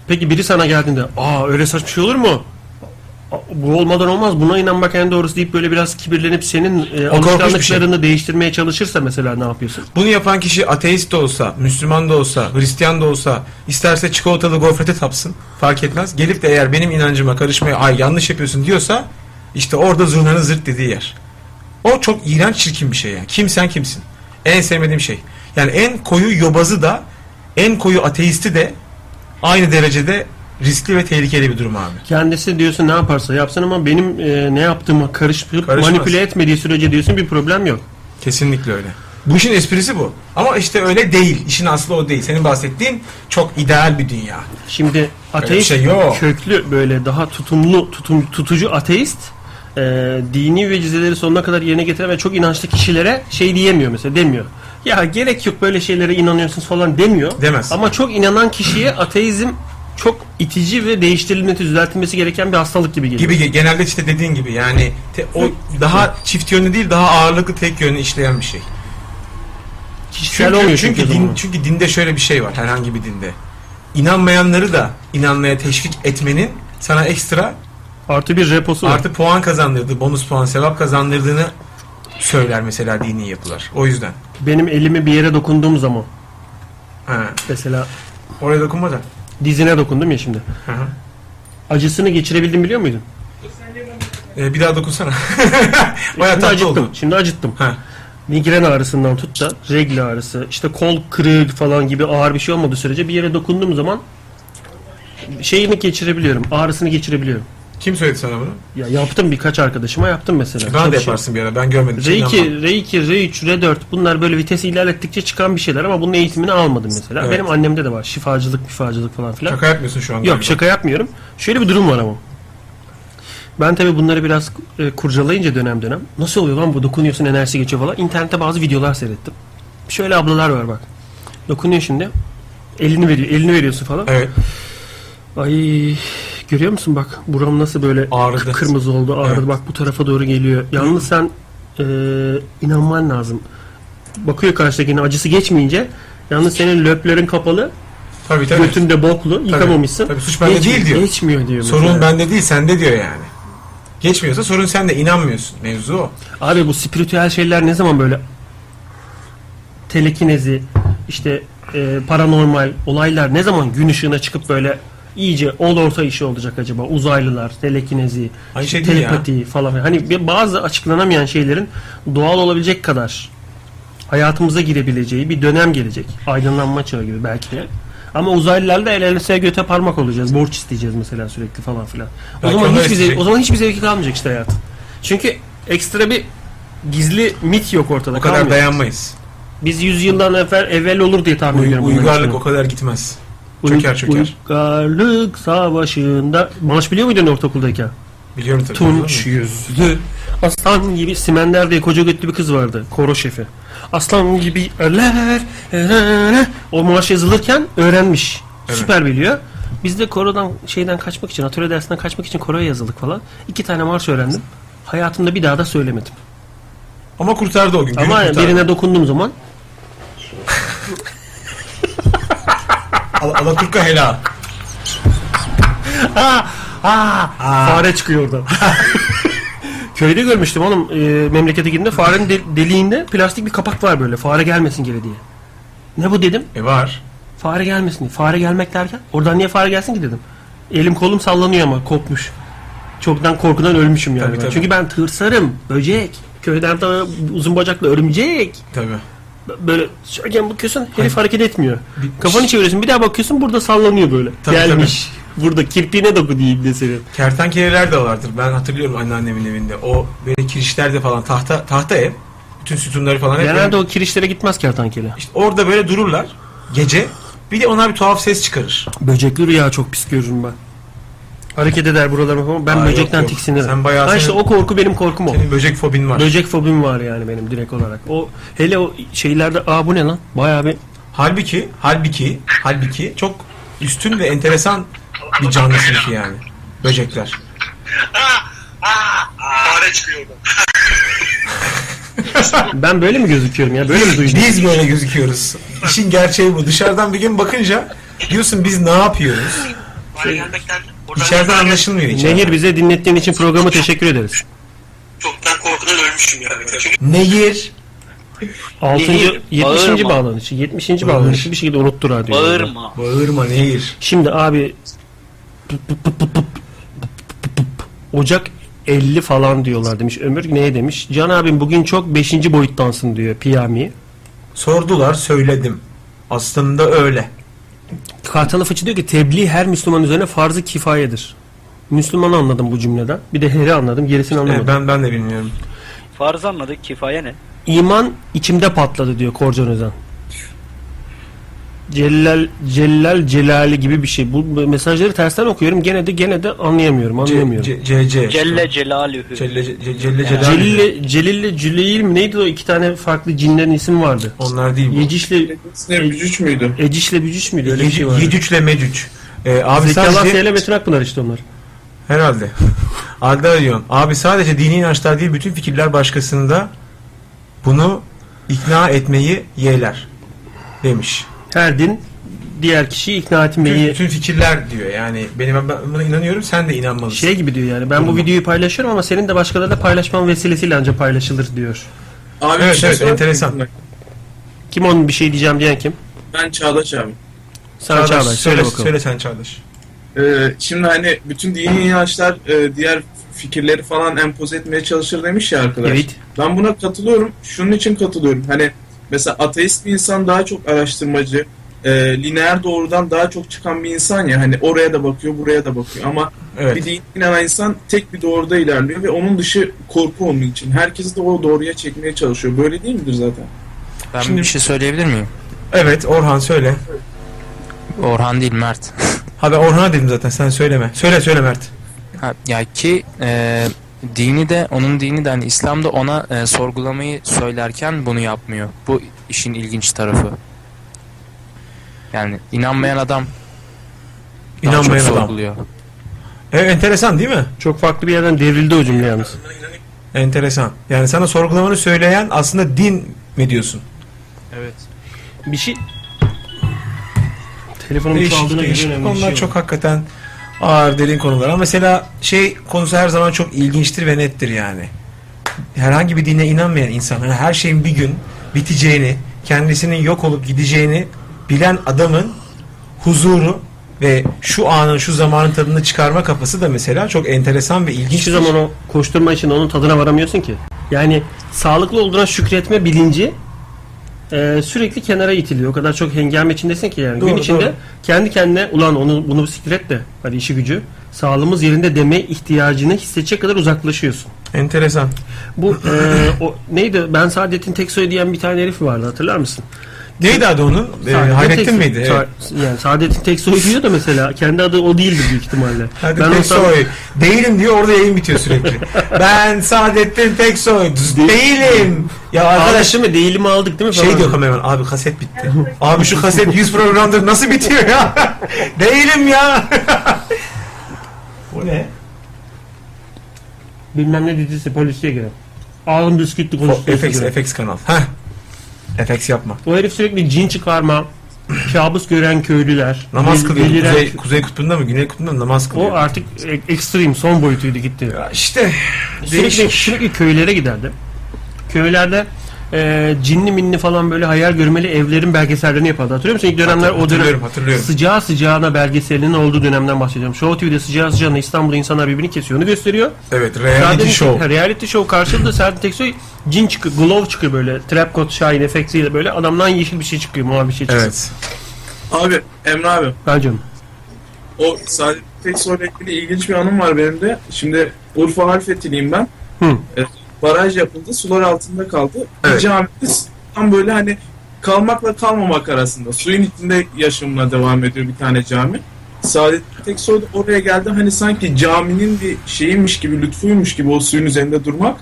Peki biri sana geldiğinde aa öyle saçma şey olur mu? Aa, Bu olmadan olmaz buna inanmak en doğrusu deyip böyle biraz kibirlenip senin e, korkunç bir şey. alışkanlıklarını değiştirmeye çalışırsa mesela ne yapıyorsun? Bunu yapan kişi ateist de olsa, Müslüman da olsa, Hristiyan da olsa, isterse çikolatalı gofrete tapsın. Fark etmez. Gelip de eğer benim inancıma karışmaya ay yanlış yapıyorsun diyorsa işte orada zurnanın zırt dediği yer. O çok iğrenç çirkin bir şey yani. Kim sen kimsin? En sevmediğim şey. Yani en koyu yobazı da en koyu ateisti de aynı derecede riskli ve tehlikeli bir durum abi. Kendisi diyorsun ne yaparsa yapsın ama benim e, ne yaptığıma karışıp Karışmaz. manipüle etmediği sürece diyorsun bir problem yok. Kesinlikle öyle. Bu işin esprisi bu. Ama işte öyle değil. İşin aslı o değil. Senin bahsettiğin çok ideal bir dünya. Şimdi ateist şey yok. köklü böyle daha tutumlu tutum, tutucu ateist e, dini vecizeleri sonuna kadar yerine getiren ve çok inançlı kişilere şey diyemiyor mesela demiyor. Ya gerek yok böyle şeylere inanıyorsunuz falan demiyor. Demez. Ama çok inanan kişiye ateizm çok itici ve değiştirilmesi, düzeltilmesi gereken bir hastalık gibi geliyor. Gibi genelde işte dediğin gibi yani te- o daha çift yönlü değil daha ağırlıklı tek yönlü işleyen bir şey. Kişisel Çünkü, olmuyor çünkü, çünkü, o din, zaman. çünkü dinde şöyle bir şey var herhangi bir dinde. İnanmayanları da inanmaya teşvik etmenin sana ekstra Artı bir reposu var. artı puan kazandırdığı, bonus puan, sevap kazandırdığını söyler mesela dini yapılar. O yüzden. Benim elimi bir yere dokunduğum zaman Ha, mesela oraya dokunma da. dizine dokundum ya şimdi. Hı hı. Acısını geçirebildim biliyor muydun? Ee, bir daha dokunsana. Bayağı Şimdi tatlı acıttım. oldu. Şimdi acıttım. Ha. migren ağrısından tut da regl ağrısı işte kol kırığı falan gibi ağır bir şey olmadığı sürece bir yere dokunduğum zaman şeyini geçirebiliyorum ağrısını geçirebiliyorum. Kim söyledi sana bunu? Ya yaptım birkaç arkadaşıma yaptım mesela. Bana Çok da şey- yaparsın bir ara. Ben görmedim. R2, R2, R3, R4 bunlar böyle vitesi ilerlettikçe çıkan bir şeyler ama bunun eğitimini almadım mesela. Evet. Benim annemde de var şifacılık, mifacılık falan filan. Şaka yapmıyorsun şu an. Yok şaka yapmıyorum. Şöyle bir durum var ama. Ben tabi bunları biraz e, kurcalayınca dönem dönem. Nasıl oluyor lan bu dokunuyorsun enerjisi geçiyor falan. İnternette bazı videolar seyrettim. Şöyle ablalar var bak. Dokunuyor şimdi. Elini veriyor, elini veriyorsun falan. Evet. Ay görüyor musun bak buram nasıl böyle Ağrıdı. kırmızı oldu ağrıdı Evet. bak bu tarafa doğru geliyor. Yalnız sen e, inanman lazım. Bakıyor karşıdakine acısı geçmeyince yalnız senin löplerin kapalı Tabii tabii. götünde boklu yıkamamışsın. Tabii, suç bende Geçmiyor- değil diyor. Geçmiyor diyor. Sorun mesela. bende değil sende diyor yani. Geçmiyorsa sorun sende inanmıyorsun. Mevzu o. Abi bu spiritüel şeyler ne zaman böyle telekinezi işte e, paranormal olaylar ne zaman gün ışığına çıkıp böyle iyice ol orta işi olacak acaba uzaylılar telekinezi Ay işte şey değil ya. telepati falan filan. hani bir- bazı açıklanamayan şeylerin doğal olabilecek kadar hayatımıza girebileceği bir dönem gelecek aydınlanma çağı gibi belki de ama uzaylılarla el elese göte parmak olacağız borç isteyeceğiz mesela sürekli falan filan o Belki zaman onlar hiçbir zevki, isteyecek. o zaman hiçbir zevki kalmayacak işte hayatın çünkü ekstra bir gizli mit yok ortada O kadar kalmıyor. dayanmayız. Biz 100 yıldan evvel, evvel olur diye tahmin Uy- ediyorum. bunların uygarlık hiçbirini. o kadar gitmez. Uy- Çöker çöker. Uygarlık savaşında marş biliyor muydun ortaokuldayken? Biliyorum tabii. Tunç yüzlü aslan gibi Simender diye koca götlü bir kız vardı. Koro şefi. Aslan gibi eller. erene. O marş yazılırken öğrenmiş. Evet. Süper biliyor. Biz de korodan şeyden kaçmak için, atölye dersinden kaçmak için koroya yazıldık falan. İki tane marş öğrendim. Hayatımda bir daha da söylemedim. Ama kurtardı o gün. Günü Ama kurtardı. birine dokunduğum zaman Al- Alaturka helal. Fare çıkıyor oradan. Köyde görmüştüm oğlum e, memlekete gittiğimde farenin de- deliğinde plastik bir kapak var böyle fare gelmesin geri diye. Ne bu dedim? E var. Fare gelmesin diye. Fare gelmek derken oradan niye fare gelsin ki dedim. Elim kolum sallanıyor ama kopmuş. Çoktan korkudan ölmüşüm yani. Tabii, ben. tabii. Çünkü ben tırsarım, böcek. Köyden daha uzun bacaklı örümcek. Tabii. B- Böyle şöyle bakıyorsun herif hareket etmiyor. Kafanı çeviriyorsun bir daha bakıyorsun burada sallanıyor böyle. Tabii, Gelmiş. Burada kirpiğine dokunayım de senin. Kertenkeleler de vardır. Ben hatırlıyorum anneannemin evinde. O böyle kirişlerde falan tahta tahta ev. Bütün sütunları falan hep böyle- Genelde o kirişlere gitmez kertenkele. İşte orada böyle dururlar gece. Bir de onlar bir tuhaf ses çıkarır. Böcekli rüya çok pis görürüm ben. Hareket eder buralarıma falan. Ben Aa, böcekten yok, yok. tiksinirim. Sen bayağı ha işte senin- o korku benim korkum o. Senin böcek fobin var. Böcek fobim var yani benim direkt olarak. O hele o şeylerde aa bu ne lan? Bayağı bir halbuki, halbuki, halbuki çok üstün ve enteresan bir canlı sınıfı yani. Böcekler. Fare çıkıyor ben böyle mi gözüküyorum ya? Böyle mi duydum? Biz böyle gözüküyoruz. İşin gerçeği bu. Dışarıdan bir gün bakınca diyorsun biz ne yapıyoruz? Fare gelmekten İçeriden anlaşılmıyor. Içeriden. Nehir bize dinlettiğin için programa teşekkür ederiz. çoktan korkudan ölmüşüm yani. Nehir. 6. Nehir, 70. bağırma. bağlanışı, 70. bağlanışı bir şekilde unuttu radyoyu. Bağırma. Bağırma nehir. Şimdi abi pıp pıp pıp pıp pıp pıp pıp. Ocak 50 falan diyorlar demiş. Ömür neye demiş? Can abim bugün çok 5. boyuttansın diyor Piyami. Sordular söyledim. Aslında öyle. Kartal Fıçı diyor ki tebliğ her Müslüman üzerine farz-ı kifayedir. Müslümanı anladım bu cümleden. Bir de heri anladım. Gerisini Ee, anlamadım. ben ben de bilmiyorum. Farz anladık kifaye ne? İman içimde patladı diyor Korcan Özen. Celal Celal Celali gibi bir şey. Bu bu mesajları tersten okuyorum. Gene de gene de anlayamıyorum. Anlayamıyorum. C, C, C. Celle Celaluhu. Celle, ce- ce- Celle, Celal. Celille Celille Cüleyil mi neydi o iki tane farklı cinlerin ismi vardı. Onlar değil bu. Yecişle Ne Mücüç müydü? Ecişle Bücüş müydü? Öyle bir şey vardı. Yedüç ile Mecüc. Ee, abi Zeki Alasya sadece... ile Metin Akpınar işte onlar. Herhalde. Arda diyorsun. Abi sadece dini inançlar değil bütün fikirler başkasında bunu ikna etmeyi yeğler demiş. Her din diğer kişiyi ikna Bütün, etmeyi bütün fikirler diyor yani benim ben buna inanıyorum sen de inanmalısın. şey gibi diyor yani. Ben bu videoyu paylaşıyorum ama senin de başkalarıyla paylaşman vesilesiyle ancak paylaşılır diyor. Abi Evet, bir şey evet, sorayım enteresan. mı? Kim onun bir şey diyeceğim diyen kim? Ben Çağdaş abi. Sen Çağdaş, söyle, bakalım. Söyle sen Çağdaş. Ee, şimdi hani bütün dini inançlar e, diğer fikirleri falan empoze etmeye çalışır demiş ya arkadaş. Evet. Ben buna katılıyorum. Şunun için katılıyorum. Hani mesela ateist bir insan daha çok araştırmacı, e, lineer doğrudan daha çok çıkan bir insan ya. Hani oraya da bakıyor, buraya da bakıyor. Ama Evet. bir dini inanan insan tek bir doğruda ilerliyor ve onun dışı korku onun için. Herkes de o doğruya çekmeye çalışıyor. Böyle değil midir zaten? Ben Şimdi- bir şey söyleyebilir miyim? Evet Orhan söyle. Orhan değil Mert. Ha ben Orhan'a dedim zaten sen söyleme. Söyle söyle Mert. Ha, ya ki e, dini de onun dini de hani İslam da ona e, sorgulamayı söylerken bunu yapmıyor. Bu işin ilginç tarafı. Yani inanmayan adam daha İnanmayan çok adam. sorguluyor. Evet enteresan değil mi? Çok farklı bir yerden devrildi o cümle yalnız. Enteresan. Yani sana sorgulamanı söyleyen aslında din mi diyorsun? Evet. Bir şey... Telefonum Değişik, çaldığına değişik göre önemli bir konular şey yok. çok hakikaten ağır derin konular. Ama mesela şey konusu her zaman çok ilginçtir ve nettir yani. Herhangi bir dine inanmayan insan hani her şeyin bir gün biteceğini, kendisinin yok olup gideceğini bilen adamın huzuru ve şu anın şu zamanın tadını çıkarma kafası da mesela çok enteresan ve ilginç. şey. Hiçbir zaman o koşturma için onun tadına varamıyorsun ki. Yani sağlıklı olduğuna şükretme bilinci e, sürekli kenara itiliyor. O kadar çok hengame içindesin ki yani. Gün Doğru, içinde doğru. kendi kendine ulan onu bunu siktir et de hani işi gücü sağlığımız yerinde deme ihtiyacını hissedecek kadar uzaklaşıyorsun. enteresan. Bu e, o neydi? Ben Saadet'in tek soyu diyen bir tane herif vardı hatırlar mısın? Neydi adı onun? Ee, Saadet'in Hayrettin tek- miydi? Sa- Yani Saadet'in tek soyu diyor da mesela kendi adı o değildi büyük ihtimalle. Hadi ben o tek zaman- soy. Değilim diyor orada yayın bitiyor sürekli. ben Saadettin tek soy. Değilim. Ya arkadaş Arkadaşı mı değilimi aldık değil mi? şey falan. diyor kameraman abi kaset bitti. abi şu kaset 100 programdır nasıl bitiyor ya? Değilim ya. Bu ne? bilmem ne dizisi polisiye göre. Ağzım biskütlü konuşuyor. FX, FX kanal. Heh. FX yapma. O herif sürekli cin çıkarma, kabus gören köylüler, Namaz bel- kılıyor. beliren- Kuzey, kuzey kutbunda mı? Güney kutbunda mı? Namaz O kılıyor. artık e- ekstrem son boyutuydu gitti. Ya işte. Sürekli, sürekli köylere giderdi. Köylerde e, cinli minli falan böyle hayal görmeli evlerin belgesellerini yapardı. Hatırlıyor musun? İlk dönemler o dönem Hatırlıyorum hatırlıyorum. sıcağı sıcağına belgeselinin olduğu dönemden bahsediyorum. Show TV'de sıcağı sıcağına İstanbul'da insanlar birbirini kesiyor. Onu gösteriyor. Evet reality Saadet'in- show. ha, Reality show karşılığında Serdar Teksoy cin çıkıyor, glove çıkıyor böyle. Trap coat şahin efektiyle böyle adamdan yeşil bir şey çıkıyor, mavi bir şey çıkıyor. Evet. Abi Emre abi Ha canım. O Saadet Teksoy'la ilgili ilginç bir anım var benim de. Şimdi Urfa Harfetiliyim ben. Hı. E, Baraj yapıldı. Sular altında kaldı. Evet. Bir camide tam böyle hani kalmakla kalmamak arasında. Suyun içinde yaşamına devam ediyor bir tane cami. Saadet Teksoy da oraya geldi. Hani sanki caminin bir şeyiymiş gibi, lütfuymuş gibi o suyun üzerinde durmak.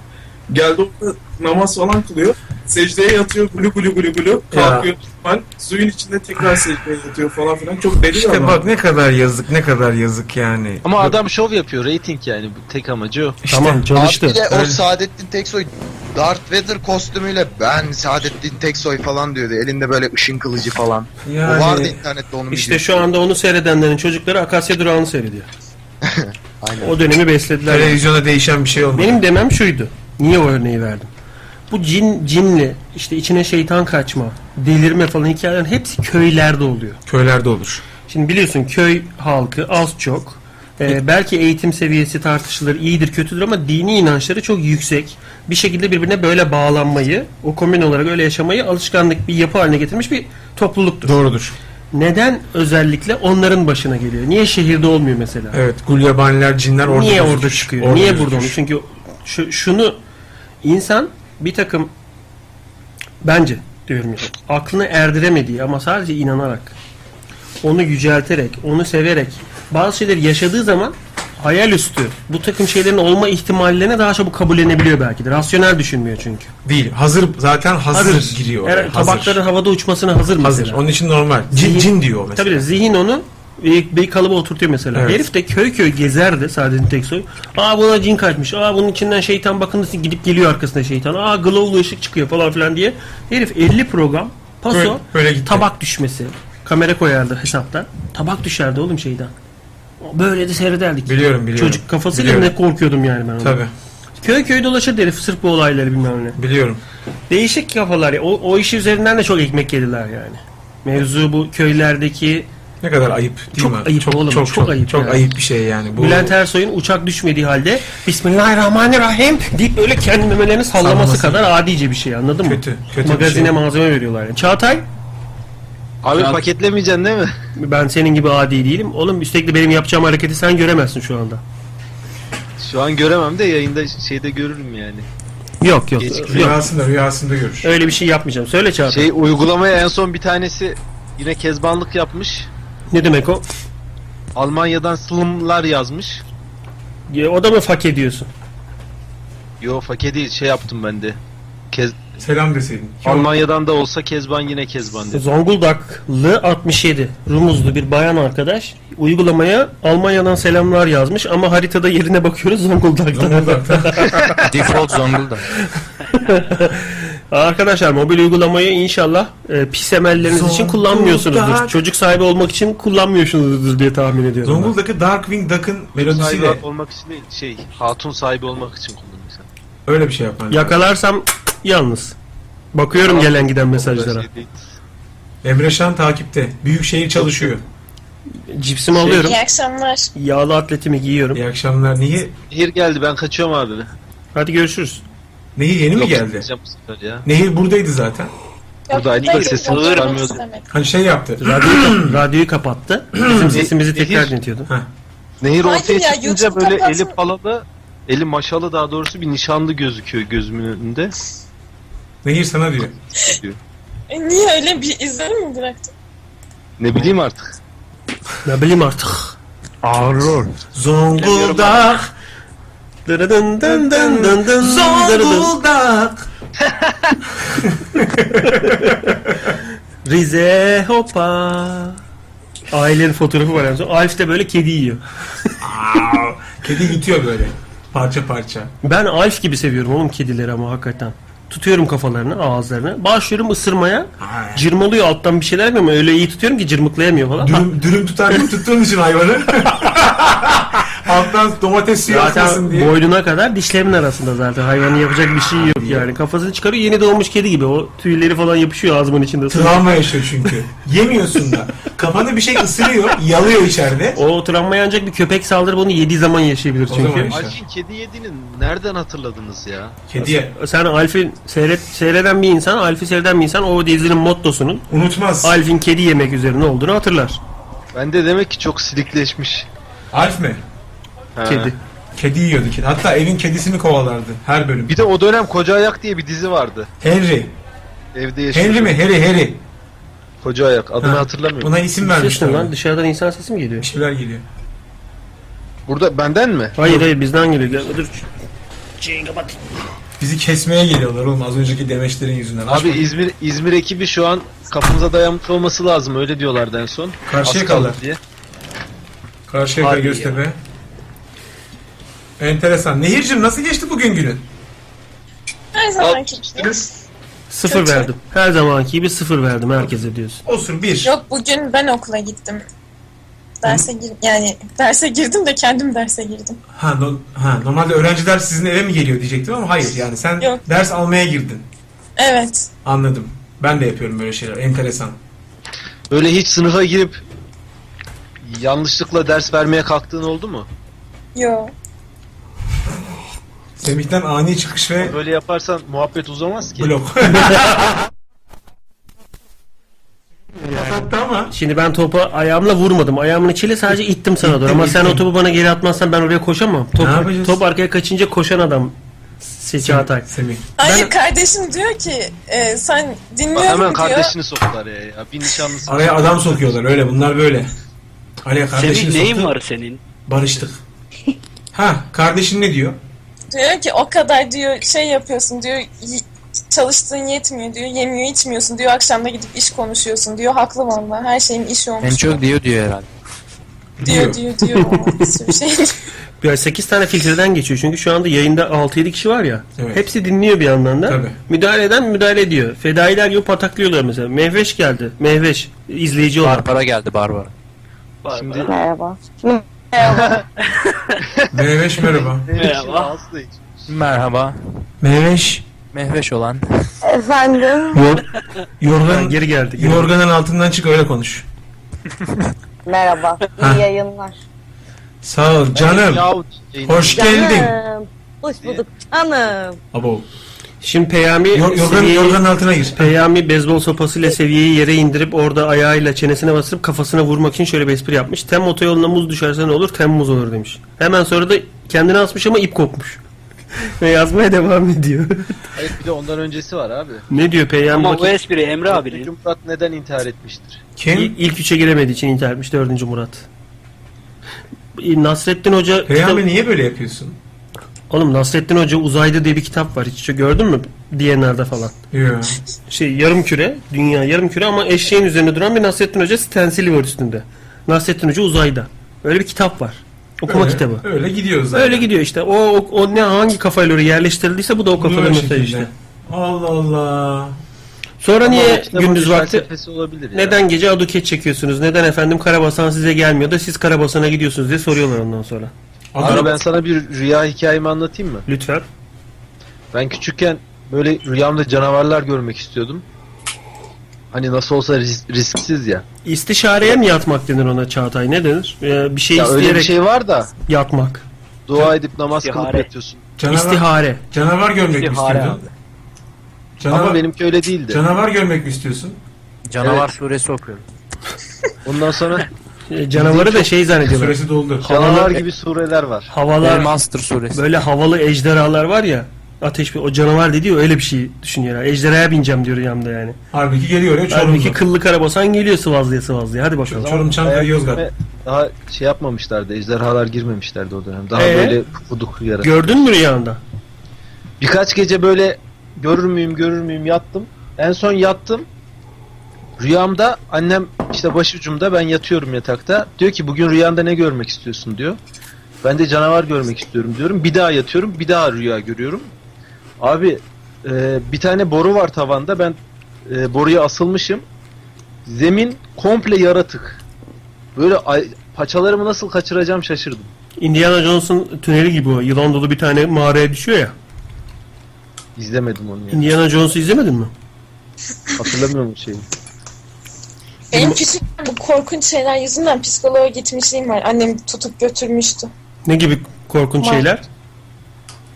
Geldi orada namaz falan kılıyor. Secdeye yatıyor. Gulu gulu gulu gulu. Kalkıyor. normal. Suyun içinde tekrar secdeye yatıyor falan filan. Çok deli bir İşte adam. bak ne kadar yazık ne kadar yazık yani. Ama adam şov yapıyor. Rating yani. Bu Tek amacı o. Tamam çalıştı. Abi bir de o Öyle. Saadettin Teksoy Darth Vader kostümüyle ben Saadettin Teksoy falan diyordu. Elinde böyle ışın kılıcı falan. Yani- O vardı internette onun İşte videosu. şu anda onu seyredenlerin çocukları Akasya Durağı'nı seyrediyor. Aynen. O dönemi beslediler. Televizyonda değişen bir şey olmadı. Benim demem şuydu. Niye o örneği verdim? Bu cin, cinli, işte içine şeytan kaçma, delirme falan hikayelerin hepsi köylerde oluyor. köylerde olur. Şimdi biliyorsun köy halkı az çok. Ee, belki eğitim seviyesi tartışılır, iyidir, kötüdür ama dini inançları çok yüksek. Bir şekilde birbirine böyle bağlanmayı, o komün olarak öyle yaşamayı alışkanlık bir yapı haline getirmiş bir topluluktur. Doğrudur. Neden özellikle onların başına geliyor? Niye şehirde olmuyor mesela? Evet, gulyabaniler, cinler orada Niye gözükür. orada çıkıyor? Orada Niye gözükür. burada olmuş? Çünkü şu- şunu insan bir takım Bence diyorum ya. Aklını erdiremediği ama sadece inanarak, onu yücelterek, onu severek bazı şeyleri yaşadığı zaman hayal üstü bu takım şeylerin olma ihtimallerine daha çabuk kabullenebiliyor belki de. Rasyonel düşünmüyor çünkü. Değil. Hazır zaten hazır, giriyor. Evet, oraya, hazır. tabakların havada uçmasına hazır mesela. hazır. Onun için normal. Cin, cin diyor mesela. Tabii de zihin onu bir, bir kalıba oturtuyor mesela. Evet. Herif de köy köy gezerdi Saadettin Teksoy. Aa buna cin kaçmış. Aa bunun içinden şeytan bakın nasıl gidip geliyor arkasında şeytan. Aa glowlu ışık çıkıyor falan filan diye. Herif 50 program paso Böyle- tabak düşmesi. Kamera koyardı hesapta. Tabak düşerdi oğlum şeyden. Böyle de seyrederdik. Biliyorum, biliyorum. Çocuk kafasıyla Biliyorum. ne korkuyordum yani ben onu. Tabii. Köy köy dolaşırdı herif sırf bu olayları bilmem ne. Biliyorum. Değişik kafalar. ya. O, o iş üzerinden de çok ekmek yediler yani. Mevzu bu köylerdeki Ne kadar ayıp değil çok mi? Ayıp çok, oğlum, çok, çok, ayıp. çok yani. ayıp bir şey yani. Bu... Bülent Ersoy'un uçak düşmediği halde Bismillahirrahmanirrahim deyip böyle kendi memelerini sallaması Sallaması. kadar adice bir şey anladın mı? Kötü, kötü bir Magazine şey. malzeme veriyorlar. Yani. Çağatay? Abi paketlemeyeceksin değil mi? Ben senin gibi adi değilim. Oğlum üstelik de benim yapacağım hareketi sen göremezsin şu anda. Şu an göremem de yayında şeyde görürüm yani. Yok yok. yok. Rüyasında rüyasında görür. Öyle bir şey yapmayacağım. Söyle Çağatay. Şey uygulamaya en son bir tanesi yine kezbanlık yapmış. Ne demek o? Almanya'dan slımlar yazmış. Ya, o da mı fak ediyorsun? Yo fake değil şey yaptım ben de. Kez... Selam deseydin. Almanya'dan da olsa kezban yine kezban dedi. Zonguldaklı 67 Rumuzlu bir bayan arkadaş uygulamaya Almanya'dan selamlar yazmış ama haritada yerine bakıyoruz Zonguldak'ta. Default Zonguldak. Arkadaşlar mobil uygulamayı inşallah e, pis emelleriniz için Zonguldak. kullanmıyorsunuzdur. Çocuk sahibi olmak için kullanmıyorsunuzdur diye tahmin ediyorum. ben. Zonguldak'ı Darkwing Duck'ın Sahibi melodisiyle olmak için değil şey hatun sahibi olmak için kullanıyorsun. öyle bir şey yapman lazım. Yakalarsam yalnız. Bakıyorum gelen giden mesajlara. Şey Emre Şan takipte. Büyükşehir çalışıyor. Cipsimi Şey, alıyorum. İyi akşamlar. Yağlı atletimi giyiyorum. İyi akşamlar. Niye? Nehir geldi ben kaçıyorum abi. Hadi görüşürüz. Nehir yeni mi Yok, geldi? gitmeyeceğim bu sefer Ya. Nehir buradaydı zaten. Buradaydı da sesini çıkarmıyordu. Hani şey yaptı. Radyoyu, radyoyu kapattı. Bizim sesimizi Nehir. tekrar dinletiyordu. Hayır Nehir ortaya ya, çıkınca YouTube böyle kapatsın. eli palalı, eli maşalı daha doğrusu bir nişanlı gözüküyor gözümün önünde. Nehir sana diyor. E, niye öyle bir izlenim mi bıraktın? Ne bileyim artık. Ne bileyim artık. Ağrol. Zonguldak. Dırıdın dın dın dın dın Zonguldak. Rize hoppa. Ailenin fotoğrafı var en son. Alf de böyle kedi yiyor. Kedi yutuyor böyle. Parça parça. Ben Alf gibi seviyorum oğlum kedileri ama hakikaten. Tutuyorum kafalarını, ağızlarını. Başlıyorum ısırmaya. Cırmalıyor alttan bir şeyler ama öyle iyi tutuyorum ki cırmıklayamıyor falan. Dürüm, dürüm tutar gibi tuttuğun için hayvanı. Alttan domates suyu akmasın Zaten diye. boynuna kadar dişlerimin arasında zaten hayvanın yapacak bir şey yok yani. Kafasını çıkarıyor yeni doğmuş kedi gibi. O tüyleri falan yapışıyor ağzımın içinde. Travma yaşıyor çünkü. Yemiyorsun da. Kafanı bir şey ısırıyor, yalıyor içeride. O travmaya ancak bir köpek saldırıp onu yediği zaman yaşayabilir çünkü. Alfin kedi yediğini nereden hatırladınız ya? Kediye. Sen Alf'i seyret, seyreden bir insan, Alf'i seyreden bir insan o dizinin mottosunun Unutmaz. Alf'in kedi yemek üzerine olduğunu hatırlar. Ben de demek ki çok silikleşmiş. Alf mi? Ha. Kedi. Kedi yiyordu kedi. Hatta evin kedisini kovalardı her bölüm. Bir de o dönem Koca Ayak diye bir dizi vardı. Henry. Evde yaşıyor. Henry mi? Harry Harry. Koca Ayak adını Ha. hatırlamıyorum. Buna isim Ses ne vermişler. lan? Dışarıdan insan sesi mi geliyor? Bir şeyler geliyor. Burada benden mi? Hayır hayır bizden geliyor. Gel, Dur. Bizi kesmeye geliyorlar oğlum az önceki demeçlerin yüzünden. Abi İzmir İzmir ekibi şu an kafamıza dayanmış olması lazım öyle diyorlardı en son. Karşıyakalılar. Az kaldı diye. Karşıyaka Harbi ya. Göztepe. Enteresan. Nehircim nasıl geçti bugün günün? Her zamanki gibi. Sıfır şey. Kötü. verdim. Her zamanki gibi sıfır verdim herkese diyorsun. Osur bir. Yok bugün ben okula gittim. Derse gir yani derse girdim de kendim derse girdim. Ha, no- ha, normalde öğrenciler sizin eve mi geliyor diyecektim ama hayır yani sen Yok. ders almaya girdin. Evet. Anladım. Ben de yapıyorum böyle şeyler. Enteresan. Böyle hiç sınıfa girip yanlışlıkla ders vermeye kalktığın oldu mu? Yo. Semih'ten ani çıkış ve Böyle yaparsan muhabbet uzamaz ki. blok. Kapattı ama. Şimdi ben topa ayağımla vurmadım. Ayağımın içiyle sadece ittim sana doğru. Ama sen o topu bana geri atmazsan ben oraya koşamam. Top, Ne yapacağız? top arkaya kaçınca koşan adam Seçi Hatay. Semih. Hayır kardeşim diyor ki e, sen dinliyorum Hemen diyor. kardeşini soktular ya. ya. Bir nişanlısı. Araya adam sokuyorlar öyle bunlar böyle. Araya kardeşini Senin neyin soktu, var senin? Barıştık. ha kardeşin ne diyor? Diyor ki o kadar diyor şey yapıyorsun diyor y- çalıştığın yetmiyor diyor yemiyor içmiyorsun diyor akşamda gidip iş konuşuyorsun diyor haklı valla her şeyim iş olmuş. En çok diyor diyor herhalde. Diyor diyor diyor bir sürü şey. Ya 8 tane filtreden geçiyor çünkü şu anda yayında 6-7 kişi var ya. Hepsi dinliyor bir yandan da. Müdahale eden müdahale ediyor. Fedailer gibi pataklıyorlar mesela. Mehveş geldi. Mehveş izleyici olarak. Barbara geldi Barbara. Şimdi... Merhaba. Mehveş merhaba. Merhaba. Merhaba. Mehveş. Mehveş olan. Efendim. Yorgan, geri geldi. Yorganın altından çık öyle konuş. Merhaba. Ha. İyi yayınlar. Sağ ol canım. Hoş Ee, geldin. Canım. Hoş bulduk canım. Abo. Şimdi Peyami Yor- yorgan- yorganın altına gir. Peyami bezbol sopasıyla seviyeyi yere indirip orada ayağıyla çenesine basıp kafasına vurmak için şöyle bir espri yapmış. Tem otoyoluna muz düşerse ne olur? Tem muz olur demiş. Hemen sonra da kendini asmış ama ip kopmuş. Ve yazmaya devam ediyor. Hayır bir de ondan öncesi var abi. ne diyor Peyami? Ama Bakayım. bu espri Emre abinin. Murat neden intihar etmiştir? Kim? İl- İlk üçe giremediği için intihar etmiş. Dördüncü Murat. Nasrettin Hoca... Peyami niye böyle yapıyorsun? Oğlum Nasrettin Hoca Uzayda diye bir kitap var. Hiç gördün mü? DNR'da falan. Yo. Şey yarım küre. Dünya yarım küre ama eşeğin üzerine duran bir Nasrettin Hoca stensili var üstünde. Nasrettin Hoca uzayda. Öyle bir kitap var. Okuma Öyle- kitabı. öyle gidiyor zaten. Öyle gidiyor işte. O, o, o ne hangi kafayla oraya yerleştirildiyse bu da o kafada Böyle mesela şekilde. işte. Allah Allah. Sonra Ama niye o kitabın gündüz bir vakti felsefesi olabilir ya. neden gece aduket çekiyorsunuz? Neden efendim Karabasan size gelmiyor da siz Karabasan'a gidiyorsunuz diye soruyorlar ondan sonra. Abi ben sana bir rüya hikayemi anlatayım mı? Lütfen. Ben küçükken böyle rüyamda canavarlar görmek istiyordum. Hani nasıl olsa ris- risksiz ya. İstişareye mi yatmak denir ona Çağatay? Ne denir? Ee, bir şey Ya öyle bir isteyerek şey var da. yatmak. Dua edip namaz kılıp İstihare. yatıyorsun. Canavar- İstihare. Canavar görmek mi İstihare istiyordun? abi. Canavar- Ama benimki öyle değildi. Canavar görmek mi istiyorsun? Canavar Evet. suresi okuyorum. Ondan sonra Canavarı da şey zannediyorlar. Süresi doldu. Canavar Havalı- gibi sureler var. Havalar Master suresi. Böyle havalı ejderhalar var ya. Ateş bir o canavar dedi ya öyle bir şey düşünüyor. herhalde. Ejderhaya bineceğim diyor yanımda yani. Halbuki geliyor ya Çorum'da. Halbuki kıllı karabasan geliyor sıvazlıya sıvazlıya. Hadi bakalım. Ayak üstüne Daha şey yapmamışlardı, ejderhalar girmemişlerdi o dönem. Daha Ee? böyle pufuduk yaratık. Gördün mü rüyanda? Birkaç gece böyle görür müyüm görür müyüm yattım. En son yattım. Rüyamda annem işte başucumda ben yatıyorum yatakta. Diyor ki bugün rüyanda ne görmek istiyorsun diyor. Ben de canavar görmek istiyorum diyorum. Bir daha yatıyorum bir daha rüya görüyorum. Abi e, bir tane boru var tavanda ben e, boruya asılmışım. Zemin komple yaratık. Böyle ay- paçalarımı nasıl kaçıracağım şaşırdım. Indiana Jones'un tüneli gibi o. Yılan dolu bir tane mağaraya düşüyor ya. İzlemedim onu ya. Indiana Jones'u izlemedin mi? Hatırlamıyorum o şeyi. Benim küçükken bu korkunç şeyler yüzünden psikoloğa gitmişliğim var. Annem tutup götürmüştü. Ne gibi korkunç Ma- şeyler?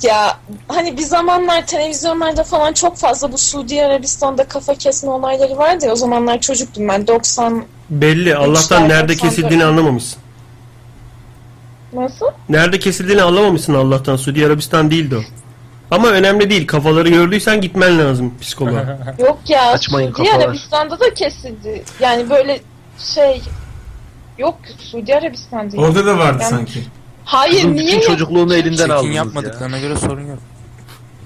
Ya hani bir zamanlar televizyonlarda falan çok fazla bu Suudi Arabistan'da kafa kesme olayları vardı ya o zamanlar çocuktum ben 90 Belli. Allah'tan Üçler, nerede doksan kesildiğini dört. anlamamışsın. nasıl? Nerede kesildiğini anlamamışsın Allah'tan. Suudi Arabistan değildi o. Ama önemli değil. Kafaları gördüysen gitmen lazım psikoloğa. Yok ya Açmayın Suudi kafalar. Arabistan'da da kesildi. Yani böyle şey yok Suudi Arabistan'da. yok. Orada da vardı Yani- sanki. Hayır Kızın niye bütün yok? çocukluğunu elinden Çekin aldınız yapmadıklarına ya. göre sorun yok.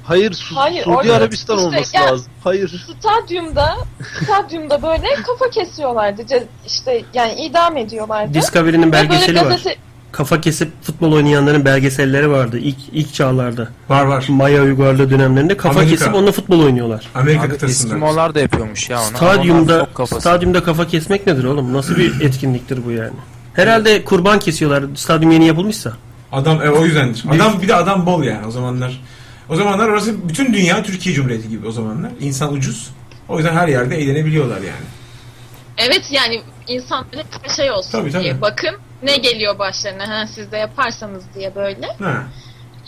Hayır, Su- Hayır, Suudi orada- Arabistan işte olması ya- lazım. Hayır. Stadyumda stadyumda böyle kafa kesiyorlardı. Ce- işte yani idam ediyorlardı. Discovery'nin Ve böyle belgeseli var. gazete- Kafa kesip futbol oynayanların belgeselleri vardı ilk ilk çağlarda. Var var. Maya uygarlığı dönemlerinde kafa Amerika. kesip onunla futbol oynuyorlar. Abi, Eskimolar da yapıyormuş ya onu. Ama Stadyumda onlar kafası. stadyumda kafa kesmek nedir oğlum? Nasıl bir etkinliktir bu yani? Herhalde kurban kesiyorlar stadyum yeni yapılmışsa. Adam e, o yüzdendir. Adam bir de adam bol yani o zamanlar. O zamanlar orası bütün dünya Türkiye Cumhuriyeti gibi o zamanlar. İnsan ucuz. O yüzden her yerde eğlenebiliyorlar yani. Evet yani insanlara bir şey olsun Tabii, tabii. diye bakın ne geliyor başlarına ha, siz de yaparsanız diye böyle. Ha.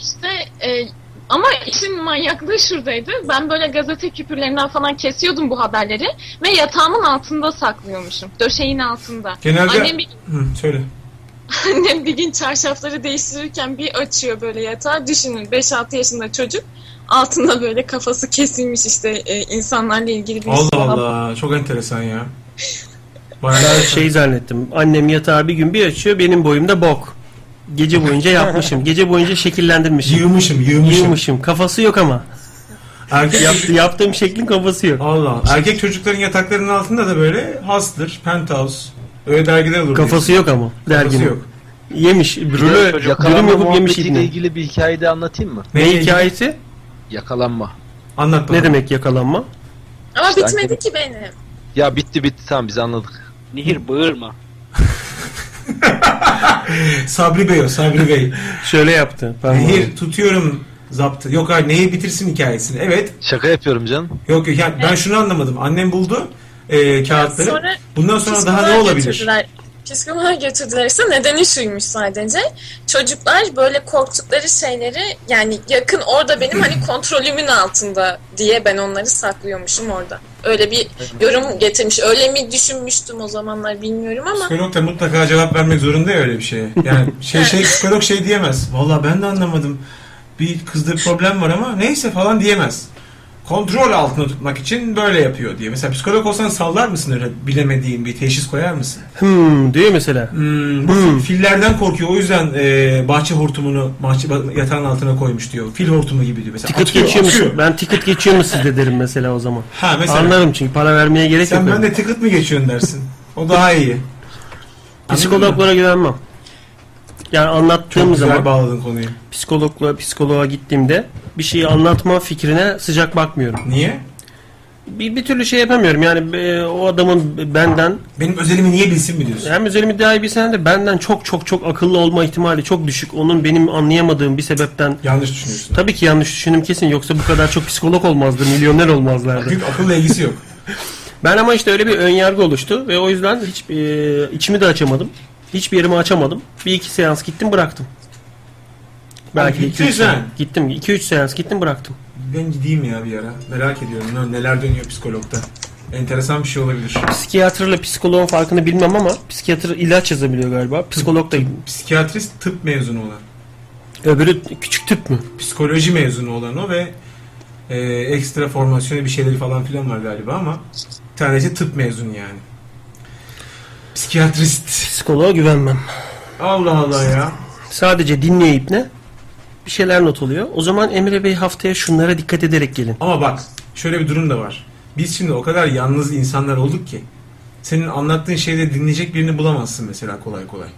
İşte e, ama işin manyaklığı şuradaydı. Ben böyle gazete küpürlerinden falan kesiyordum bu haberleri ve yatağımın altında saklıyormuşum. Döşeğin altında. Genelde... Annem bir Hı, söyle. Annem bir gün çarşafları değiştirirken bir açıyor böyle yatağı. Düşünün 5-6 yaşında çocuk. Altında böyle kafası kesilmiş işte e, insanlarla ilgili bir Allah şey. Allah çok enteresan ya. Ben şey zannettim. Annem yatağı bir gün bir açıyor benim boyumda bok. Gece boyunca yapmışım. Gece boyunca şekillendirmişim. Yığmışım, yığmışım. Kafası yok ama. Yaptı- yaptığım şeklin kafası yok. Allah. Erkek çocukların yataklarının altında da böyle hastır, penthouse. Öyle dergiler olur. Kafası yok ama derginin. Kafası yok. Yemiş. Rüle dürüm Yakalanma yapıp yemiş muhabbetiyle ibni. ilgili bir hikaye de anlatayım mı? Ne hikayesi? Yakalanma. Anlat Ne demek yakalanma? Ama İşte bitmedi annem- ki benim. Ya bitti bitti tamam biz anladık. Nehir bağırma. Sabri Bey o Sabri Bey. Şöyle yaptı. Nehir tutuyorum zaptı. Yok hayır neyi bitirsin hikayesini. Evet. Şaka yapıyorum canım. Yok yok yani ben şunu anlamadım. Annem buldu e, kağıtları. Sonra Bundan sonra daha ne psikoloğa olabilir? götürdüler. Psikoloğa götürdüler ise nedeni şuymuş sadece. Çocuklar böyle korktukları şeyleri yani yakın orada benim hani kontrolümün altında diye ben onları saklıyormuşum orada. Öyle bir yorum getirmiş. Öyle mi düşünmüştüm o zamanlar bilmiyorum ama Psikolog da mutlaka cevap vermek zorunda ya öyle bir şeye. Yani şey şey psikolog şey diyemez. Valla ben de anlamadım. Bir kızda bir problem var ama neyse falan diyemez. Kontrol altında tutmak için böyle yapıyor diye. Mesela psikolog olsan sallar mısın öyle bilemediğin bir teşhis koyar mısın? Hmm diyor mesela. Hmm, bu Fillerden korkuyor. O yüzden e, bahçe hortumunu bahçe ba- yatağın altına koymuş diyor. Fil hortumu gibi diyor. Mesela Ticket atıyor, geçiyor atıyor. musun? Ben ticket geçiyor mu sizde derim mesela o zaman. Ha, mesela. Anlarım çünkü para vermeye gerek Sen yok. ben de tıkıt mı geçiyorsun dersin. O daha iyi. Psikologlara güvenmem. Yani anlattığım Çok güzel zaman bağladın konuyu. Psikologla psikoloğa gittiğimde bir şeyi anlatma fikrine sıcak bakmıyorum. Niye? Bir, bir türlü şey yapamıyorum. Yani e, o adamın benden benim özelimi niye bilsin mi diyorsun? Hem özelimi daha iyi bilsen de benden çok çok çok akıllı olma ihtimali çok düşük. Onun benim anlayamadığım bir sebepten yanlış düşünüyorsun. Tabii ki yanlış düşündüm kesin. Yoksa bu kadar çok psikolog olmazdı, milyoner olmazlardı. Çünkü akılla ilgisi yok. Ben ama işte öyle bir önyargı oluştu ve o yüzden hiç e, içimi de açamadım. Hiçbir yerimi açamadım. Bir iki seans gittim bıraktım. Belki Abi de iki üç gittin sen. seans. Gittim. 2-3 seans gittim bıraktım. Ben gideyim ya bir ara. Merak ediyorum lan neler dönüyor psikologda. Enteresan bir şey olabilir. Psikiyatrla psikoloğun farkını bilmem ama psikiyatr ilaç yazabiliyor galiba. Psikolog da Psikiyatrist tıp mezunu olan. Öbürü küçük tıp mı? Psikoloji mezunu olan o ve e, ekstra formasyonu bir şeyleri falan filan var galiba ama bir tanesi tıp mezunu yani. Psikiyatrist. Psikoloğa güvenmem. Allah Allah ya. Sadece dinleyip ne? Bir şeyler not oluyor. O zaman Emre Bey haftaya şunlara dikkat ederek gelin. Ama bak şöyle bir durum da var. Biz şimdi o kadar yalnız insanlar olduk ki senin anlattığın şeyde dinleyecek birini bulamazsın mesela kolay kolay.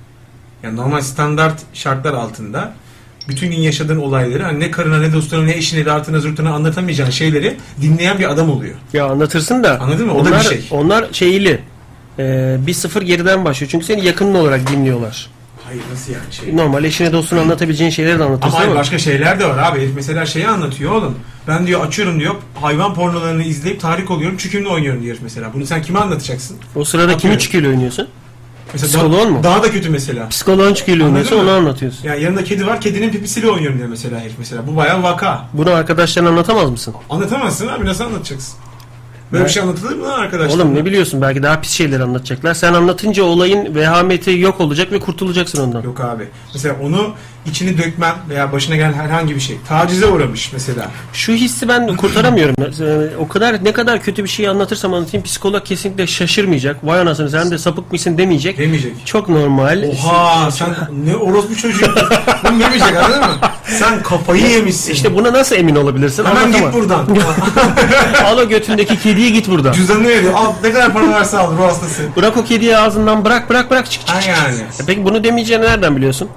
Yani normal standart şartlar altında bütün gün yaşadığın olayları hani ne karına ne dostuna ne eşine ne artına zürtüne anlatamayacağın şeyleri dinleyen bir adam oluyor. Ya anlatırsın da. Anladın mı? O da Onlar, bir şey. onlar şeyli. Ee, bir sıfır geriden başlıyor. Çünkü seni yakının olarak dinliyorlar. Hayır nasıl yani şey? Normal eşine dostuna anlatabileceğin şeyleri de anlatırsın Ama ama. hayır, başka şeyler de var abi. Herif mesela şeyi anlatıyor oğlum. Ben diyor açıyorum diyor hayvan pornolarını izleyip tahrik oluyorum çükümle oynuyorum diyor herif mesela. Bunu sen kime anlatacaksın? O sırada kimi Atıyorum. çüküyle oynuyorsun? Mesela Psikoloğun daha, mu? Daha da kötü mesela. Psikoloğun çüküyle Anladın oynuyorsun mı? onu anlatıyorsun. Yani yanında kedi var kedinin pipisiyle oynuyorum diyor mesela herif mesela. Bu bayağı vaka. Bunu arkadaşlarına anlatamaz mısın? Anlatamazsın abi nasıl anlatacaksın? Böyle Ben- bir şey anlatılır mı lan arkadaşlar? Oğlum ne biliyorsun belki daha pis şeyler anlatacaklar. Sen anlatınca olayın vehameti yok olacak ve kurtulacaksın ondan. Yok abi. Mesela onu içini dökmem veya başına gelen herhangi bir şey. Tacize uğramış mesela. Şu hissi ben kurtaramıyorum. Ee, o kadar ne kadar kötü bir şeyi anlatırsam anlatayım psikolog kesinlikle şaşırmayacak. Vay anasını sen de sapık mısın demeyecek. Demeyecek. Çok normal. Oha sen ne orospu çocuğu. Bunu demeyecek anladın mı? Sen kafayı yemişsin. İşte buna nasıl emin olabilirsin? Hemen git buradan. al o götündeki kediyi git buradan. Cüzdanını veriyor. Al ne kadar para varsa al bu hastası. Bırak o kediyi ağzından bırak bırak bırak çık çık çık. yani. E Peki bunu demeyeceğini nereden biliyorsun?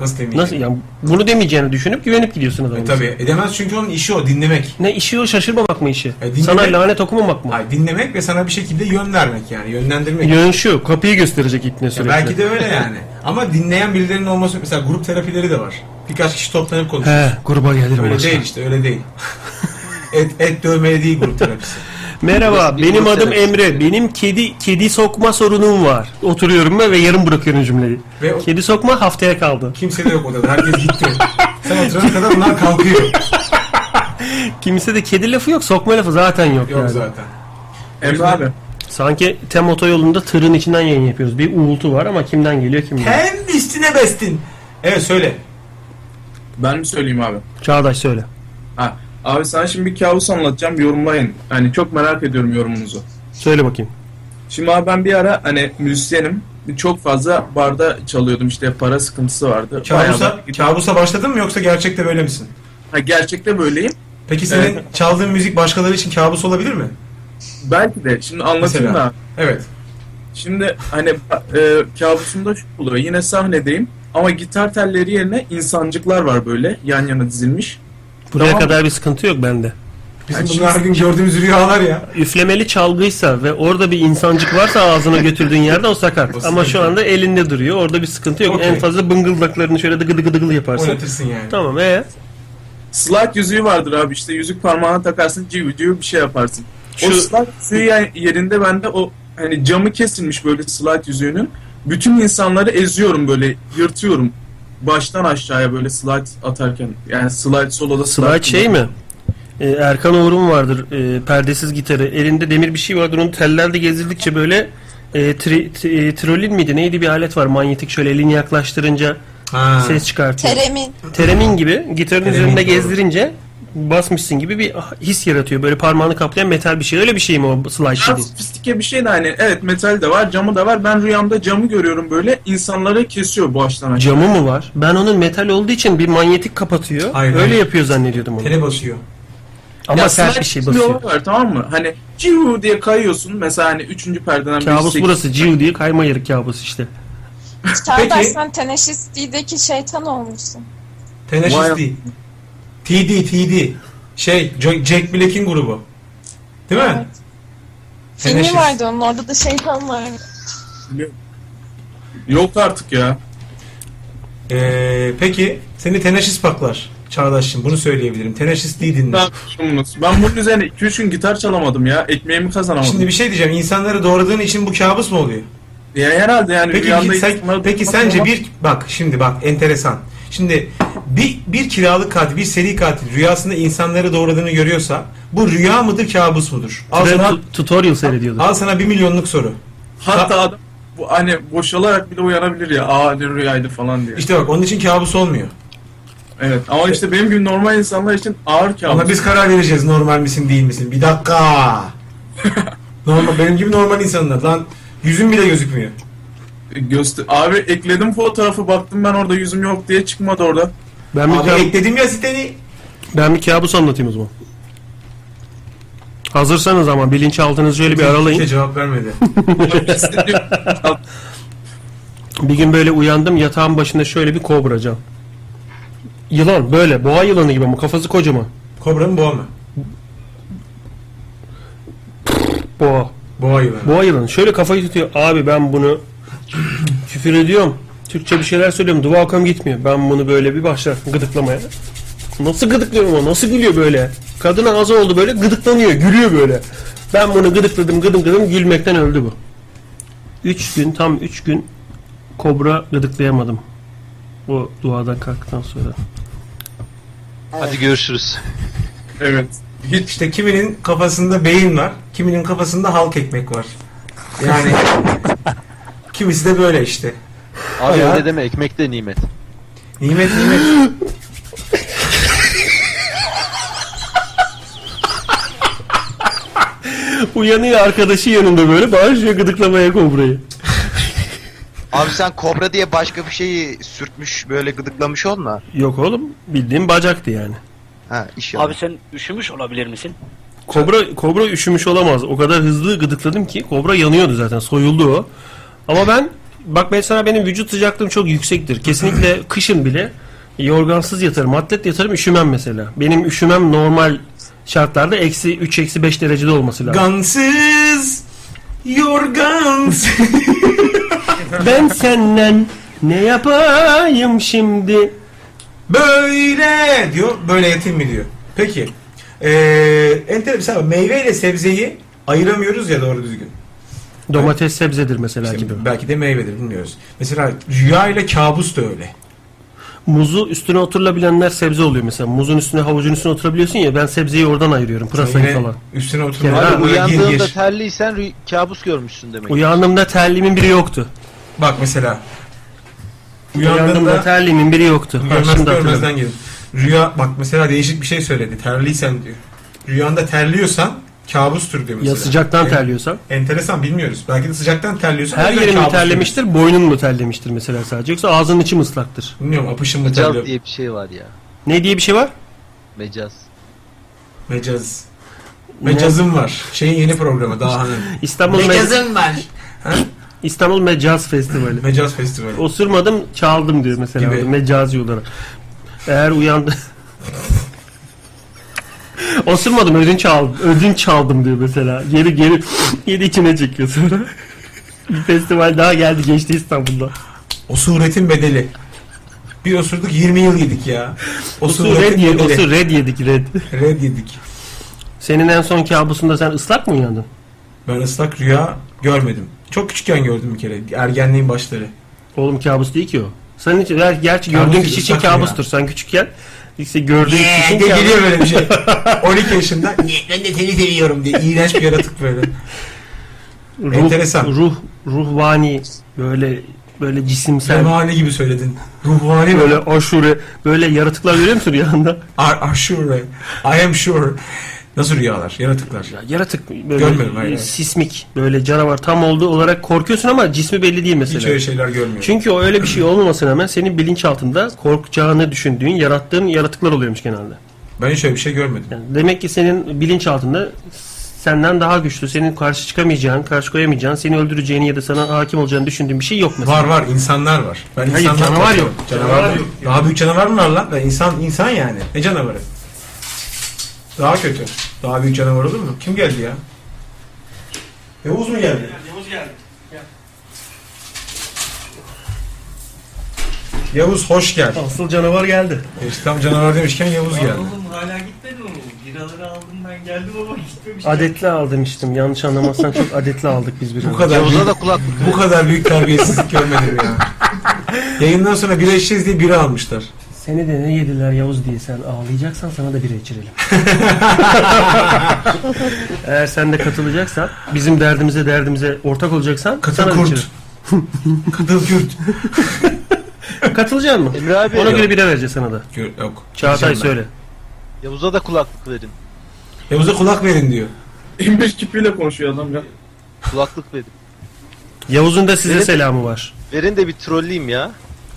Nasıl demeyecek? Nasıl yani bunu demeyeceğini düşünüp güvenip gidiyorsun adamın. Tabii E, edemez çünkü onun işi o dinlemek. E Ne işi o şaşırmamak mı işi? dinlemek- Sana lanet okumamak mı? Hayır dinlemek ve sana bir şekilde yön vermek yani yönlendirmek. Yön şu kapıyı gösterecek itne Ya sürekli. belki de öyle yani. Ama dinleyen birilerinin olması mesela grup terapileri de var. Birkaç kişi toplanıp konuşuyor. He gruba gelirim. Öyle başta. değil işte öyle değil. et, et dövmeye değil grup terapisi. Merhaba, Burası bir benim grup adım terapisi. Emre. Benim kedi kedi sokma sorunum var. Oturuyorum ben ve yarım bırakıyorum cümleyi. Ve o- Kedi sokma haftaya kaldı. Kimse de yok odada herkes gitti. Sen oturana kadar onlar kalkıyor. Kimse de kedi lafı yok, sokma lafı zaten yok. Yok yani. zaten. Emre abi. Sanki tem otoyolunda tırın içinden yayın yapıyoruz. Bir uğultu var ama kimden geliyor kimden? Hem üstüne bestin. Evet söyle. Ben mi söyleyeyim abi? Çağdaş söyle. Ha, abi sana şimdi bir kabus anlatacağım yorumlayın. Hani çok merak ediyorum yorumunuzu. Söyle bakayım. Şimdi abi ben bir ara hani müzisyenim. Çok fazla barda çalıyordum işte para sıkıntısı vardı. Kabusa, kabusa başladın mı yoksa gerçekte böyle misin? Ha, gerçekte böyleyim. Peki senin Evet. çaldığın müzik başkaları için kabus olabilir mi? Belki de. Şimdi anlatayım Mesela. da. Evet. Şimdi hani e, kabusumda şu oluyor. Yine sahnedeyim ama gitar telleri yerine insancıklar var böyle yan yana dizilmiş. Buraya Tamam. kadar bir sıkıntı yok bende. Bizim Yani bunlar şimdi- her gün gördüğümüz rüyalar ya. Üflemeli çalgıysa ve orada bir insancık varsa ağzına götürdüğün yerde o sakat. Ama şu anda elinde duruyor. Orada bir sıkıntı yok. Okey. En fazla bıngıldaklarını şöyle dıgı dıgı dıgı yaparsın. Oynatırsın yani. Tamam ee? Slide yüzüğü vardır abi işte yüzük parmağına takarsın cıvı cıvı bir şey yaparsın. O Şu- slide yüzüğü yer- yerinde bende o hani camı kesilmiş böyle slide yüzüğünün. Bütün insanları eziyorum böyle yırtıyorum. Baştan aşağıya böyle slide atarken yani slide soloda Slide şey mi? Ee, Erkan Oğur'un vardır e, perdesiz gitarı. Elinde demir bir şey vardır. Onu tellerde gezdirdikçe böyle e, tri, tri- e, trolin miydi? Neydi bir alet var manyetik şöyle elini yaklaştırınca Ha. ses çıkartıyor. Teremin. Teremin gibi gitarın Teremin, üzerinde doğru. gezdirince basmışsın gibi bir his yaratıyor. Böyle parmağını kaplayan metal bir şey. Öyle bir şey mi o slide şey değil? Sofistike bir şey de hani evet metal de var camı da var. Ben rüyamda camı görüyorum böyle insanları kesiyor baştan aşağı. Camı mı var? Ben onun metal olduğu için bir manyetik kapatıyor. Hayır, Öyle hayır. yapıyor zannediyordum onu. Tele basıyor. Ama sert slide bir şey yüzüğü basıyor. Var, tamam mı? Hani ciu diye kayıyorsun mesela hani üçüncü perdeden bir Kabus sekiz- burası. Ciu diye kayma yeri kabus işte. Peki. Çağdaş sen Tenacious D'deki şeytan olmuşsun. Tenacious D. TD, TD. Şey, Jo- Jack Black'in grubu. Değil mi? Filmi vardı onun orada da şeytan vardı. Yok artık ya. Ee, peki, seni Tenacious paklar. Çağdaş'ım bunu söyleyebilirim. Tenacious D dinle. Ben, ben bunun üzerine 2-3 gün gitar çalamadım ya. Ekmeğimi kazanamadım. Şimdi bir şey diyeceğim. İnsanları doğradığın için bu kabus mu oluyor? Ya herhalde yani. Peki, rüyamda sen- insanları peki tutmak sence olmaz. bir bak şimdi bak enteresan. Şimdi bir, bir kiralık katil, bir seri katil rüyasında insanları doğradığını görüyorsa bu rüya mıdır, kabus mudur? Al Tren sana, tu- tutorial seyrediyordu. al sana bir milyonluk soru. Hatta adam bu, hani boşalarak bile uyanabilir ya. Aa ne rüyaydı falan diye. İşte bak onun için kabus olmuyor. Evet ama işte benim gibi normal insanlar için ağır kabus. Ama biz karar vereceğiz normal misin değil misin. Bir dakika. normal benim gibi normal insanlar lan yüzüm bile gözükmüyor. Göster abi ekledim fotoğrafı baktım ben orada yüzüm yok diye çıkmadı orada. Ben bir, Abi kab- ekledim ya siteni. ben bir kabus anlatayım o zaman. Hazırsanız ama bilinçaltınızı şöyle bir Kimse aralayın. cevap vermedi. Bir gün böyle uyandım yatağın başında şöyle bir kobra can. Yılan böyle boğa yılanı gibi ama kafası kocaman. Kobra mı boğa mı? Boğa. Boğa yılanı. Boğa yılanı. Şöyle kafayı tutuyor. Abi ben bunu küfür ediyorum. Türkçe bir şeyler söylüyorum. Dua okuyam gitmiyor. Ben bunu böyle bir başlar gıdıklamaya. Nasıl gıdıklıyorum onu? Nasıl gülüyor böyle? Kadına az oldu böyle gıdıklanıyor. Gülüyor böyle. Ben bunu gıdıkladım gıdım gıdım gülmekten öldü bu. Üç gün tam üç gün kobra gıdıklayamadım. O duadan kalktıktan sonra. Hadi görüşürüz. Evet. İşte kiminin kafasında beyin var, kiminin kafasında halk ekmek var. Yani kimisi de böyle işte. Abi Ya. öyle deme ekmek de nimet. Nimet nimet. Uyanıyor arkadaşı yanında böyle bağırıyor gıdıklamaya kobrayı. Abi sen kobra diye başka bir şeyi sürtmüş böyle gıdıklamış olma. Yok oğlum bildiğim bacaktı yani. Ha iş Abi sen üşümüş olabilir misin? Kobra kobra üşümüş olamaz. O kadar hızlı gıdıkladım ki kobra yanıyordu zaten. Soyuldu o. Ama ben bak ben sana benim vücut sıcaklığım çok yüksektir. Kesinlikle kışın bile yorgansız yatarım. Atlet yatarım üşümem mesela. Benim üşümem normal şartlarda eksi 3 eksi 5 derecede olması lazım. Gansız yorgans. ben senden ne yapayım şimdi? Böyle diyor, böyle yatayım mı diyor. Peki. Ee, enteresan abi, meyveyle sebzeyi ayıramıyoruz ya doğru düzgün. Domates sebzedir mesela İşte gibi. belki de meyvedir bilmiyoruz. Mesela rüya ile kabus da öyle. Muzu üstüne oturulabilenler sebze oluyor mesela. Muzun üstüne havucun üstüne oturabiliyorsun ya ben sebzeyi oradan ayırıyorum. Pırasayı Yine falan. üstüne Yani oturmalar ben uyandığında uyandığımda- Uyandığında terliysen rü- kabus görmüşsün demek. Uyandığımda terliğimin biri yoktu. Bak mesela. Uyandığımda, terliğimin biri yoktu. Ha, Görmez şimdi görmezden hatırladım. gelin. Rüya bak mesela değişik bir şey söyledi. Terliysen diyor. Rüyanda terliyorsan kabustur diyor mesela. Ya sıcaktan En- terliyorsan? Enteresan bilmiyoruz. Belki de sıcaktan terliyorsan. o Her yüzden yerin mi kabustur. terlemiştir, boynun mu terlemiştir mesela sadece yoksa ağzının içi mi ıslaktır? Bilmiyorum apışın mı Mecaz terliyor? diye bir şey var ya. Ne diye bir şey var? Mecaz. Mecaz. Mecazım var. Şeyin yeni programı daha hani. İstanbul Me- Mecazım var. İstanbul Mecaz Festivali. Mecaz Festivali. Osurmadım çaldım diyor mesela. Gibi. orada, Mecazi olarak. Eğer uyandı... Osurmadım ödünç aldım. Ödünç çaldım diyor mesela. Geri geri geri içine çekiyor sonra. bir festival daha geldi geçti İstanbul'da. O suretin bedeli. Bir osurduk 20 yıl yedik ya. O su suretin red, ye- bedeli. o su red yedik red. Red yedik. Senin en son kabusunda sen ıslak mı uyandın? Ben ıslak rüya görmedim. Çok küçükken gördüm bir kere. Ergenliğin başları. Oğlum kabus değil ki o. Senin için ger- gerçi Kabus gördüğün değil, kişi için ıslak kabustur. Sen küçükken işte gördüğün Yeah, kişi için diye kabus. geliyor böyle bir şey. 12 yaşında "Niye, ben de seni seviyorum diye iğrenç bir yaratık böyle. Ruh, Enteresan. Ruh, ruhvani böyle böyle cisimsel. Ruhani gibi söyledin. Ruhani böyle aşure böyle yaratıklar görüyor musun yanında? Are, are sure. I am sure. Nasıl rüyalar? Yaratıklar. Yaratık böyle Görmüyorum, hayır, e, hayır. sismik böyle canavar tam olduğu olarak korkuyorsun ama cismi belli değil mesela. Hiç öyle şeyler görmüyorum. Çünkü o öyle bir şey olmamasına rağmen senin bilinçaltında korkacağını düşündüğün, yarattığın yaratıklar oluyormuş genelde. Ben hiç öyle bir şey görmedim. Demek ki senin bilinçaltında senden daha güçlü, senin karşı çıkamayacağın, karşı koyamayacağın, seni öldüreceğini ya da sana hakim olacağını düşündüğün bir şey yok mesela. Var var insanlar var. Ben Hayır, insanlar canavar korkuyorum. yok. Canavar, Canavar da yok. yok. Daha büyük canavar mı var lan? Ben insan insan yani. Ne canavarı? Daha kötü. Daha büyük canavar olur mu? Kim geldi ya? Yavuz mu geldi? Yavuz geldi. Yavuz hoş geldin. E, Asıl canavar geldi. tam canavar demişken Yavuz geldi. Oğlum hala gitmedi mi bu? Biraları aldım ben geldim ama şey gitmemiş. Adetli al demiştim. Yanlış anlamazsan çok adetli aldık biz biraz. Bu kadar büyük, bu kadar büyük terbiyesizlik görmedim ya. Yayından sonra bira içeceğiz diye bira almışlar. Seni de ne yediler Yavuz diye sen ağlayacaksan sana da bira içirelim. Eğer sen de katılacaksan, bizim derdimize derdimize ortak olacaksan sana da kurt. içirelim. Kadın Kürt. Katılacaksın mı? Emre abi. Ona göre Yok. bira vereceğiz sana da. Yok. Çağatay Gideceğim ben. söyle. Yavuz'a da kulaklık verin. Yavuz'a kulak verin diyor. İmbeş kipiyle konuşuyor adam ya. Kulaklık verin. Yavuz'un da size Benim- selamı var. Verin de bir trolleyim ya.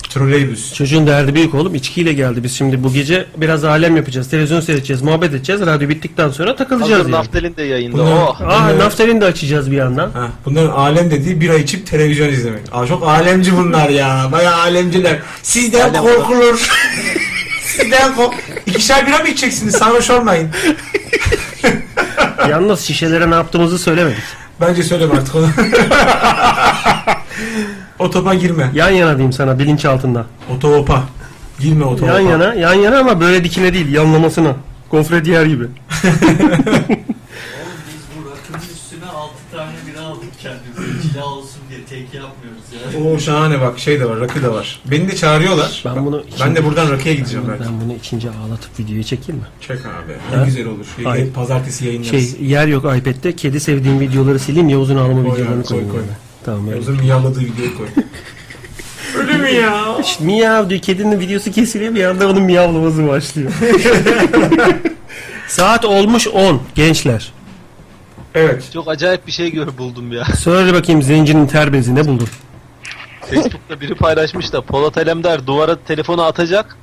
Trolleybüs. Çocuğun derdi büyük oğlum. İçkiyle geldi biz şimdi bu gece. Biraz alem yapacağız. Televizyon seyredeceğiz. Muhabbet edeceğiz. Radyo bittikten sonra takılacağız. Hazır yani. Ah, Naftalin de yayında. Bunlar- Oh. Aa, Bunlar- naftalini de açacağız bir yandan. Ha, bunların alem dediği bira içip televizyon izlemek. Aa, çok alemci bunlar ya. Bayağı alemciler. Sizden Alem korkulur. Sizden kork... İkişer bira mı içeceksiniz? Sarhoş olmayın. Yalnız şişelere ne yaptığımızı söylemedik. Bence söyleme artık onu. o topa girme. Yan yana diyeyim sana bilinç altında. O topa. Girme o topa. Yan yana, yan yana ama böyle dikine değil, yanlamasına. Gofret yer gibi. Bu rakının üstüne 6 tane bira aldık kendimize. Cila olsun diye tek yapmıyoruz yani. Oo şahane bak şey de var rakı da var. Beni de çağırıyorlar. Ben bunu ben de buradan rakıya gideceğim ben, belki. Ben bunu ikinci ağlatıp videoya çekeyim mi? Çek abi. Ne Ha? güzel olur. Ay- Pazartesi Şey, yayınlarız. yer yok iPad'de. Kedi sevdiğim videoları sileyim, Yavuz'un ağlama Koy videolarını abi, koy, koyayım. koy. yani. Tamam öyle. Yavuz'un miyavladığı videoyu koy. Ölü mü ya? İşte miyav diyor. Kedinin videosu kesiliyor bir anda onun miyavlaması başlıyor. Saat olmuş 10 gençler. Evet. Çok acayip bir şey gör buldum ya. Söyle bakayım zencinin terbezi ne buldun? Facebook'ta biri paylaşmış da Polat Alemdar duvara telefonu atacak.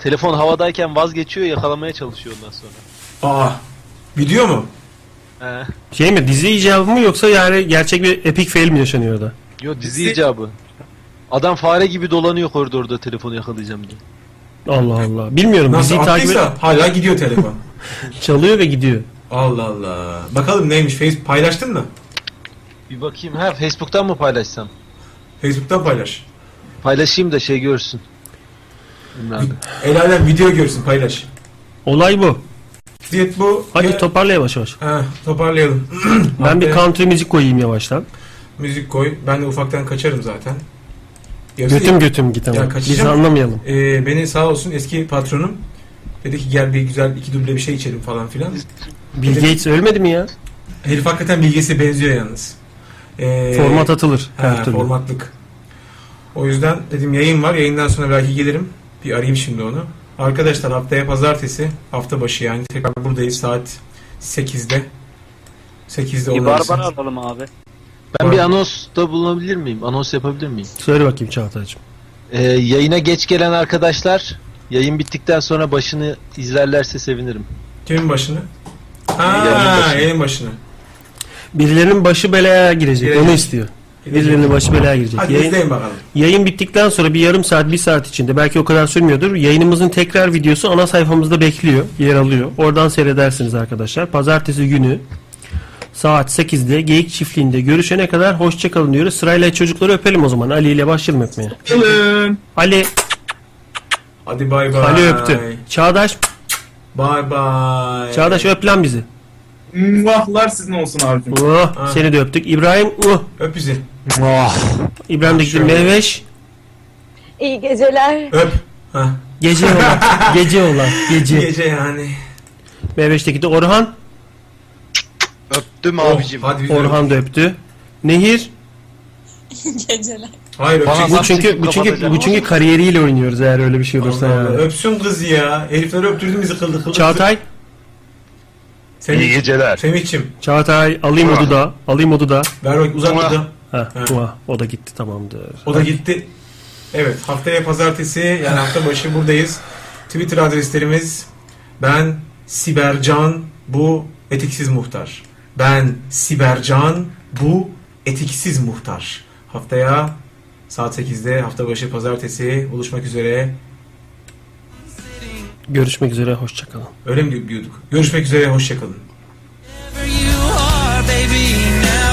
Telefon havadayken vazgeçiyor yakalamaya çalışıyor ondan sonra. Aa. Video mu? He. Şey mi dizi icabı mı yoksa yani gerçek bir epic fail mi yaşanıyor orada? Yo dizi, icabı. Adam fare gibi dolanıyor koridorda telefonu yakalayacağım diye. Allah Allah. Bilmiyorum. Nasıl diziyi takip attıysa hala gidiyor telefon. Çalıyor ve gidiyor. Allah Allah. Bakalım neymiş? Face paylaştın mı? Bir bakayım ha Facebook'tan mı paylaşsam? Facebook'tan paylaş. Paylaşayım da şey görsün. Bilmem. El alem video görsün paylaş. Olay bu. Diyet bu. Hadi Ya- Ah toparla yavaş yavaş. Heh, toparlayalım. Ben bir Haftaya country müzik koyayım yavaştan. Müzik koy. Ben de ufaktan kaçarım zaten. Yarısı- Götüm götüm git ama. Ya kaçacağım. Biz anlamayalım. Ee, beni sağ olsun eski patronum dedi ki gel bir güzel iki duble bir şey içelim falan filan. Bill Dedim- Gates ölmedi mi ya? Herif hakikaten bilgisi benziyor yalnız. Ee, Format atılır he, her türlü. Formatlık. O yüzden dedim yayın var. Yayından sonra belki gelirim. Bir arayayım şimdi onu. Arkadaşlar haftaya pazartesi. Hafta başı yani. Tekrar buradayız saat 8'de. 8'de Bir olursa. barbara alalım abi. Ben bir anons da bulunabilir miyim? Anons yapabilir miyim? Söyle bakayım Çağatay'cığım. Ee, yayına geç gelen arkadaşlar yayın bittikten sonra başını izlerlerse sevinirim. Kimin başını? Ha, yayın başını. Birilerinin başı belaya girecek. Girecek. Onu istiyor. Girecek. Birilerinin başı belaya girecek. Hadi izleyin bakalım. Yayın bittikten sonra bir yarım saat, bir saat içinde belki o kadar sürmüyordur. Yayınımızın tekrar videosu ana sayfamızda bekliyor, yer alıyor. Oradan seyredersiniz arkadaşlar. Pazartesi günü saat 8'de Geyik Çiftliği'nde görüşene kadar hoşçakalın diyoruz. Sırayla çocukları öpelim o zaman. Ali ile başlayalım öpmeye. Ali. Hadi bay bay. Ali öptü. Çağdaş. Bay bay. Çağdaş öp lan bizi. Muahlar sizin olsun abicim. Oh, seni de öptük. İbrahim. Oh. Öp bizi. İbrahim de gitti. Şöyle. Mehveş. İyi geceler. Öp. Ha. Gece olan. gece olan. Gece. Gece yani. Mehveş'te gitti. Orhan. Oh, Öptüm abicim. Orhan da öptü. Nehir. Geceler. Hayır öpecek. bu çünkü bu çünkü bu çünkü kariyeriyle oynuyoruz eğer öyle bir şey olursa yani. Öpsün kızı ya. Herifleri öptürdün bizi kıldı kıldı. Çağatay. İyi geceler. Semih'cim. Çağatay alayım Ulan. odu da. Alayım odu da. Ver bak, uzat odu. Ha, Ha. ulan. O da gitti tamamdır. O da gitti. Evet haftaya pazartesi yani hafta başı buradayız. Twitter adreslerimiz ben Sibercan bu etiksiz muhtar. Ben Sibercan bu etiksiz muhtar. Haftaya saat 8'de hafta başı pazartesi buluşmak üzere. Görüşmek üzere hoşçakalın. Öyle mi diyorduk? Görüşmek üzere hoşçakalın. baby now